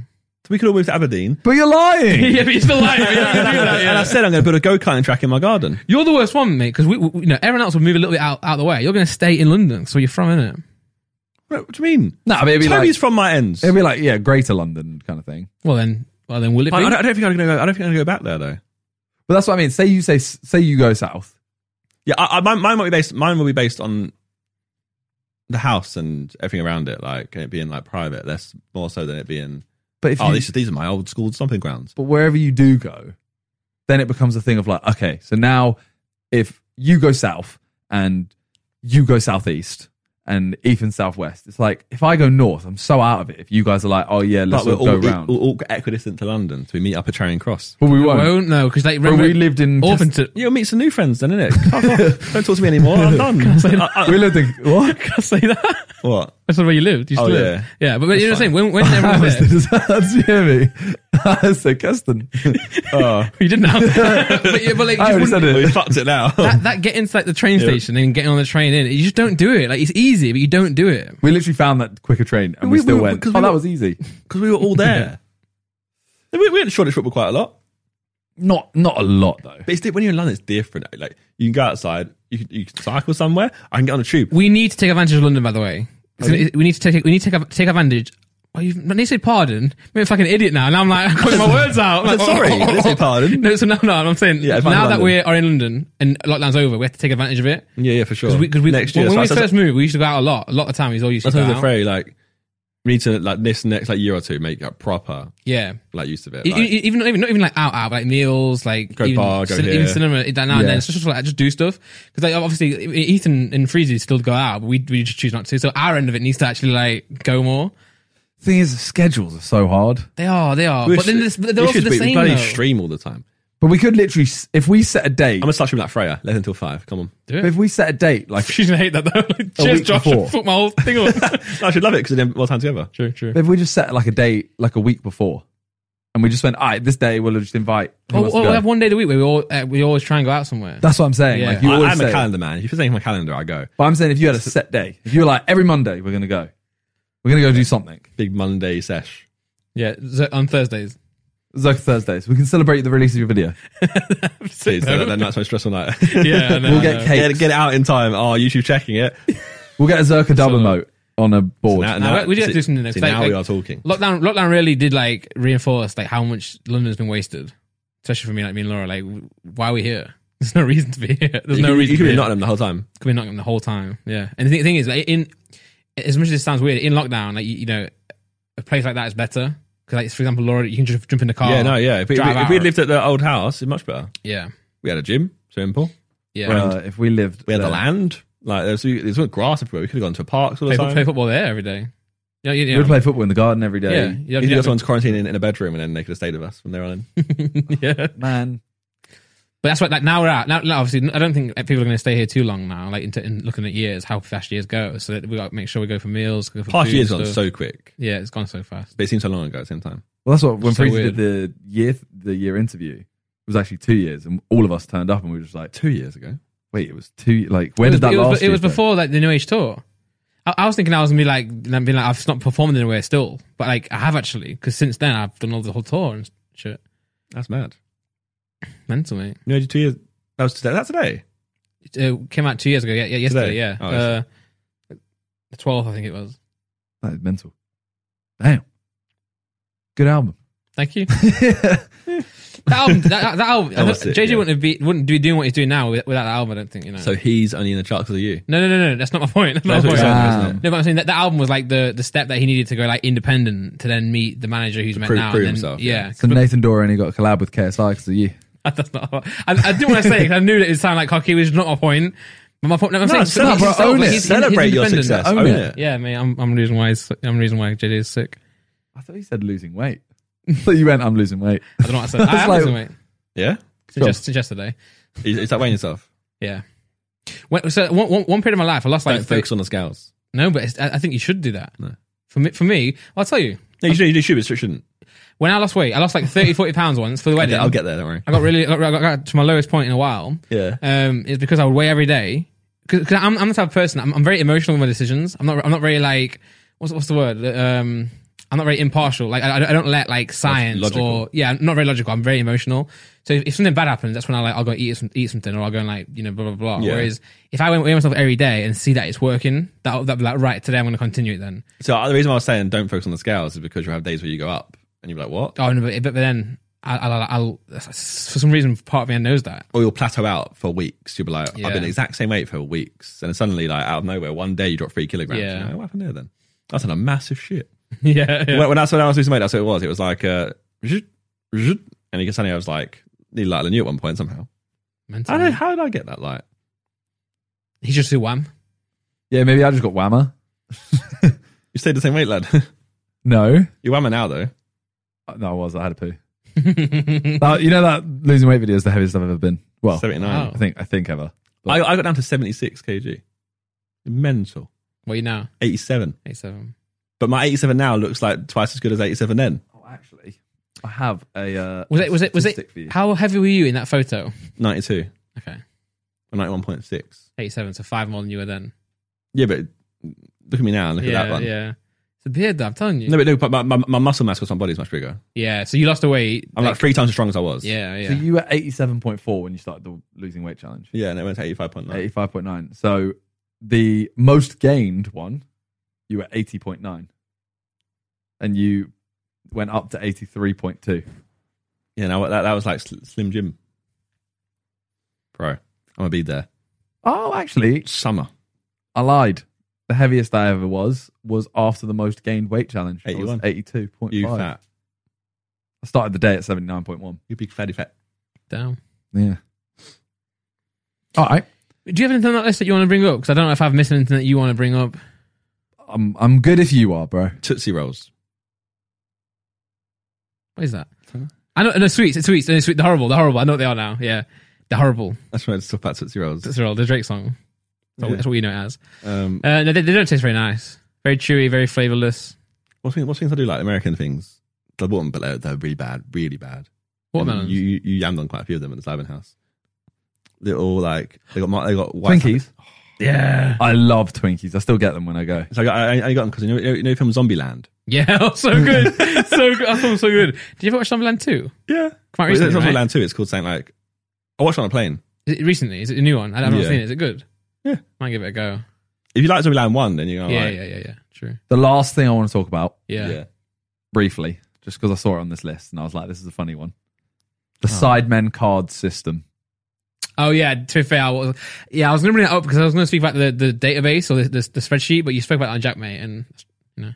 So we could all move to Aberdeen. but you're lying. yeah, but you're still lying. You're, not gonna do that, And I yeah. said I'm going to build a go karting track in my garden. You're the worst one, mate. Because we, we, you know, everyone else will move a little bit out, out of the way. You're going to stay in London, so you're from in it. What, what do you mean? no, but it'd be Toby's like from my ends. it'd be like yeah, Greater London kind of thing. Well then, well then, will it I, I be? don't, I don't think I'm going to go. I don't think I'm going to go back there though. But that's what I mean. Say you say say you go south. Yeah, I, I, mine, mine will be based. Mine will be based on the house and everything around it, like and it being like private, less more so than it being. But if Oh, you, these, these are my old school stomping grounds. but wherever you do go, then it becomes a thing of like, okay, so now if you go south and you go southeast and Ethan southwest, it's like if I go north, I'm so out of it. If you guys are like, oh yeah, let's But we're all go all, round, all, all equidistant to London, so we meet up at Charing Cross. but we I won't. won't know because like Bro, remember we lived in Orpington. You'll meet some new friends then, innit? Fuck off. Don't talk to me anymore. I'm done. I- I- we lived in what? Can I say that? what? That's not where you lived. You Oh, still lived. Yeah, but you know what I'm saying. When, when That everyone was was the there, disaster, Jimmy. That's so Kirsten. you didn't know. but, yeah, but like, you I just wouldn't- already said Well, it. you fucked it now. that, that getting to like the train station and getting on the train in, you just don't do it. Like it's easy, but you don't do it. We literally found that quicker train and we, We- still we- went. Oh, because we that were- was easy. Because we were all there. we, we went to Shoreditch football quite a lot. Not not a lot though. But it's, di- when you're in London, it's different. Like, you can go outside, you can, you can cycle somewhere, I can get on a tube. We need to take advantage of London, by the way. It's- Okay. We need to take we need to take, take advantage. Well, you when they say pardon, I'm a fucking idiot now, and I'm like, I'm calling my words out. I'm I like, said, sorry, they didn't say pardon. No, so no, no. I'm saying Yeah, I find now that London. we are in London and lockdown's over, we have to take advantage of it. Yeah, yeah, for sure. Because we, 'cause we, Next when, year, we so I- first moved, we used to go out a lot. A lot of time, we was all used to That's go what I'm out. afraid. Like, we need to, like, this next like year or two, make like, proper Yeah. like use of it. E- Like, e- even not even not even like out out but, like meals like Go even, bar, go cin- here. even cinema it- that now and Yeah. then it's just like just do stuff because like obviously E- Ethan and Freezy still go out but we we just choose not to so our end of it needs to actually like go more thing is, schedules are so hard. they are they are we but then should- this, we they're also should the be- same bloody though. stream all the time. But we could literally, s- if we set a date, I'm gonna start streaming like Freya, 11 till 5. Come on. Do it. but if we set a date, like she's gonna hate that though Like, cheers week Josh before. I put my whole thing on I should love it because then more time together. true true if we just set like a date, like a week before, and we just went, all right, this day we'll just invite. who oh, wants to oh, we go." have one day of the week where we all uh, we always try and go out somewhere That's what I'm saying. Yeah. Like you I, always I'm say, a it. calendar man. If you're saying my calendar, I go. but I'm saying if you had a set day, if you were like every Monday we're gonna go, we're gonna go do something. Big Monday sesh. yeah so on Thursdays It's like Thursdays. We can celebrate the release of your video. Please, that, that, that's my stressful night. yeah I know, We'll I get know. cakes. Get, get it out in time. Oh, YouTube checking it. We'll get a Zerka dub emote on a board. Now- No, now- we do have to see- do something next. see, Like- now we like- are talking. lockdown lockdown really did like reinforce like how much London's been wasted, especially for me like me and Laura. Like, w- why are we here? There's no reason to be here. There's you, no reason. could- to You be could be here. Nottingham the whole time. Could be knocking the whole time. Yeah, and the thing, thing is, like, in as much as it sounds weird, in lockdown, like you, you know, a place like that is better because, like, for example, Laura, you can just jump in the car. yeah, no, yeah. If, we, Oh, drive if out. we'd lived at the old house, it's much better. yeah, We had a gym, swimming pool. yeah. Uh, if we lived, We had the there. land. Like there's there's no grass everywhere. We could have gone to parks all the play, time. play football there every day. Yeah, yeah, yeah. We'd play football in the garden every yeah. You day. You could have- have gone to quarantine in, in a bedroom, and then they could have stayed with us from there on in. yeah. Man, But that's what like now we're out now. now obviously, I don't think like, people are going to stay here too long now. Like in, t- in looking at years, how fast years go. So that we got to make sure we go for meals. Go for Past food, years gone stuff. so quick, yeah, it's gone so fast. but it seems so long ago at the same time. well, that's what when So so did the year the year interview. It was actually two years, and all of us turned up, and we were just like, Two years ago. wait, it was two. Like, where it was, did that it was- last? it was year go? before like the New Age tour. I, I was thinking I was gonna be like, I'd be like, I've not performed in a way still, but like I have actually because since then I've done all the whole tour and shit. That's mad. Mental, mate. You know, two years. That was today. That's today. It uh, came out two years ago. Yeah, yeah yesterday. Today? Yeah, Oh, I see. uh, the twelfth, I think it was. That is mental. Damn. Good album. Thank you. that album, that, that, that album, That was it, JJ yeah. wouldn't have be, wouldn't be doing what he's doing now without that album. I don't think you know. So he's only in the chart because of you. no, no, no, no. That's not my point. That's not That's my what point. you're saying, Damn. isn't it? No, but I'm saying that the album was like the the step that he needed to go like independent to then meet the manager who's met prove- now. prove and then, himself, Yeah, So Nathan Dora only got a collab with KSI because of you. that's not. I, I didn't want to say it 'cause I knew that it sounded like cocky, which is not my point. But my point. No, I'm saying celebrate- he's himself, own like, it. he's- he's Celebrate your independent. success. Own Own, it. it. Yeah, mate. I'm I'm the reason why he's, I'm the reason why JJ is sick. I thought you said losing weight. I thought you went, I'm losing weight. I don't know what I said. I It's am like- losing weight. Yeah? Since, just, since yesterday. Is, is that weighing yourself? Yeah. When, so one, one, one period of my life, I lost like Don't thirty focus on the scales. No, but it's, I I think you should do that. No. For me, for me, I'll tell you. No, you should, you should, but you shouldn't. When I lost weight, I lost like 30, 40 pounds once for the I'll wedding. get, I'll get there, don't worry. I got really, I got, I got to my lowest point in a while. Yeah. Um, it's because I would weigh every day. Because I'm, I'm the type of person. I'm, I'm very emotional with my decisions. I'm not. I'm not very like. What's what's the word? Um, I'm not very impartial. Like I, I don't let like science logical. or yeah, I'm not very logical. I'm very emotional. So if, if something bad happens, that's when I like I'll go eat some, eat something or I'll go and like you know blah blah blah. Yeah. Whereas if I went weigh myself every day and see that it's working, that that be like right today I'm going to continue it then. So uh, the reason why I was saying don't focus on the scales is because you have days where you go up and you're like, what? Oh no, but, but then I, I'll, I'll for some reason part of me knows that. Or you'll plateau out for weeks. You'll be like, Yeah. I've been the exact same weight for weeks. And then suddenly, like, out of nowhere, one day you drop three kilograms. Yeah. You're like, what happened there then? That's a massive shit. yeah, yeah. When, when that's when I was losing weight, that's what it was. It was like, uh, zhut, zhut, and you suddenly I was like, nearly like knew at one point somehow. Mentally. I don't, how did I get that light? He's just a wham. Yeah, maybe I just got whammer. You stayed the same weight, lad. No. You're whamming now, though. Uh, No, I was. I had a poo. Uh, you know that losing weight video is the heaviest I've ever been. Well, 79. Oh. I think I think ever. I, I got down to 76 kg. Mental. what are you now? 87. Eight seven. But my 87 now looks like twice as good as 87 then. Oh, actually, I have a. Uh, Was it? Was it? Was it? How heavy were you in that photo? 92 Okay, and 91.6. eighty-seven. So five more than you were then. Yeah, but look at me now. Look yeah, at that one. yeah. It's a beard, though, I'm telling you. No, but no, but my, my, my muscle mass across my body is much bigger. yeah. So you lost the weight. I'm like, three times as strong as I was. yeah, yeah. So you were eighty-seven point four when you started the losing weight challenge. Yeah, and it went to 85.9. Eighty-five point nine. So the most gained one, you were eighty point nine, and you went up to eighty-three point two. Yeah, no, that, that was like sl- Slim Jim. Bro, I'm going to be there. Oh, actually, Summer. I lied. The heaviest I ever was was after the most gained weight challenge. I was 81. 82.5. You fat. I started the day at 79.1. You big fatty fat. Damn. Yeah. All right. Do you have anything on that list that you want to bring up? Because I don't know if I've missed anything that you want to bring up. I'm I'm good if you are, bro. Tootsie Rolls. What is that? I know. No sweets. It's sweets. No, sweet. The horrible. The horrible. I know what they are now. Yeah. The horrible. That's right, stuff about Tootsie Rolls. That's all. The Drake song. That's, Yeah. what, that's what you know it as. Um, Uh, no, they, they don't taste very nice. Very chewy. Very flavorless. What things, what things I do like American things? I bought them, but they're, they're really bad, really bad. Watermelons. You, you you yammed on quite a few of them at the Slaven House. They're all like they got mar- they got white Twinkies. Yeah. I love Twinkies. I still get them when I go. So I got I, I got them because you know you know the film Zombieland. Yeah, oh, so good, so good. I thought it was so good. Did you ever watch Zombieland Two? Come Yeah. out Well, it's recently, not right? Zombieland too. It's called something like I watched it on a plane. Is it recently? Is it a new one? I haven't Yeah. seen it. Is it good? Yeah. might give it a go. If you like Zombieland one, then you're gonna yeah, like yeah, yeah, yeah. True. The last thing I want to talk about Yeah. briefly, just because I saw it on this list and I was like, this is a funny one. The Sidemen card system. Oh yeah. To be fair, I was, yeah, I was going to bring it up because I was going to speak about the, the database or the, the the spreadsheet, but you spoke about it on Jack Mate, and What are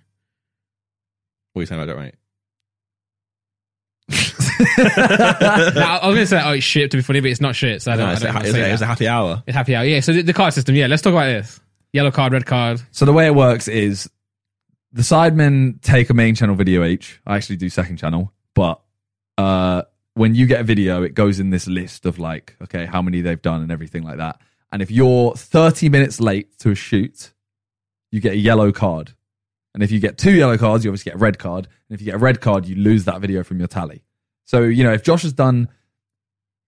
you saying about that, right? No, I was going to say, oh, it's shit to be funny, but it's not shit. So I don't. No, I it's, don't a, wanna it's say a- it's that. a happy hour. It's happy hour. Yeah. So the, the card system. Yeah. Let's talk about this. Yellow card, red card. So the way it works is the sidemen take a main channel video each. I actually do second channel, but uh, when you get a video, it goes in this list of like, okay, how many they've done and everything like that. And if you're 30 minutes late to a shoot, you get a yellow card. And if you get two yellow cards, you obviously get a red card. And if you get a red card, you lose that video from your tally. So, you know, if Josh has done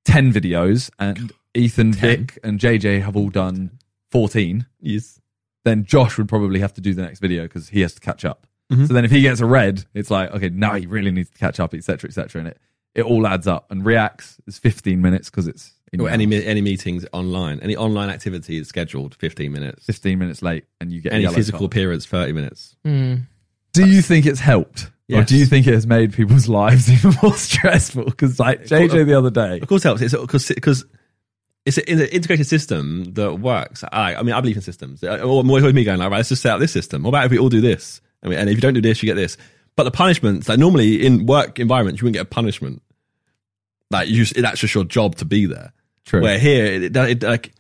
10 videos and Ethan, Vic, and JJ have all done 14, Yes. then Josh would probably have to do the next video because he has to catch up. Mm-hmm. So then if he gets a red, it's like, okay, now he really needs to catch up, etc., etc. And it, it all adds up. And reacts is 15 minutes because it's in Or your any house. me- any meetings online, any online activity is scheduled 15 minutes. 15 minutes late and you get a Any yellow physical card. appearance 30 minutes. Hmm. Do you think it's helped? Or Yes. do you think it has made people's lives even more stressful? Because like JJ the other day, Of course, it helps. It's because because it's, a- it's an integrated system that works. I, I mean, I believe in systems. I- Or more with me going like, right, let's just set up this system. What about if we all do this? I mean, and if you don't do this, you get this. But the punishments, like normally in work environments, you wouldn't get a punishment. Like you, just- that's just your job to be there. True. Where here, it, it, it- like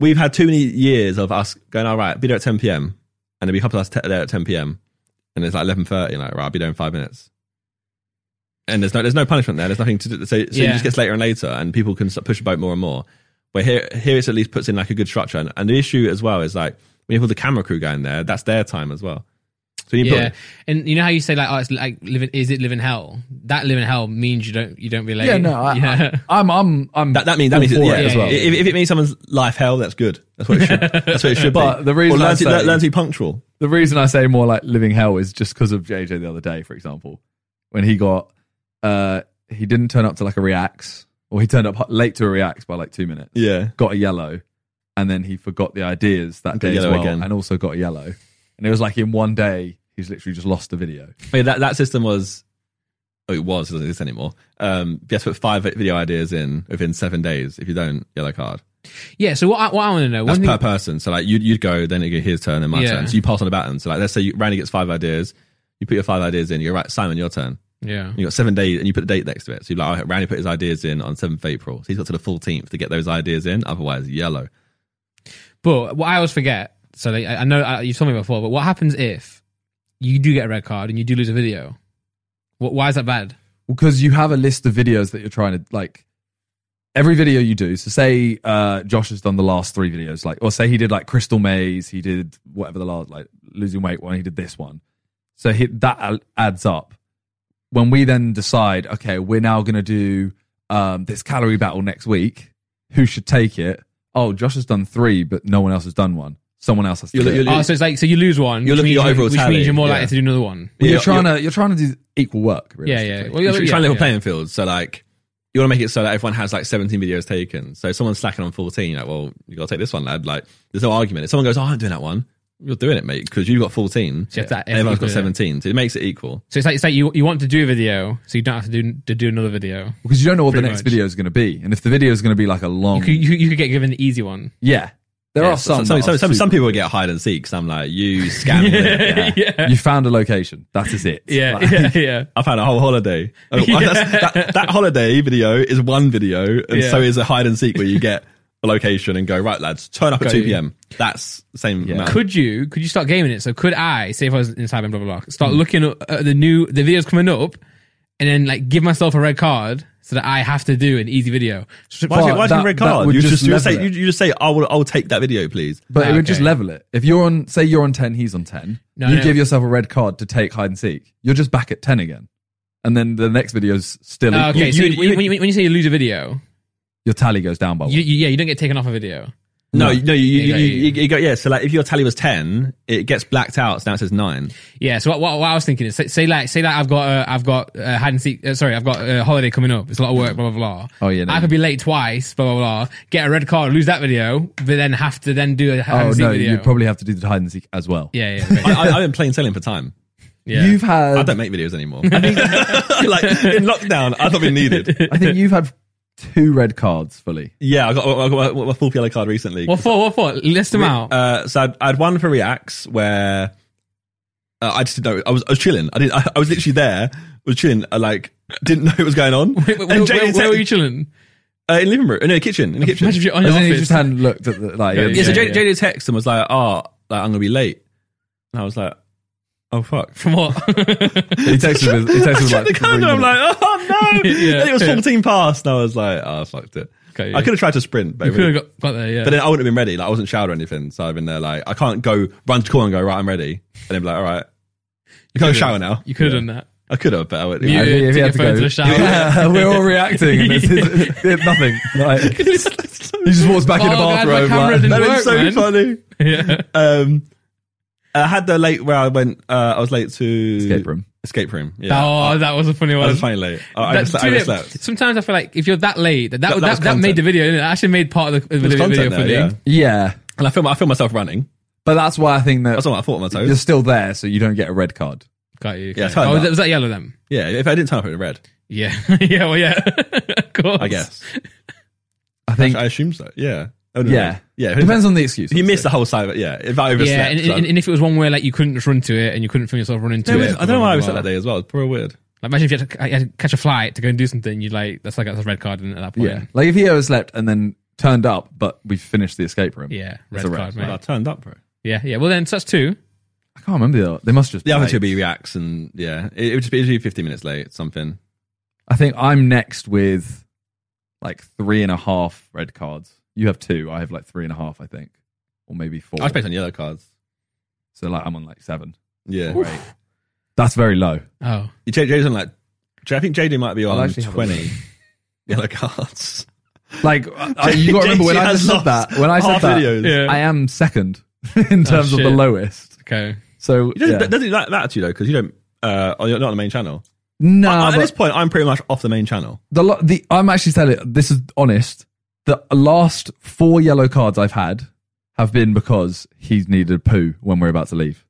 we've had too many years of us going, all right, be there at 10 p.m. and then we come to us te- there at 10 p.m. and it's like 11:30, like right, I'll be there in five minutes. And there's no there's no punishment there. There's nothing to do. So, so it Yeah. just gets later and later, and people can start push the boat more and more. But here here it's at least puts in like a good structure. And, and the issue as well is like when you have all the camera crew going there, that's their time as well. So you Yeah, put and you know how you say like, oh, it's like living. Is it living hell? That living hell means you don't you don't relate. yeah, no, I, yeah. I, am I'm, I'm. that that means that all means for yeah, it as as well. well. If, if it means someone's life hell, that's good. That's what it should. that's what it should But be. the reason or I learn to, say- learn to be punctual. the reason I say more like living hell is just because of JJ the other day, for example, when he got, uh, he didn't turn up to like a reacts, or he turned up h- late to a reacts by like two minutes, Yeah. got a yellow, and then he forgot the ideas that got day as yellow well, again. and also got a yellow, and it was like in one day he's literally just lost the video. I mean, that, that system was, oh, it was, it doesn't exist anymore. Um, you have to put five video ideas in within seven days. If you don't, yellow card. yeah. So what I, what I want to know That's one per thing, person. So like you'd, you'd go, then it'd get his turn and my Yeah. turn. So you pass on the baton. So like, let's say you, Randy gets five ideas. You put your five ideas in. You go, right, Simon, your turn. yeah. You got seven days and you put the date next to it. So you're like, oh, Randy put his ideas in on 7th April. So he's got to the 14th to get those ideas in. Otherwise, yellow. But what I always forget. So like, I I know uh, you've told me before, but what happens if you do get a red card and you do lose a video? What, why is that bad? because you have a list of videos that you're trying to like every video you do so say uh josh has done the last three videos like or say he did like crystal maze he did whatever the last like losing weight one he did this one so he, that al- adds up when we then decide okay we're now going to do um this calorie battle next week who should take it oh josh has done three but no one else has done one someone else has to You're- do it. you're- Oh, so it's like so you lose one, You're which looking means at your you- overall which tally, means you're more likely yeah. to do another one. Well, you're, you're- trying to you're trying to do equal work Yeah, realistically. yeah. Well, You're trying to level yeah. playing fields. So like, you want to make it so that everyone has like 17 videos taken. So if someone's slacking on 14, like, well, you got to take this one, lad. Like, there's no argument. If someone goes, oh, I'm doing that one, you're doing it, mate, because you've got 14 So you have to- and everyone's yeah. got 17. So it makes it equal. So it's like it's like you you want to do a video, so you don't have to do to do another video. because you don't know what Pretty the next much. video is going to be, and if the video is going to be like a long, You Mm. could, you, you could get given the easy one. yeah, there Yeah, are so- some. Some, that some, are some, some super- people get hide and seek. Some like, you scam. Yeah, yeah, You found a location. That is it. yeah, Like, yeah, yeah. I've had a whole holiday. Oh, Yeah. that's- that, that holiday video is one video, and Yeah. so is a hide and seek where you get a location and go, right, lads, turn up at Got 2 you. p.m. That's the same. Yeah. amount. Could you could you start gaming it? So could I say if I was in Cyber and blah blah blah, Hmm. start looking at uh, the new the videos coming up, and then like give myself a red card so that I have to do an easy video. So- Why, is it- But why is it that- red that card? would You just, just you just say, level you, it. you just say, I will, I will take that video, please. But it would just Okay. level it. If you're on, say you're on ten, he's on ten. No, you no. give yourself a red card to take hide and seek. You're just back at ten again, and then the next video's still Uh, okay, you- so you- when, when, you- when you say you lose a video, your tally goes down by one. you, you, yeah, you don't get taken off a video. No, no, you, you, Yeah, you, yeah, you, you go, yeah. So like, if your tally was 10, it gets blacked out. So now it says nine. Yeah. So what, what, what I was thinking is, say, say like, say like I've got, uh, I've got uh, hide and seek. Uh, sorry, I've got a holiday coming up. It's a lot of work. Blah blah blah. Oh, yeah, no. I could be late twice. Blah blah blah. Get a red card, lose that video, but then have to then do a hide oh and seek no, video. you probably have to do the hide and seek as well. yeah, yeah, yeah. I, I, I've been playing selling for time. yeah. You've I had, don't make videos anymore. like in lockdown, I thought we needed. I think you've had two red cards fully. Yeah, I got, I got my full yellow card recently. what for? What for? List them out. Uh, so I'd, I'd one for Reacts where uh, I just didn't know. I was, I was chilling. I didn't. I, I was literally there. Was chilling. I like didn't know what was going on. Wait, wait, where, JD where, said- where were you chilling? Uh, in the living room. No, kitchen. In the kitchen. Imagine if you're on And your then he office. just hadn't looked at the like. Yeah, Yeah, so yeah, yeah. Jada, Jada texted and was like, "Oh, like, I'm gonna be late," and I was like, "Oh fuck." from what? He texted me. He I texted me checked like. the calendar. three I'm minutes. like, "Oh no!" Yeah. and it was 14 past, and I was like, "Oh, I fucked it." Okay. I could have tried to sprint, but, it Could have would've- got, got there. Yeah. but then I wouldn't have been ready. Like I wasn't showered or anything, so I've been there. Like I can't go run to call and go right. I'm ready, and then be like, "All right, you can go shower now." you could have done that. I could have, but I would. You- I, Yeah, if Take he had your to phone go- to the shower. Yeah, we're all reacting. And it's, it's, it's nothing. Like, he just walks back in the Oh, God, my bathrobe. camera like, didn't- that work, is so man. funny. Yeah. Um, I had the late where I went. Uh, I was late to Escape room. Escape room. Yeah. Oh, that was a funny I one. was finally late. I, I That- just, do I you just know, slept. Sometimes I feel like if you're that late, that that, That- that, that was that, made the content. video. Didn't it? it actually made part of the, of the There's video, content for there, the yeah. Yeah, And I feel, I feel myself running. but that's why I think that That's what I thought of my you're toes. still there, so you don't get a red card. Got you. Yeah, Okay. turn oh, up. was that yellow then? Yeah, if I didn't turn up, it would have red. Yeah. yeah. Well, yeah. of course. I guess. I think I assume so. Yeah. Oh, no, Yeah. no. Yeah. depends on the excuse. If you obviously. missed the whole side, but yeah. If I overslept, Yeah, and, and, and if it was one where like you couldn't just run to it and you couldn't feel yourself running to I, it, was- I don't know why I was blah, that blah, day as well. It's probably weird. blah. Like, imagine if you had, to, you had to catch a flight to go and do something, you'd like that's like that's a red card isn't it, at that Yeah, point. like if he overslept and then turned up, but we finished the escape room. Yeah, yeah, That's red a card, red mate. I turned up, bro. Yeah, yeah. Well, then so that's two. I can't remember the other. They must just. The other played. two would be reacts and yeah, it, it would just be usually 15 minutes late, something. I think I'm next with like three and a half red cards. You have two. I have like three and a half, I think, or maybe four. I was based on yellow cards. so like I'm on like seven. Yeah. Oof. That's very low. Oh, You J- Jay's on like, J- I think JD might be I'll on actually have a 20 yellow cards. Like I, you got to remember when JC I has just lost said that. When I said half that, videos. Yeah. Oh, I am second in terms of the shit. lowest. okay. So You don't, yeah. that doesn't that, that to you though, because you don't. Uh, oh, you're not on the main channel. no, I- I- at but- this point, I'm pretty much off the main channel. the lo- the I'm actually telling this is honest. The last four yellow cards I've had have been because he's needed poo when we're about to leave.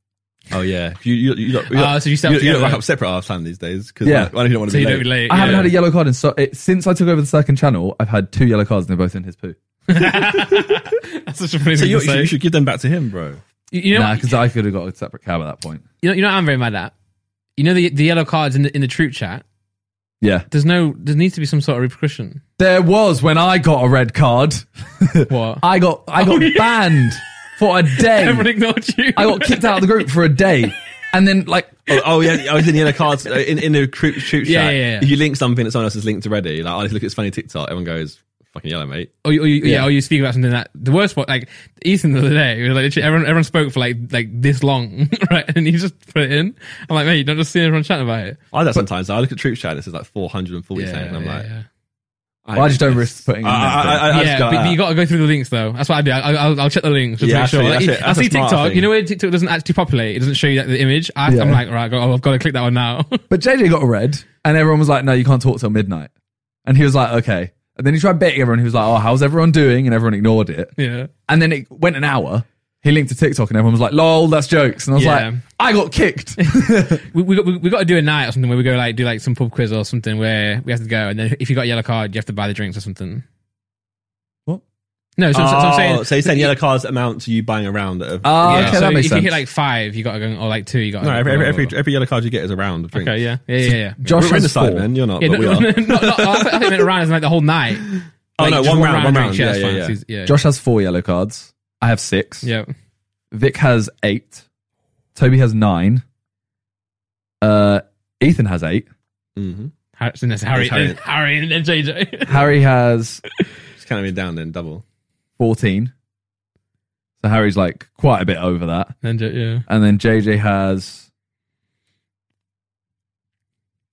Oh yeah, you you you look, you Ah, look- so you sell you, you look together. rack up separate half time these days because Yeah. yeah, one of you don't want to So be you late. don't be late. I haven't yeah. had a yellow card in so it, since I took over the second channel. I've had two yellow cards and they're both in his poo. That's such a funny So thing to you, you, should, say. you should give them back to him, bro. You- you know, Nah, because I could have got a separate cab at that point. you know, you know, what I'm very mad at. You know the the yellow cards in the in the troop chat. Yeah, There's no. There needs to be some sort of repercussion. there was when I got a red card. What? I got I got Oh, yeah. banned for a day. Everyone ignored you. I got kicked out of the group for a day, and then like Oh, oh, yeah, I was in the other cards uh, in in the troop, troop Yeah, chat. yeah, yeah. If you link something that someone else has linked already, like oh, let's look at this funny TikTok. Everyone goes fucking yellow, mate. Or you, or you, yeah. Yeah. or you speak about something that the worst part, like Ethan the other day, it was like literally everyone, everyone spoke for like like this long, right? And he just put it in. I'm like, mate, you don't just see everyone chatting about it. I do that sometimes. I look at troop chat and it says like 440 seconds. and I'm like, yeah. Well, I just don't risk putting in I, I, I, I Yeah, just but, got but that. you got to go through the links though. That's what I do. I, I'll, I'll check the links just Yeah, to make sure. Like, actually, that's it. I That's a see smart TikTok. thing. You know where TikTok doesn't actually populate? It doesn't show you like, the image. I, Yeah. I'm like, right, go- I've got to click that one now. But JJ got a red, and everyone was like, "No, you can't talk till midnight." And he was like, "Okay." And then he tried betting everyone. He was like, "Oh, how's everyone doing?" And everyone ignored it. yeah. And then it went an hour. He linked to TikTok, and everyone was like, "Lol, that's jokes." And I was Yeah. like, "I got kicked." we, we, got, we, we got to do a night or something where we go like do like some pub quiz or something where we have to go and then if you got a yellow card you have to buy the drinks or something. What? No, so, so, so I'm saying "Oh." Ah. so you're saying yellow cards amount to you buying a round of. Oh, Yeah, okay, so that makes if sense. you hit like five, you got to go, or like two, you got. no, every, every, every, every yellow card you get is a round of drinks. okay, yeah, yeah, yeah, yeah. Josh We're in has the side, four. man. You're not, yeah but we no, are. no, no, no, I think I meant around is like the whole night. Oh, Like, no, just one of round, one round. drinks, Yeah, that's yeah, fine. yeah. So he's- yeah. Josh has four yellow cards. I have six. yeah, Vic has eight. Toby has nine. Uh, Ethan has eight. Mm-hmm. Harry, so there's Harry, It's Harry. Harry. Harry, and then JJ. Harry has Just counting me down then, double. 14. So Harry's like quite a bit over that. and J- yeah, And then JJ has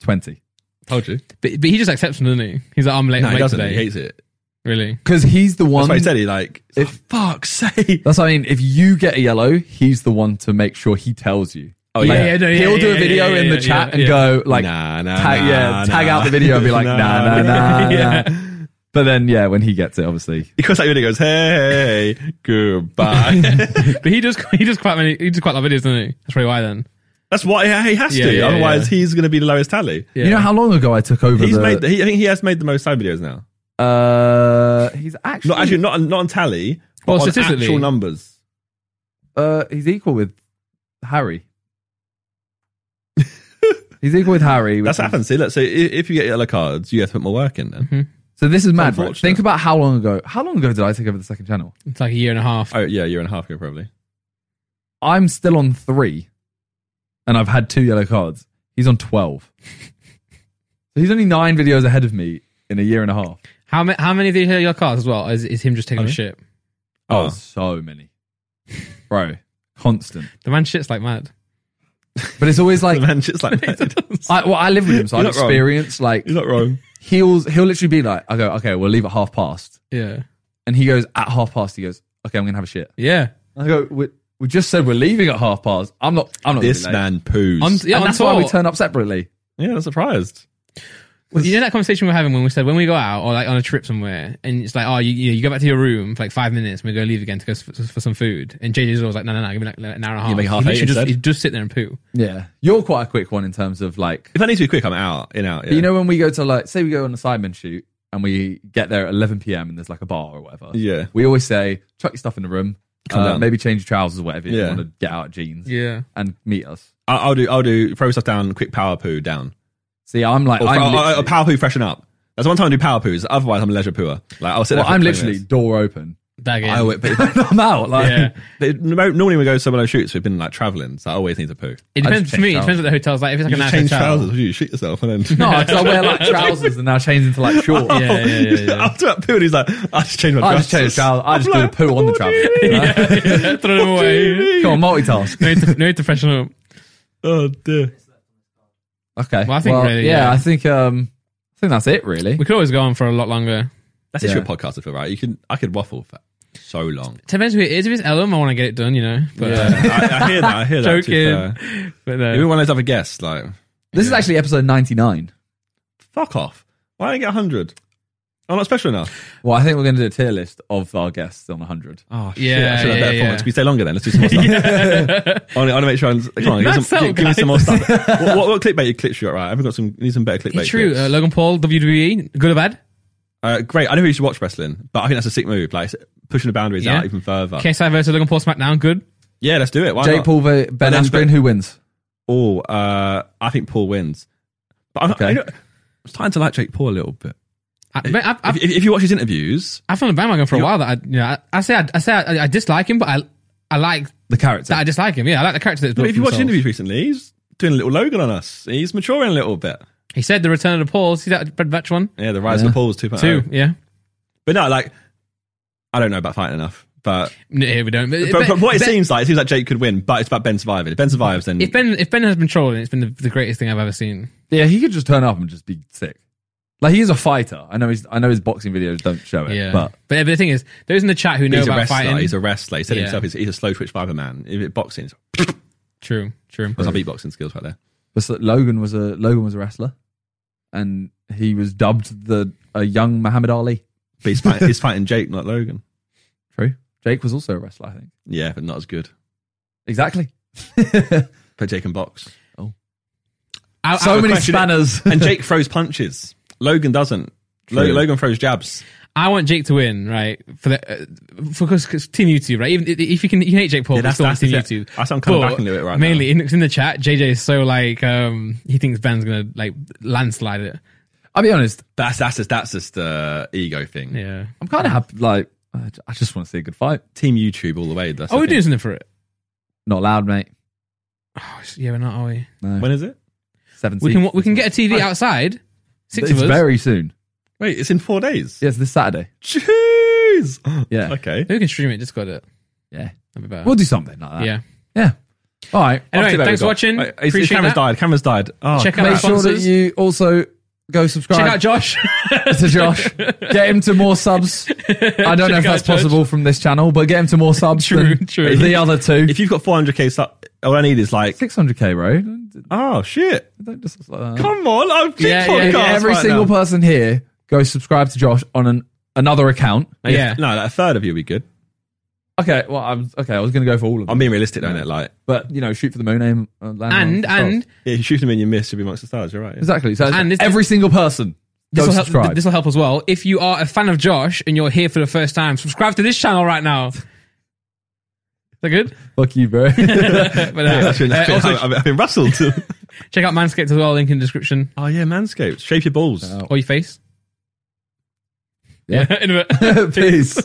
20. Told you. but, but he just accepts them, doesn't he? He's like, I'm late. No, I'm he late doesn't. today. He hates it. really. Because he's the one. That's why he said he like. If- If, oh, fuck's sake. That's what I mean. If you get a yellow, he's the one to make sure he tells you. Oh yeah, Like, yeah, no, yeah, he'll do a yeah, video yeah, yeah, in the yeah, chat yeah, and yeah. go, like, nah, nah, tag, nah, yeah, tag nah. out the video and be like, nah, nah, nah, nah. But then, yeah, when he gets it, obviously. He calls that video. and Goes, hey, goodbye. But he does. He does quite many. He does quite a lot of videos, doesn't he? That's probably why then. That's why he has Yeah, to. yeah, Otherwise, yeah. he's going to be the lowest tally. Yeah. You know how long ago I took over He's the, made. He, I think he has made the most side videos now. uh, he's actually, Not actually, not not on tally, but Well, on statistically- actual numbers. uh, he's equal with Harry. he's equal with Harry. That's which what is- happens. See, look, so i- if you get yellow cards, you have to put more work in then. So this is mad. Right? unfortunate. Think about how long ago. How long ago did I take over the second channel? It's like a year and a half. Oh yeah, year and a half ago probably. I'm still on three, and I've had two yellow cards. He's on twelve. so he's only nine videos ahead of me in a year and a half. How many? How many of these are your cars as well? Or Is, is him just taking a Okay. shit? Oh, Oh. so many, bro. Constant. The man shits like mad. But it's always like Man, it's like I, well, I live with him, so You're I've not wrong. experienced like you're not wrong. he'll he'll literally be like, I go, okay, we'll leave at half past, Yeah, and he goes at half past. He goes, okay, I'm gonna have a shit. yeah. And I go, we, we just said we're leaving at half past. I'm not. I'm not. This gonna be man late." poos. On, yeah, and on that's why we tour. turn up separately. yeah, I'm surprised. Well, you know that conversation we we're having when we said when we go out or like on a trip somewhere, and it's like, oh, you you, know, you go back to your room for like five minutes, and we go leave again to go s- for, for some food, and JJ's always like, no, no, no, give me like, like an hour and a half. You make half He'd eight literally just, instead. he'd just sit there and poo. Yeah, you're quite a quick one in terms of like If I need to be quick, I'm out. In out. Yeah. But you know when we go to like say we go on a Sidemen shoot and we get there at 11 p.m. and there's like a bar or whatever. Yeah. We always say chuck your stuff in the room, Come uh, down. maybe change your trousers or whatever if you Yeah. want to get out of jeans Yeah. and meet us. I- I'll do. I'll do. Throw stuff down. Quick power poo down. See, I'm like Or, I'm or- or- literally, or power poo freshen up. That's one time I do power poos. Otherwise, I'm a leisure pooer. Like I'll sit. there well, for I'm 20 literally minutes. door open. Dag in. I would, but it- I'm out. Like yeah. but no- normally when we go to some of those shoots. We've been like traveling, so I always need to poo. It I depends just for me. It changed depends what the hotel's like. If it's like a nice hotel, Would you shoot yourself? And then no, 'cause I wear like trousers and now change into like shorts. Yeah, yeah, yeah, yeah, yeah. after that poo, and he's like, I just changed my I dress. just change trousers. I just do a poo "Oh, on the trousers. throw them away. Come on, multitask. No need, to, no need to freshen up. Oh dear. Okay. Well, I think really, yeah. I think um, I think that's it really. We could always go on for a lot longer. That's yeah. Yeah. issue with podcasts, I feel right. You can, I could waffle for so long. Depends who it is. If it's Ellum, I want to get it done, you know. But uh, I, I hear that. I hear that. to be fair. joking. But, uh, Even when I have a guest, like, This is actually episode 99. fuck off. Why don't you get hundred? I'm not special enough. Well, I think we're going to do a tier list of our guests on 100. Oh Yeah, I should have yeah, better yeah. formats. Can we stay longer then? Let's do some more stuff. I want to make sure. I'm, come on, give, some, That's so give, give me some more nice. stuff. what, what, what clickbait clips you got right? I've got some. Need some better clickbait. true. clips. Uh, Logan Paul, WWE, good or bad? Uh, great. I don't know if you should watch wrestling, but I think that's a sick move. Like pushing the boundaries Yeah. out even further. KSI versus Logan Paul SmackDown, good. Yeah, let's do it. Why Jake not? Paul, ve- Ben then- Askren, who wins? Oh, uh, I think Paul wins. But I'm, Okay. I, am starting to like Jake Paul a little bit. I, but I, I, If, if, if you watch his interviews, I found a bandwagon for a while that I, you know, I, I say I, I say I, I dislike him, but I I like The character. that I dislike him. Yeah, I like the character that's but built. if you watch his himself. interviews recently, he's doing a little Logan on us. He's maturing a little bit. he said the return of the Paul. See that Brad Batch one Yeah, the rise of the Paul was 2.0. two. Yeah, oh. But no, like, I don't know about fighting enough. But no, here we don't. But, from, from what it Ben- seems like, it seems like Jake could win, but it's about Ben surviving. If Ben survives, then if Ben if Ben has been trolling, it's been the, the greatest thing I've ever seen. yeah, he could just turn up and just be sick. Like he is a fighter. I know. He's, I know his boxing videos don't show it. Yeah, But but but, the thing is, those in the chat who know he's a about wrestler. fighting. He's a wrestler. He said Yeah. himself, he's, he's a slow twitch fiber man. If it boxing, it's- true, true. that's our beatboxing skills right there. but so- Logan was a Logan was a wrestler, and he was dubbed the a young Muhammad Ali. But he's fighting, he's fighting Jake, not Logan. True. Jake was also a wrestler. I think. Yeah, but not as good. Exactly. But Jake can box. I, I, so many question it. spanners. and Jake throws punches. Logan doesn't. Lo- True. Logan throws jabs. I want Jake to win, right? For the uh, for because Team YouTube, right? Even if you can, you hate Jake Paul, Yeah, but that's- still want Team that's the YouTube. thing. That's- I'm coming But back into it right Mainly in, it's in the chat, JJ is so like um he thinks Ben's gonna like landslide it. I'll be honest. That's that's just that's just uh, ego thing. Yeah. I'm kind of happy. Like I j- I just want to see a good fight. Team YouTube all the way. That's oh, the we're thing. doing something for it. Not loud, mate. Oh, it's- yeah, we're not, are we? No. When is it? Seven. We can we can get a TV outside. Six It's of us. very soon. Wait, it's in four days. Yes, this Saturday. Jeez. Yeah. Okay. Maybe we can stream it. Just got it. Yeah. That'd be better. We'll do something like that. yeah. Yeah. All right. Anyway, Off thanks to there for we go. watching. Wait, his- his Appreciate Uh, camera's that. died. Camera's died. Oh, Check out our Make sure that sponsors. you also go subscribe Check out Josh. to Josh. get him to more subs. I don't know if Check out that's possible from this channel, but get him to more subs True, than true. the other two. if you've got 400k, su- all I need is like, 600k, bro. Don't- oh shit. don't just- uh, Come on, I'm big Yeah, yeah, podcast yeah, right every now. single person here go subscribe to Josh on an another account. No, you- Yeah. No, like a third of you would be good. Okay, well, I'm okay. I was going to go for all of them, I'm being realistic, don't it? Like, but you know, shoot for the moon, aim uh, and land amongst the stars. and yeah, if you shoot them in, you miss. You'll be amongst the stars. You're right. yeah. exactly. So And this- every single person This go will, help, subscribe. this will help as well. If you are a fan of Josh and you're here for the first time, subscribe to this channel right now. Is that good? Fuck you, bro. But, uh, I've been, uh, I've been- also, I've been- I've been rustled. check out Manscaped as well. Link in the description Oh yeah, Manscaped. Shape your balls. Oh. or your face. Yeah. Anyway. Peace.